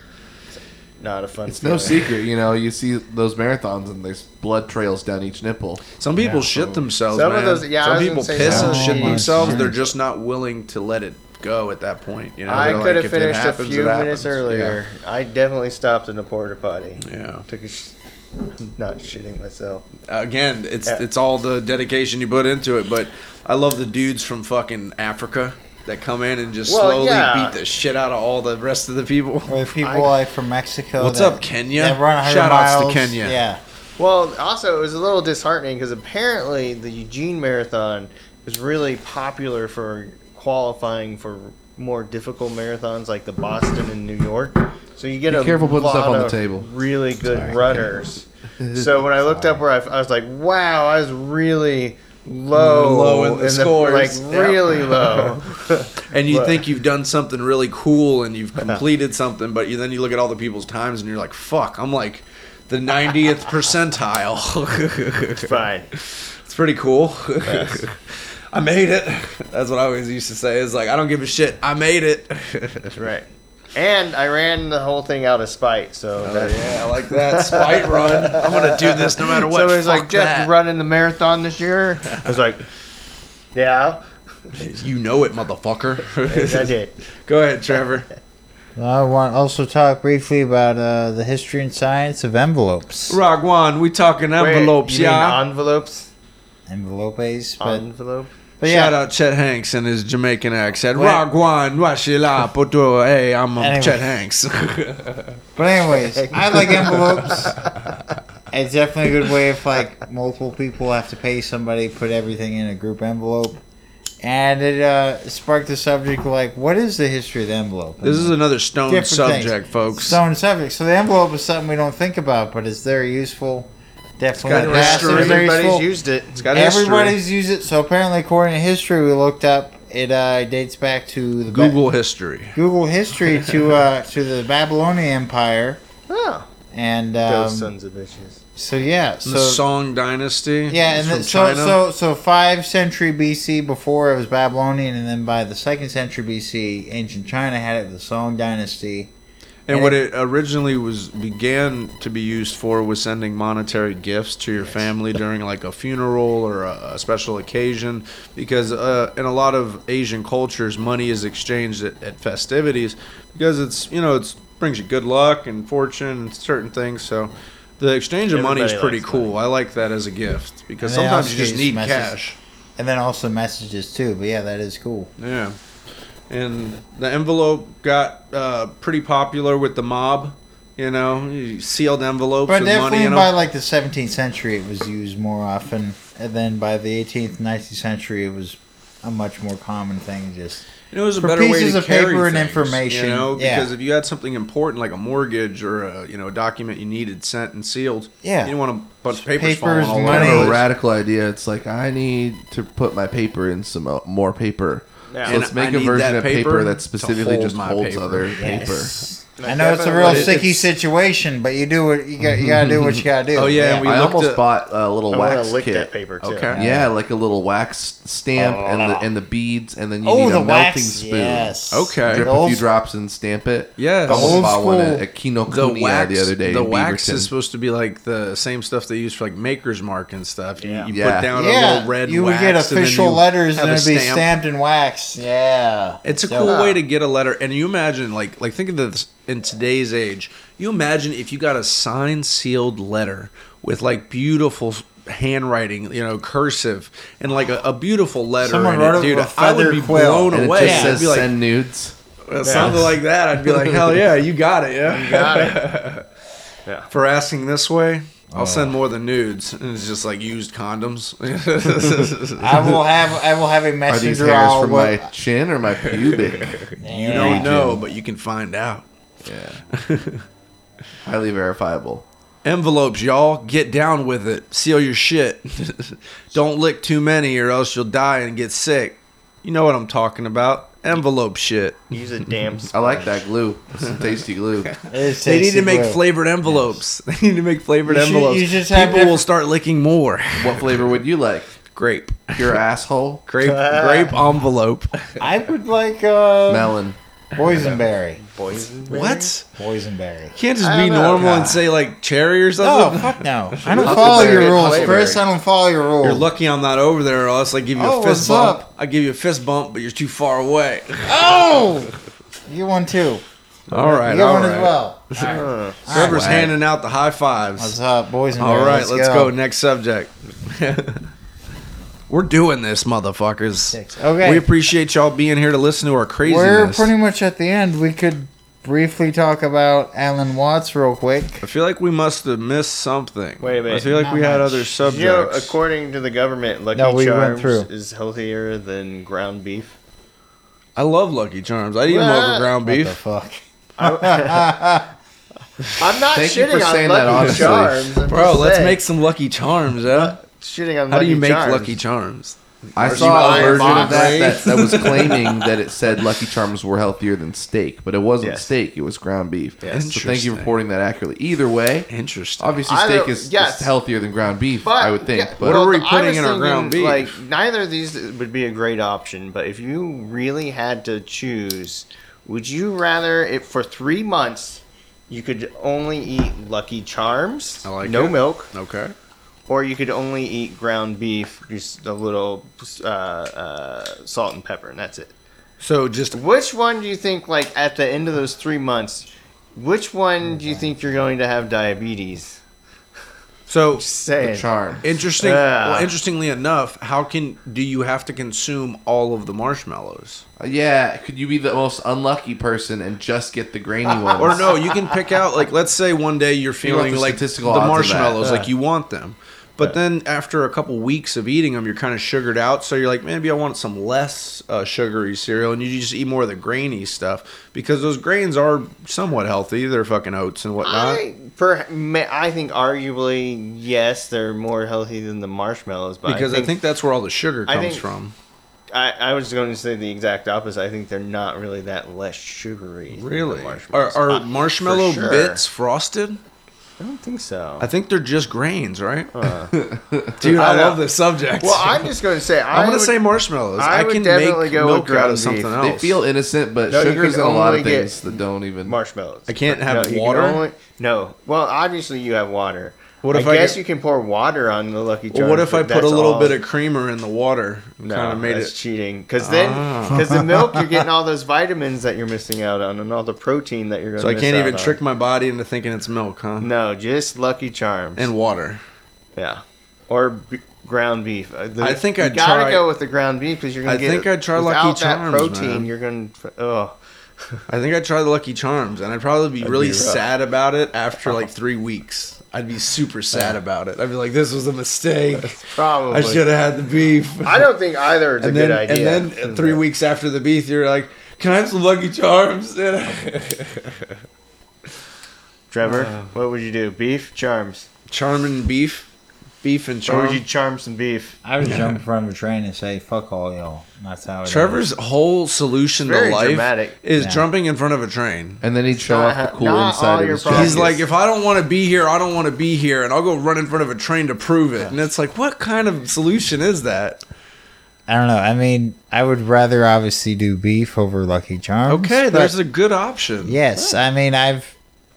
[SPEAKER 4] not a fun.
[SPEAKER 1] It's no
[SPEAKER 4] feeling.
[SPEAKER 1] secret, you know. You see those marathons and there's blood trails down each nipple.
[SPEAKER 2] Some people shit themselves.
[SPEAKER 4] Some of
[SPEAKER 2] man.
[SPEAKER 4] those- yeah, I
[SPEAKER 2] Some
[SPEAKER 4] was
[SPEAKER 2] people
[SPEAKER 4] gonna say
[SPEAKER 2] piss
[SPEAKER 4] some
[SPEAKER 2] and
[SPEAKER 3] of
[SPEAKER 2] shit
[SPEAKER 3] these-
[SPEAKER 2] themselves.
[SPEAKER 3] Yeah.
[SPEAKER 2] They're just not willing to let it go at that point. You know,
[SPEAKER 4] I
[SPEAKER 2] They're
[SPEAKER 4] could
[SPEAKER 2] like, "If
[SPEAKER 4] have
[SPEAKER 2] it
[SPEAKER 4] finished
[SPEAKER 2] happens,
[SPEAKER 4] a
[SPEAKER 2] it
[SPEAKER 4] few minutes
[SPEAKER 2] happens."
[SPEAKER 4] earlier. I definitely stopped in a porta potty.
[SPEAKER 2] Yeah. Yeah.
[SPEAKER 4] Took a sh- not shitting myself.
[SPEAKER 2] Again, it's
[SPEAKER 4] Yeah.
[SPEAKER 2] it's all the dedication you put into it. But I love the dudes from fucking Africa that come in and just
[SPEAKER 4] Well,
[SPEAKER 2] slowly
[SPEAKER 4] yeah.
[SPEAKER 2] beat the shit out of all the rest of the people. (laughs)
[SPEAKER 3] with people like from Mexico.
[SPEAKER 2] What's
[SPEAKER 3] that-
[SPEAKER 2] up, Kenya?
[SPEAKER 3] That run 100
[SPEAKER 2] Shout outs to
[SPEAKER 3] miles.
[SPEAKER 2] Kenya.
[SPEAKER 3] Yeah,
[SPEAKER 4] Well, also it was a little disheartening because apparently the Eugene Marathon is really popular for qualifying for more difficult marathons like the Boston and New York. So you get
[SPEAKER 1] Be
[SPEAKER 4] a
[SPEAKER 1] careful putting
[SPEAKER 4] lot
[SPEAKER 1] stuff on the
[SPEAKER 4] of
[SPEAKER 1] table.
[SPEAKER 4] really good
[SPEAKER 1] (laughs)
[SPEAKER 4] runners. so when I looked up where I, I was like, wow, I was really low,
[SPEAKER 2] Low in the scores.
[SPEAKER 4] like
[SPEAKER 2] Yeah.
[SPEAKER 4] really
[SPEAKER 1] (laughs)
[SPEAKER 4] low.
[SPEAKER 2] And you
[SPEAKER 4] But-
[SPEAKER 2] think you've done something really cool
[SPEAKER 4] (laughs)
[SPEAKER 2] and you've completed something, but you, then you look at all the people's times and you're like, "Fuck, I'm like the 90th (laughs) percentile."
[SPEAKER 4] Fine.
[SPEAKER 2] It's pretty cool. (laughs) I made it. That's what I always used to say. It's like I don't give a shit. I made it.
[SPEAKER 4] Right. And I ran the whole thing out of spite, so
[SPEAKER 1] Oh,
[SPEAKER 4] that-
[SPEAKER 2] yeah, I like that (laughs) spite run. I'm gonna do this no
[SPEAKER 4] (laughs)
[SPEAKER 2] matter what.
[SPEAKER 4] Somebody's
[SPEAKER 2] Fuck
[SPEAKER 4] like, Jeff,
[SPEAKER 2] that.
[SPEAKER 4] you running the marathon this year? I was like, Yeah,
[SPEAKER 2] You know it,
[SPEAKER 4] I
[SPEAKER 2] motherfucker.
[SPEAKER 4] did.
[SPEAKER 2] (laughs) Go ahead, Trevor.
[SPEAKER 3] Well, I want to also talk briefly about uh, the history and science of envelopes,
[SPEAKER 2] Ragwan, we talking
[SPEAKER 4] Wait,
[SPEAKER 2] envelopes,
[SPEAKER 4] you mean
[SPEAKER 2] yeah.
[SPEAKER 4] envelopes?
[SPEAKER 3] envelopes, but,
[SPEAKER 4] Envelope?
[SPEAKER 3] but
[SPEAKER 2] Um, Shout
[SPEAKER 3] yeah,
[SPEAKER 2] out Chet Hanks and his Jamaican accent.
[SPEAKER 3] Wait.
[SPEAKER 2] Ragwan, washila, poto. Hey, I'm um,
[SPEAKER 3] Anyway.
[SPEAKER 2] Chet Hanks. (laughs)
[SPEAKER 3] but anyways, I like envelopes. It's definitely a good way if like multiple people have to pay somebody, put everything in a group envelope, and it uh, sparked the subject like, what is the history of the envelope?
[SPEAKER 2] this is another stone
[SPEAKER 3] Different
[SPEAKER 2] subject,
[SPEAKER 3] things.
[SPEAKER 2] folks.
[SPEAKER 3] so on subject. So the envelope is something we don't think about, but it's very useful. Definitely,
[SPEAKER 2] got
[SPEAKER 3] the past,
[SPEAKER 2] history.
[SPEAKER 3] it's very
[SPEAKER 4] Everybody's
[SPEAKER 3] useful.
[SPEAKER 4] used it.
[SPEAKER 2] It's got history.
[SPEAKER 3] Everybody's used it. So apparently, according to history, we looked up. It uh, dates back to the Ba-
[SPEAKER 2] Google history.
[SPEAKER 3] Google history to uh, to the Babylonian Empire,
[SPEAKER 4] Oh,
[SPEAKER 3] and
[SPEAKER 4] those
[SPEAKER 3] um,
[SPEAKER 4] sons of bitches.
[SPEAKER 3] so yeah,
[SPEAKER 2] the
[SPEAKER 3] so
[SPEAKER 2] Song Dynasty.
[SPEAKER 3] yeah,
[SPEAKER 2] is
[SPEAKER 3] and
[SPEAKER 2] from
[SPEAKER 3] then, so
[SPEAKER 2] China.
[SPEAKER 3] so so five century BC before it was Babylonian, and then by the second century BC, ancient China had it with the Song Dynasty.
[SPEAKER 2] And
[SPEAKER 3] And
[SPEAKER 2] what it originally was began to be used for was sending monetary gifts to your family during like a funeral or a, a special occasion, because uh, in a lot of Asian cultures, money is exchanged at, at festivities because it's you know it's brings you good luck and fortune and certain things. So the exchange of money is
[SPEAKER 4] Everybody
[SPEAKER 2] pretty
[SPEAKER 4] likes
[SPEAKER 2] cool. I like that as a gift because
[SPEAKER 3] And they
[SPEAKER 2] sometimes
[SPEAKER 3] also
[SPEAKER 2] you just
[SPEAKER 3] use
[SPEAKER 2] need
[SPEAKER 3] messages.
[SPEAKER 2] cash.
[SPEAKER 3] And then also messages too, but yeah, that is cool.
[SPEAKER 2] Yeah. and the envelope got uh, pretty popular with the mob. You know, you sealed envelopes
[SPEAKER 3] But
[SPEAKER 2] with money
[SPEAKER 3] definitely
[SPEAKER 2] in
[SPEAKER 3] by
[SPEAKER 2] them.
[SPEAKER 3] like the 17th century, it was used more often, and then by the 18th, 19th century, it was a much more common thing. Just
[SPEAKER 2] And it was a
[SPEAKER 3] for
[SPEAKER 2] better way
[SPEAKER 3] pieces
[SPEAKER 2] to
[SPEAKER 3] of
[SPEAKER 2] carry
[SPEAKER 3] paper and
[SPEAKER 2] things,
[SPEAKER 3] information.
[SPEAKER 2] You know,
[SPEAKER 3] Yeah.
[SPEAKER 2] because if you had something important like a mortgage or a you know a document you needed sent and sealed,
[SPEAKER 3] Yeah.
[SPEAKER 2] you didn't want a bunch of papers,
[SPEAKER 3] Papers,
[SPEAKER 2] falling all
[SPEAKER 1] I
[SPEAKER 3] money.
[SPEAKER 1] have a
[SPEAKER 2] over.
[SPEAKER 1] radical idea. It's like I need to put my paper in some uh, more paper.
[SPEAKER 4] Yeah.
[SPEAKER 1] So let's
[SPEAKER 2] And
[SPEAKER 1] make
[SPEAKER 2] I
[SPEAKER 1] a
[SPEAKER 2] need
[SPEAKER 1] version
[SPEAKER 2] that
[SPEAKER 1] of paper,
[SPEAKER 2] paper
[SPEAKER 1] that
[SPEAKER 2] to
[SPEAKER 1] specifically
[SPEAKER 2] hold
[SPEAKER 1] just
[SPEAKER 2] my
[SPEAKER 1] holds
[SPEAKER 2] paper.
[SPEAKER 1] other
[SPEAKER 3] I know it's a real
[SPEAKER 2] Definitely. It-
[SPEAKER 3] sticky
[SPEAKER 2] it's-
[SPEAKER 3] situation, but you do what you got. You got to do what you got to do.
[SPEAKER 2] Oh, yeah, and
[SPEAKER 1] paper.
[SPEAKER 2] we
[SPEAKER 1] I
[SPEAKER 2] looked
[SPEAKER 1] almost
[SPEAKER 2] at-
[SPEAKER 1] bought a little
[SPEAKER 4] I wanna
[SPEAKER 1] wax
[SPEAKER 4] lick
[SPEAKER 1] kit.
[SPEAKER 4] that paper, too.
[SPEAKER 2] Okay.
[SPEAKER 1] Yeah, like a little wax stamp and the and the beads, and then you
[SPEAKER 3] oh,
[SPEAKER 1] need
[SPEAKER 3] the
[SPEAKER 1] a melting
[SPEAKER 3] wax.
[SPEAKER 1] spoon.
[SPEAKER 3] Yes.
[SPEAKER 2] Okay.
[SPEAKER 1] Drip
[SPEAKER 3] The
[SPEAKER 1] a
[SPEAKER 3] old
[SPEAKER 1] few
[SPEAKER 3] sc-
[SPEAKER 1] drops and stamp it.
[SPEAKER 2] Yes.
[SPEAKER 1] I almost
[SPEAKER 3] Old
[SPEAKER 1] bought one
[SPEAKER 3] school-
[SPEAKER 1] at, at Kino
[SPEAKER 2] the
[SPEAKER 1] Kuniya
[SPEAKER 2] wax
[SPEAKER 1] the other day.
[SPEAKER 2] the
[SPEAKER 1] in
[SPEAKER 2] wax
[SPEAKER 1] Beaverton.
[SPEAKER 2] is supposed to be like the same stuff they use for like maker's mark and stuff. You,
[SPEAKER 4] Yeah.
[SPEAKER 2] you
[SPEAKER 1] Yeah.
[SPEAKER 2] put down a
[SPEAKER 3] Yeah,
[SPEAKER 2] little red
[SPEAKER 3] you would
[SPEAKER 2] wax
[SPEAKER 3] get
[SPEAKER 2] and then
[SPEAKER 3] official
[SPEAKER 2] you
[SPEAKER 3] letters
[SPEAKER 2] have
[SPEAKER 3] and
[SPEAKER 2] a
[SPEAKER 3] it'd be
[SPEAKER 2] stamp.
[SPEAKER 3] stamped in
[SPEAKER 2] (laughs)
[SPEAKER 3] wax. Yeah,
[SPEAKER 2] It's a
[SPEAKER 3] So-
[SPEAKER 2] cool way to get a letter. And you imagine like like think of this in today's age. You imagine if you got a signed sealed letter with like beautiful s- handwriting, you know, cursive and like a, a beautiful letter.
[SPEAKER 3] Someone
[SPEAKER 2] in
[SPEAKER 3] wrote it
[SPEAKER 2] dude,
[SPEAKER 3] with a
[SPEAKER 2] I would
[SPEAKER 3] feather
[SPEAKER 2] be
[SPEAKER 3] quill.
[SPEAKER 2] blown
[SPEAKER 1] And it
[SPEAKER 2] away.
[SPEAKER 1] just
[SPEAKER 2] I'd
[SPEAKER 1] says
[SPEAKER 2] be like,
[SPEAKER 1] send nudes.
[SPEAKER 2] Something like that. I'd be like, hell yeah, you got it. Yeah.
[SPEAKER 4] Got it.
[SPEAKER 2] (laughs) For asking this way, I'll
[SPEAKER 3] Oh.
[SPEAKER 2] send more than nudes. And it's just like used condoms. (laughs)
[SPEAKER 3] (laughs) I will have. I will have a
[SPEAKER 1] Are these
[SPEAKER 3] messenger.
[SPEAKER 1] hairs
[SPEAKER 3] all
[SPEAKER 1] from
[SPEAKER 3] what-
[SPEAKER 1] my chin or my
[SPEAKER 2] (laughs)
[SPEAKER 1] pubic?
[SPEAKER 2] you don't know, but you can find out.
[SPEAKER 1] yeah. Highly verifiable.
[SPEAKER 2] Envelopes, y'all. Get down with it. Seal your
[SPEAKER 3] (laughs)
[SPEAKER 2] shit. don't lick too many or else you'll die and get sick. You know what I'm talking about. Envelope shit.
[SPEAKER 4] Use a damn.
[SPEAKER 1] I like that glue. That's some
[SPEAKER 2] (laughs)
[SPEAKER 1] tasty glue.
[SPEAKER 3] It is
[SPEAKER 2] They need
[SPEAKER 3] tasty
[SPEAKER 2] to make
[SPEAKER 3] glue.
[SPEAKER 2] flavored envelopes. (laughs) They need to make flavored
[SPEAKER 3] You should-
[SPEAKER 2] envelopes.
[SPEAKER 3] you should
[SPEAKER 2] People
[SPEAKER 3] have
[SPEAKER 2] will
[SPEAKER 3] different-
[SPEAKER 2] start licking more.
[SPEAKER 1] What flavor would you like?
[SPEAKER 2] Grape.
[SPEAKER 1] Pure asshole?
[SPEAKER 2] Grape
[SPEAKER 3] (laughs)
[SPEAKER 2] grape envelope.
[SPEAKER 3] I would like uh,
[SPEAKER 1] Melon.
[SPEAKER 3] boysenberry.
[SPEAKER 4] (laughs) Poison.
[SPEAKER 2] What? (laughs)
[SPEAKER 3] Boysenberry.
[SPEAKER 2] Can't just
[SPEAKER 4] I
[SPEAKER 2] be
[SPEAKER 4] don't know.
[SPEAKER 2] normal and say like cherry or
[SPEAKER 3] Oh
[SPEAKER 2] something.
[SPEAKER 3] fuck no! I don't
[SPEAKER 1] Huckleberry
[SPEAKER 3] follow
[SPEAKER 1] and
[SPEAKER 3] your rules,
[SPEAKER 1] huckleberry.
[SPEAKER 3] Chris. I don't follow your rules.
[SPEAKER 2] You're lucky I'm not over there, or else I give you
[SPEAKER 3] Oh,
[SPEAKER 2] a fist
[SPEAKER 3] what's
[SPEAKER 2] bump.
[SPEAKER 3] up?
[SPEAKER 2] I give you a fist bump, but you're too far away.
[SPEAKER 3] Oh, you won too.
[SPEAKER 2] All right,
[SPEAKER 3] you
[SPEAKER 2] all
[SPEAKER 3] won as
[SPEAKER 2] right.
[SPEAKER 3] well.
[SPEAKER 2] Trevor's
[SPEAKER 1] Wow.
[SPEAKER 2] handing out the high fives.
[SPEAKER 3] What's up, boysenberry?
[SPEAKER 2] All right, let's, go. Next subject. (laughs) We're doing this, motherfuckers.
[SPEAKER 3] Okay.
[SPEAKER 2] We appreciate y'all being here to listen to our
[SPEAKER 3] We're
[SPEAKER 2] craziness.
[SPEAKER 3] pretty much at the end. We could briefly talk about Alan Watts real quick.
[SPEAKER 2] I feel like we must have missed something.
[SPEAKER 4] Wait a minute.
[SPEAKER 2] I feel like
[SPEAKER 3] Not
[SPEAKER 2] we had
[SPEAKER 3] much.
[SPEAKER 2] other subjects.
[SPEAKER 4] You know, according to the government, Lucky
[SPEAKER 3] No, we went
[SPEAKER 4] Charms
[SPEAKER 3] through.
[SPEAKER 4] is healthier than ground beef.
[SPEAKER 2] I love Lucky Charms. I eat them
[SPEAKER 4] What?
[SPEAKER 2] over ground
[SPEAKER 3] What the
[SPEAKER 2] beef.
[SPEAKER 3] fuck? (laughs)
[SPEAKER 4] I'm not
[SPEAKER 1] Thank you
[SPEAKER 4] shitting
[SPEAKER 1] for saying
[SPEAKER 4] on
[SPEAKER 1] that
[SPEAKER 4] Lucky
[SPEAKER 1] honestly.
[SPEAKER 4] Charms. I'm
[SPEAKER 2] Bro,
[SPEAKER 4] just
[SPEAKER 2] let's
[SPEAKER 4] saying.
[SPEAKER 2] make some Lucky Charms, huh?
[SPEAKER 4] shitting on
[SPEAKER 2] How
[SPEAKER 4] Lucky
[SPEAKER 2] do you make
[SPEAKER 4] Charms.
[SPEAKER 2] Lucky Charms?
[SPEAKER 1] I
[SPEAKER 4] Or
[SPEAKER 1] saw
[SPEAKER 4] you
[SPEAKER 1] a
[SPEAKER 4] buy a
[SPEAKER 1] version of
[SPEAKER 4] box.
[SPEAKER 1] that, that
[SPEAKER 2] (laughs)
[SPEAKER 1] that was claiming that it said Lucky Charms were healthier than steak, but it wasn't
[SPEAKER 4] Yes.
[SPEAKER 1] steak; it was ground beef.
[SPEAKER 2] Yes.
[SPEAKER 1] So thank you for
[SPEAKER 2] Interesting.
[SPEAKER 1] reporting that accurately. Either way,
[SPEAKER 2] Interesting.
[SPEAKER 1] obviously
[SPEAKER 4] Either-
[SPEAKER 1] steak is,
[SPEAKER 4] yes.
[SPEAKER 1] is healthier than ground beef,
[SPEAKER 4] But,
[SPEAKER 1] I would think.
[SPEAKER 4] yeah,
[SPEAKER 1] but
[SPEAKER 2] What are
[SPEAKER 4] well,
[SPEAKER 2] we
[SPEAKER 4] I
[SPEAKER 2] putting
[SPEAKER 4] was
[SPEAKER 2] in our ground
[SPEAKER 4] thinking,
[SPEAKER 2] beef?
[SPEAKER 4] Like neither of these would be a great option, but if you really had to choose, would you rather if for three months you could only eat Lucky Charms,
[SPEAKER 2] I like
[SPEAKER 4] no
[SPEAKER 2] it.
[SPEAKER 4] milk,
[SPEAKER 2] Okay.
[SPEAKER 4] or you could only eat ground beef, just a little uh, uh, salt and pepper, and that's it.
[SPEAKER 2] So just
[SPEAKER 4] Which one do you think, like at the end of those three months, which one do you think you're going to have diabetes?
[SPEAKER 2] so
[SPEAKER 4] Just saying.
[SPEAKER 1] charm.
[SPEAKER 2] interesting.
[SPEAKER 4] Yeah.
[SPEAKER 2] Well, interestingly enough, how can do you have to consume all of the marshmallows?
[SPEAKER 1] Uh, yeah, could you be the most unlucky person and just get the
[SPEAKER 4] (laughs)
[SPEAKER 1] grainy ones?
[SPEAKER 2] Or no, you can pick out like let's say one day you're feeling
[SPEAKER 1] the
[SPEAKER 2] like the
[SPEAKER 1] statistical odds of that.
[SPEAKER 2] marshmallows, like you want them. But then after a couple weeks of eating them, you're kind of sugared out. So you're like, maybe I want some less uh, sugary cereal, and you just eat more of the grainy stuff because those grains are somewhat healthy. They're fucking oats and whatnot.
[SPEAKER 4] I, per, ma- I think arguably yes, they're more healthy than the marshmallows, but
[SPEAKER 2] because I think, that's where all the sugar
[SPEAKER 4] I
[SPEAKER 2] comes
[SPEAKER 4] think-
[SPEAKER 2] from.
[SPEAKER 4] I, I was going to say the exact opposite. I think they're not really that less sugary. than
[SPEAKER 2] Really?
[SPEAKER 4] the
[SPEAKER 2] Are,
[SPEAKER 4] marshmallows.
[SPEAKER 2] are
[SPEAKER 4] Uh, for
[SPEAKER 2] marshmallow
[SPEAKER 4] sure.
[SPEAKER 2] bits frosted?
[SPEAKER 4] I don't think so.
[SPEAKER 2] I think they're just grains, right? (laughs) Dude,
[SPEAKER 4] Uh.
[SPEAKER 2] I,
[SPEAKER 4] I don't-
[SPEAKER 2] love this subject.
[SPEAKER 4] well, I'm just going to say I
[SPEAKER 2] I'm gonna
[SPEAKER 4] would-
[SPEAKER 2] say marshmallows. I,
[SPEAKER 4] I would
[SPEAKER 2] can
[SPEAKER 4] definitely
[SPEAKER 2] make
[SPEAKER 4] go with
[SPEAKER 2] milk out
[SPEAKER 4] ground
[SPEAKER 2] of
[SPEAKER 4] beef.
[SPEAKER 2] something else.
[SPEAKER 1] They feel innocent, but
[SPEAKER 4] No, you
[SPEAKER 1] sugar's in
[SPEAKER 4] can
[SPEAKER 1] a lot
[SPEAKER 4] only
[SPEAKER 1] of things
[SPEAKER 4] get
[SPEAKER 1] that don't even.
[SPEAKER 4] marshmallows.
[SPEAKER 2] I can't have
[SPEAKER 4] you can
[SPEAKER 2] water?
[SPEAKER 4] no. Well, obviously you have water.
[SPEAKER 2] What if
[SPEAKER 4] I,
[SPEAKER 2] I
[SPEAKER 4] guess
[SPEAKER 2] get-
[SPEAKER 4] you can pour water on the Lucky Charms.
[SPEAKER 2] Well, what if
[SPEAKER 4] but
[SPEAKER 2] I put
[SPEAKER 4] that's
[SPEAKER 2] a little
[SPEAKER 4] all-
[SPEAKER 2] bit of creamer in the water?
[SPEAKER 4] No,
[SPEAKER 2] kind of made
[SPEAKER 4] that's
[SPEAKER 2] it. Ah.
[SPEAKER 4] cheating. Because then, because the milk,
[SPEAKER 2] (laughs)
[SPEAKER 4] you're getting all those vitamins that you're missing out on, and all the protein that you're going.
[SPEAKER 2] So I can't even trick my body into thinking it's milk, huh?
[SPEAKER 4] No, just Lucky Charms.
[SPEAKER 2] And water.
[SPEAKER 4] yeah, or b- ground beef. Uh, the-
[SPEAKER 2] I think
[SPEAKER 4] you
[SPEAKER 2] I'd
[SPEAKER 4] gotta
[SPEAKER 2] try-
[SPEAKER 4] go with the ground beef because you're gonna
[SPEAKER 2] I
[SPEAKER 4] get.
[SPEAKER 2] think I'd try Lucky
[SPEAKER 4] without that
[SPEAKER 2] Charms,
[SPEAKER 4] protein,
[SPEAKER 2] man.
[SPEAKER 4] you're gonna. Oh,
[SPEAKER 2] I think I'd try the Lucky Charms, and I'd probably be really
[SPEAKER 4] rough.
[SPEAKER 2] sad about it after like three weeks. I'd be super sad about it. I'd be like, "This was a mistake.
[SPEAKER 4] probably.
[SPEAKER 2] I should have had the beef."
[SPEAKER 4] I don't think either is
[SPEAKER 2] and
[SPEAKER 4] a
[SPEAKER 2] then,
[SPEAKER 4] good idea.
[SPEAKER 2] And then three weeks after the beef, you're like, "Can I have some Lucky Charms?" (laughs)
[SPEAKER 4] Trevor, what would you do? Beef, charms.
[SPEAKER 2] Charm and beef, beef and
[SPEAKER 4] Or
[SPEAKER 2] charm.
[SPEAKER 4] would you charm some beef?
[SPEAKER 3] I would jump in front of a train and say, fuck all y'all. And That's how it
[SPEAKER 2] Trevor's whole solution to
[SPEAKER 4] Very
[SPEAKER 2] life
[SPEAKER 4] dramatic.
[SPEAKER 2] is
[SPEAKER 3] Yeah.
[SPEAKER 2] jumping in front of a train.
[SPEAKER 1] And then he'd show
[SPEAKER 4] not
[SPEAKER 1] off
[SPEAKER 4] ha-
[SPEAKER 1] the cool
[SPEAKER 4] not all
[SPEAKER 1] inside of
[SPEAKER 4] your
[SPEAKER 1] his
[SPEAKER 4] problems.
[SPEAKER 1] jacket.
[SPEAKER 2] He's like, if I don't want to be here, I don't want to be here, and I'll go run in front of a train to prove it. And it's like, what kind of solution is that?
[SPEAKER 3] I don't know. I mean, I would rather obviously do beef over Lucky Charms.
[SPEAKER 2] Okay,
[SPEAKER 3] but-
[SPEAKER 2] there's a good option.
[SPEAKER 3] Yes, I mean, I've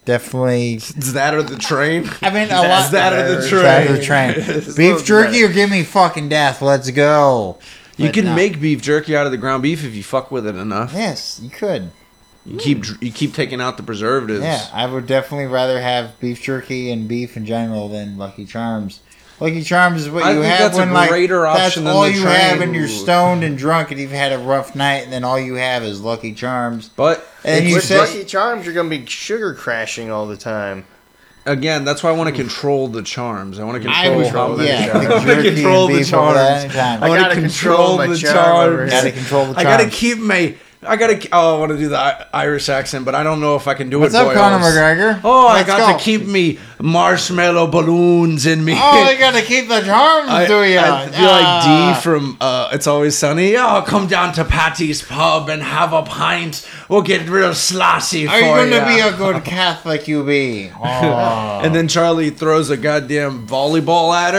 [SPEAKER 3] definitely.
[SPEAKER 2] Is that or the
[SPEAKER 3] (laughs)
[SPEAKER 2] train?
[SPEAKER 3] I mean, a
[SPEAKER 2] Is
[SPEAKER 3] lot.
[SPEAKER 2] that or the train?
[SPEAKER 3] Back of the train. beef jerky or give me fucking death. Let's go.
[SPEAKER 2] You
[SPEAKER 3] But
[SPEAKER 2] can
[SPEAKER 3] no.
[SPEAKER 2] make beef jerky out of the ground beef if you fuck with it enough.
[SPEAKER 3] Yes, you could.
[SPEAKER 2] You keep you keep taking out the preservatives.
[SPEAKER 3] Yeah, I would definitely rather have beef jerky and beef in general than Lucky Charms. Lucky Charms is what
[SPEAKER 2] I
[SPEAKER 3] you
[SPEAKER 2] think
[SPEAKER 3] have
[SPEAKER 2] that's a
[SPEAKER 3] when like
[SPEAKER 2] greater
[SPEAKER 3] that's
[SPEAKER 2] option than
[SPEAKER 3] all
[SPEAKER 2] the
[SPEAKER 3] you
[SPEAKER 2] train.
[SPEAKER 3] have, and you're stoned and drunk, and you've had a rough night, and then all you have is Lucky Charms.
[SPEAKER 2] But
[SPEAKER 3] And you
[SPEAKER 4] With
[SPEAKER 3] say,
[SPEAKER 4] Lucky Charms, you're gonna be sugar crashing all the time.
[SPEAKER 2] again, that's why I want to control the charms. I want to
[SPEAKER 3] I
[SPEAKER 2] control
[SPEAKER 3] was
[SPEAKER 2] how many
[SPEAKER 3] yeah,
[SPEAKER 2] charms. (laughs)
[SPEAKER 3] I
[SPEAKER 2] I
[SPEAKER 3] think
[SPEAKER 2] want to
[SPEAKER 3] jerky
[SPEAKER 2] control
[SPEAKER 3] and
[SPEAKER 2] the
[SPEAKER 3] beef over that
[SPEAKER 2] charms.
[SPEAKER 3] anytime.
[SPEAKER 2] I
[SPEAKER 4] I
[SPEAKER 2] want to
[SPEAKER 4] gotta
[SPEAKER 2] control
[SPEAKER 4] control my
[SPEAKER 2] the
[SPEAKER 4] charm over
[SPEAKER 2] charms.
[SPEAKER 3] Gotta control the
[SPEAKER 2] I gotta
[SPEAKER 3] charms.
[SPEAKER 2] keep my. I gotta. Oh, I want to do the I- Irish accent, but I don't know if I can do
[SPEAKER 3] What's
[SPEAKER 2] it.
[SPEAKER 3] up,
[SPEAKER 2] boy.
[SPEAKER 3] Conor McGregor?
[SPEAKER 2] Oh, I
[SPEAKER 3] Let's
[SPEAKER 2] got
[SPEAKER 3] go.
[SPEAKER 2] to keep me marshmallow balloons in me. (laughs)
[SPEAKER 3] Oh, they gotta keep the charms,
[SPEAKER 2] I,
[SPEAKER 3] do ya? Ah.
[SPEAKER 2] I feel like D from uh, It's Always Sunny. Oh, come down to Patty's Pub and have a pint. We'll get real slossy for
[SPEAKER 3] Are you gonna
[SPEAKER 2] ya.
[SPEAKER 3] be a good Catholic?
[SPEAKER 2] (laughs)
[SPEAKER 3] You be. Oh.
[SPEAKER 2] and then Charlie throws a goddamn volleyball at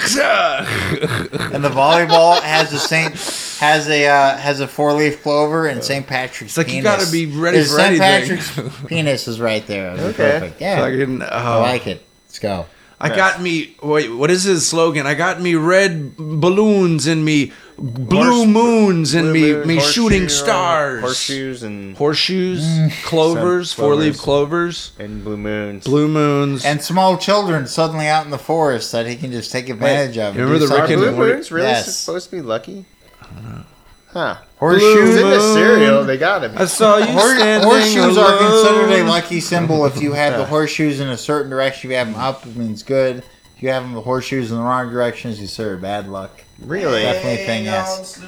[SPEAKER 2] (laughs) her.
[SPEAKER 3] and the volleyball has the Saint has a uh, has a four leaf clover and Saint Patrick's.
[SPEAKER 2] like
[SPEAKER 3] penis.
[SPEAKER 2] you gotta be ready
[SPEAKER 3] There's
[SPEAKER 2] for
[SPEAKER 3] Saint
[SPEAKER 2] anything.
[SPEAKER 3] Patrick's penis is right there. It'd be
[SPEAKER 4] Okay.
[SPEAKER 3] Perfect. Yeah,
[SPEAKER 2] Fucking,
[SPEAKER 3] I
[SPEAKER 2] oh.
[SPEAKER 3] like it. Let's go.
[SPEAKER 2] I got me. Wait, what is his slogan? I got me red balloons in me, blue
[SPEAKER 4] Horse-
[SPEAKER 2] moons in
[SPEAKER 4] Blue
[SPEAKER 2] me,
[SPEAKER 4] moon,
[SPEAKER 2] me
[SPEAKER 4] horseshoe,
[SPEAKER 2] shooting
[SPEAKER 4] um,
[SPEAKER 2] stars,
[SPEAKER 4] horseshoes, and
[SPEAKER 2] horseshoes,
[SPEAKER 3] Mm.
[SPEAKER 2] clovers,
[SPEAKER 4] Some
[SPEAKER 2] four leaf
[SPEAKER 4] clovers.
[SPEAKER 2] clovers,
[SPEAKER 4] and blue moons.
[SPEAKER 2] blue moons.
[SPEAKER 3] And small children suddenly out in the forest that he can just take advantage of. and
[SPEAKER 2] remember
[SPEAKER 3] do
[SPEAKER 2] the Rick
[SPEAKER 4] Are
[SPEAKER 3] something.
[SPEAKER 2] and
[SPEAKER 4] blue
[SPEAKER 2] Morty-
[SPEAKER 4] moons really
[SPEAKER 3] Yes.
[SPEAKER 4] supposed to be lucky? Huh?
[SPEAKER 3] Horseshoes-
[SPEAKER 4] It's in the
[SPEAKER 2] moon.
[SPEAKER 4] cereal. They got it.
[SPEAKER 2] I saw you
[SPEAKER 3] Hor-
[SPEAKER 2] standing
[SPEAKER 3] horseshoes are
[SPEAKER 2] alone.
[SPEAKER 3] considered a lucky symbol if you
[SPEAKER 2] (laughs)
[SPEAKER 3] have the horseshoes in a certain direction. If you have them up, it means good. If you have them the horseshoes in the wrong direction, it's considered bad luck.
[SPEAKER 4] Really?
[SPEAKER 3] Definitely thing yes.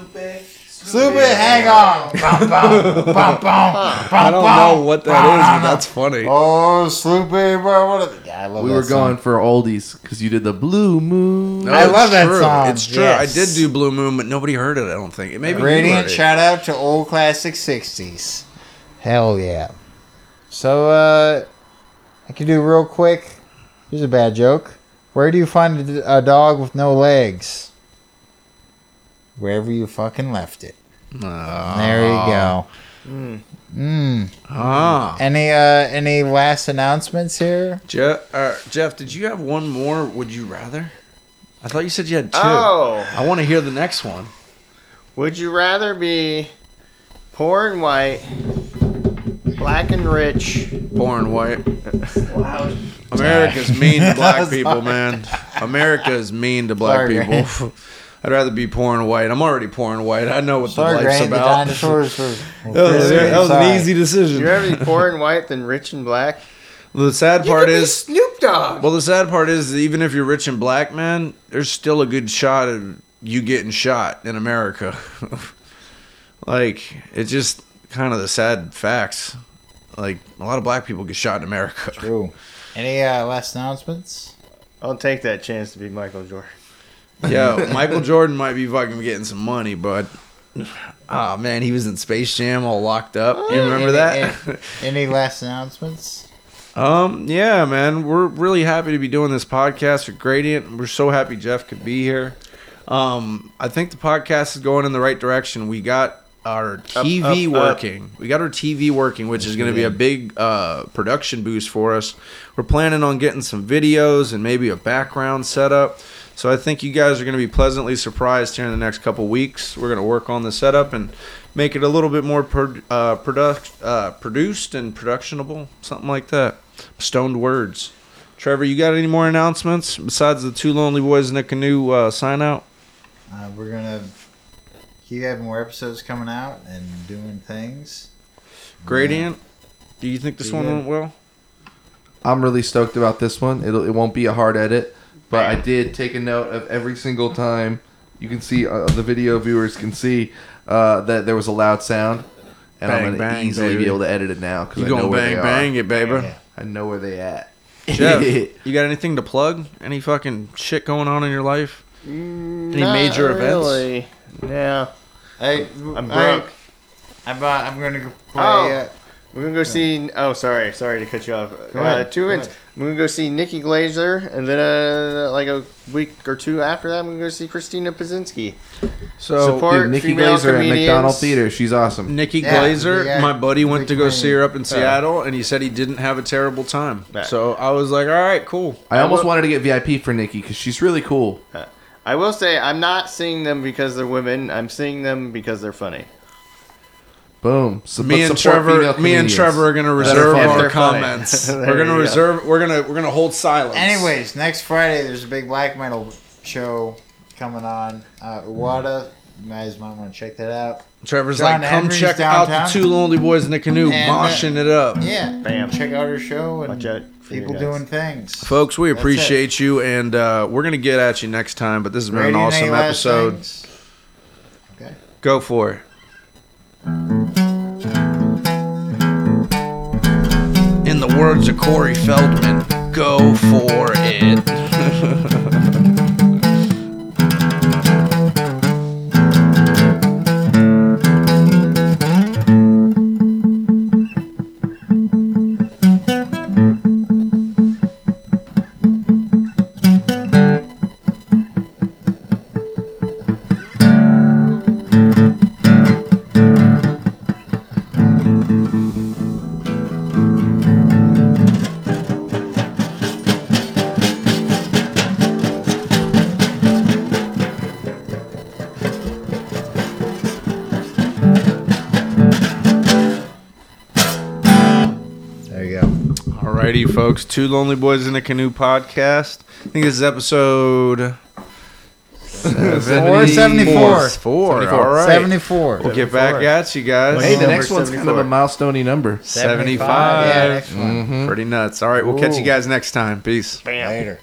[SPEAKER 3] Sloopy, hang on. (laughs) Bum, bum, bum, bum,
[SPEAKER 2] I
[SPEAKER 3] bum,
[SPEAKER 2] don't
[SPEAKER 3] bum.
[SPEAKER 2] know what that is, but that's funny.
[SPEAKER 3] Oh, Sloopy, bro. What a- Yeah, I love
[SPEAKER 1] we
[SPEAKER 3] that
[SPEAKER 1] were
[SPEAKER 3] song.
[SPEAKER 1] going for oldies because you did the blue moon.
[SPEAKER 2] No,
[SPEAKER 3] I
[SPEAKER 2] it's
[SPEAKER 3] love that
[SPEAKER 2] true.
[SPEAKER 3] song,
[SPEAKER 2] It's true.
[SPEAKER 3] yes.
[SPEAKER 2] I did do Blue Moon, but nobody heard it. I don't think. Maybe you heard
[SPEAKER 3] Radiant
[SPEAKER 2] it.
[SPEAKER 3] shout out to old classic 60s. Hell yeah. So, uh, I can do real quick. Here's a bad joke. Where do you find a, a dog with no legs? Wherever you fucking left it. There you go. Hmm.
[SPEAKER 2] Ah,
[SPEAKER 3] Any uh any last announcements here?
[SPEAKER 2] Jeff. Uh, Jeff, did you have one more? Would you rather? I thought you said you had two.
[SPEAKER 4] Oh.
[SPEAKER 2] I want to hear the next one.
[SPEAKER 4] Would you rather be poor and white, black and rich?
[SPEAKER 2] Born white. America's mean to
[SPEAKER 3] (laughs)
[SPEAKER 2] black people, man. America is mean to black
[SPEAKER 3] Sorry,
[SPEAKER 2] people. (laughs) I'd rather be poor and white. I'm already poor and white. I know what
[SPEAKER 3] Sorry,
[SPEAKER 2] the life's
[SPEAKER 3] Granny, the
[SPEAKER 2] about. (laughs)
[SPEAKER 3] dinosaurs were.
[SPEAKER 2] That was, that was
[SPEAKER 3] Sorry.
[SPEAKER 2] an easy decision.
[SPEAKER 4] Would you rather be poor and white than rich and black?
[SPEAKER 2] The sad (laughs) part is,
[SPEAKER 4] Snoop Dogg.
[SPEAKER 2] well, the sad part is, that even if you're rich and black, man, there's still a good shot of you getting shot in America. (laughs) like, it's just kind of the sad facts. Like, a lot of black people get shot in America.
[SPEAKER 3] Ooh. Any uh, last announcements?
[SPEAKER 4] I'll take that chance to be Michael Jordan.
[SPEAKER 2] (laughs) Yeah, Michael Jordan might be fucking getting some money, but ah man, he was in Space Jam all locked up. You remember
[SPEAKER 3] Any-
[SPEAKER 2] that? (laughs)
[SPEAKER 3] Any, any last announcements?
[SPEAKER 2] um, yeah, man, we're really happy to be doing this podcast with Gradient. We're so happy Jeff could be here. Um, I think the podcast is going in the right direction. We got our TV
[SPEAKER 4] up, up.
[SPEAKER 2] working. We got our TV working, which is going to be a big uh, production boost for us. We're planning on getting some videos and maybe a background setup. So I think you guys are going to be pleasantly surprised here in the next couple weeks. We're going to work on the setup and make it a little bit more pro- uh, product uh, produced and productionable, something like that. Stoned words. Trevor, you got any more announcements besides the two lonely boys in a canoe uh, sign out?
[SPEAKER 3] Uh, we're gonna keep having more episodes coming out and doing things.
[SPEAKER 2] Gradient. Do you think this one went well?
[SPEAKER 1] I'm really stoked about this one. It'll, it won't be a hard edit, but I did take a note of every single time. You can see uh, the video viewers can see uh, that there was a loud sound,
[SPEAKER 2] Bang,
[SPEAKER 1] and I'm gonna
[SPEAKER 2] bang,
[SPEAKER 1] easily
[SPEAKER 2] baby.
[SPEAKER 1] be able to edit it now because
[SPEAKER 2] You
[SPEAKER 1] I know
[SPEAKER 2] going
[SPEAKER 1] where
[SPEAKER 2] bang bang
[SPEAKER 1] they are.
[SPEAKER 2] it, baby?
[SPEAKER 1] I know where they at.
[SPEAKER 2] (laughs)
[SPEAKER 1] (laughs)
[SPEAKER 2] Jeff, you got anything to plug? Any fucking shit going on in your life? Any major events?
[SPEAKER 4] really. Yeah.
[SPEAKER 3] Hey,
[SPEAKER 4] I'm broke.
[SPEAKER 3] I'm, uh, I'm gonna go play.
[SPEAKER 4] Oh.
[SPEAKER 3] uh,
[SPEAKER 4] We're gonna go see. Oh, sorry, sorry to cut you off. Uh,
[SPEAKER 3] ahead,
[SPEAKER 4] two
[SPEAKER 3] go
[SPEAKER 4] minutes.
[SPEAKER 3] ahead.
[SPEAKER 4] We're gonna go see Nikki Glazer, and then uh, like a week or two after that, I'm gonna go see Christina Pazinski.
[SPEAKER 2] So
[SPEAKER 4] Support- Or
[SPEAKER 1] Dude, Nikki
[SPEAKER 4] female
[SPEAKER 1] Glazer at
[SPEAKER 4] comedians.
[SPEAKER 1] McDonald Theater. She's awesome.
[SPEAKER 2] Nikki
[SPEAKER 3] Yeah,
[SPEAKER 2] Glazer,
[SPEAKER 3] yeah,
[SPEAKER 2] my buddy went
[SPEAKER 3] big
[SPEAKER 2] to go
[SPEAKER 3] man.
[SPEAKER 2] see her up in Seattle, and he said he didn't have a terrible time.
[SPEAKER 4] Yeah.
[SPEAKER 2] So I was like, all right, cool.
[SPEAKER 1] I almost wanted to get VIP for Nikki because she's really cool.
[SPEAKER 4] I will say I'm not seeing them because they're women. I'm seeing them because they're funny.
[SPEAKER 1] Boom. So,
[SPEAKER 2] me
[SPEAKER 1] but
[SPEAKER 2] and
[SPEAKER 1] support
[SPEAKER 2] Trevor,
[SPEAKER 1] female
[SPEAKER 2] me and
[SPEAKER 1] comedians.
[SPEAKER 2] Trevor are gonna reserve
[SPEAKER 1] funny.
[SPEAKER 2] our
[SPEAKER 4] They're funny.
[SPEAKER 2] comments.
[SPEAKER 4] There
[SPEAKER 2] we're gonna
[SPEAKER 4] you go.
[SPEAKER 2] reserve. We're gonna we're gonna hold silence.
[SPEAKER 3] Anyways, next Friday there's a big black metal show coming on. Uh, Uwata, you guys might want to check that out.
[SPEAKER 2] Trevor's
[SPEAKER 3] John
[SPEAKER 2] like, come
[SPEAKER 3] Henry's
[SPEAKER 2] check out
[SPEAKER 3] downtown.
[SPEAKER 2] the two lonely boys in the canoe,
[SPEAKER 3] And, uh,
[SPEAKER 2] moshing it up.
[SPEAKER 3] Yeah,
[SPEAKER 4] Bam.
[SPEAKER 3] Check out her show and
[SPEAKER 4] Watch out for your
[SPEAKER 3] people
[SPEAKER 4] guys.
[SPEAKER 3] doing things.
[SPEAKER 2] Folks, we
[SPEAKER 3] That's it.
[SPEAKER 2] appreciate you, and uh, we're gonna get at you next time. But this has been an
[SPEAKER 3] Brady, any
[SPEAKER 2] awesome
[SPEAKER 3] last
[SPEAKER 2] episode.
[SPEAKER 3] things? Okay.
[SPEAKER 2] Go for it. In the words of Corey Feldman, go for it.
[SPEAKER 3] There you go.
[SPEAKER 2] Alrighty, folks. Two Lonely Boys in a Canoe podcast. I think this is episode 74.
[SPEAKER 3] 74.
[SPEAKER 2] Four. All right.
[SPEAKER 3] 74.
[SPEAKER 2] We'll get back at you guys.
[SPEAKER 1] Hey, the
[SPEAKER 4] Number
[SPEAKER 1] next one's kind of a
[SPEAKER 4] 74.
[SPEAKER 1] milestone number.
[SPEAKER 2] 75.
[SPEAKER 3] Yeah, next one.
[SPEAKER 2] Mm-hmm.
[SPEAKER 1] Mm-hmm.
[SPEAKER 2] Pretty nuts. All right. We'll catch you guys next time. Peace.
[SPEAKER 4] Bam.
[SPEAKER 3] Later.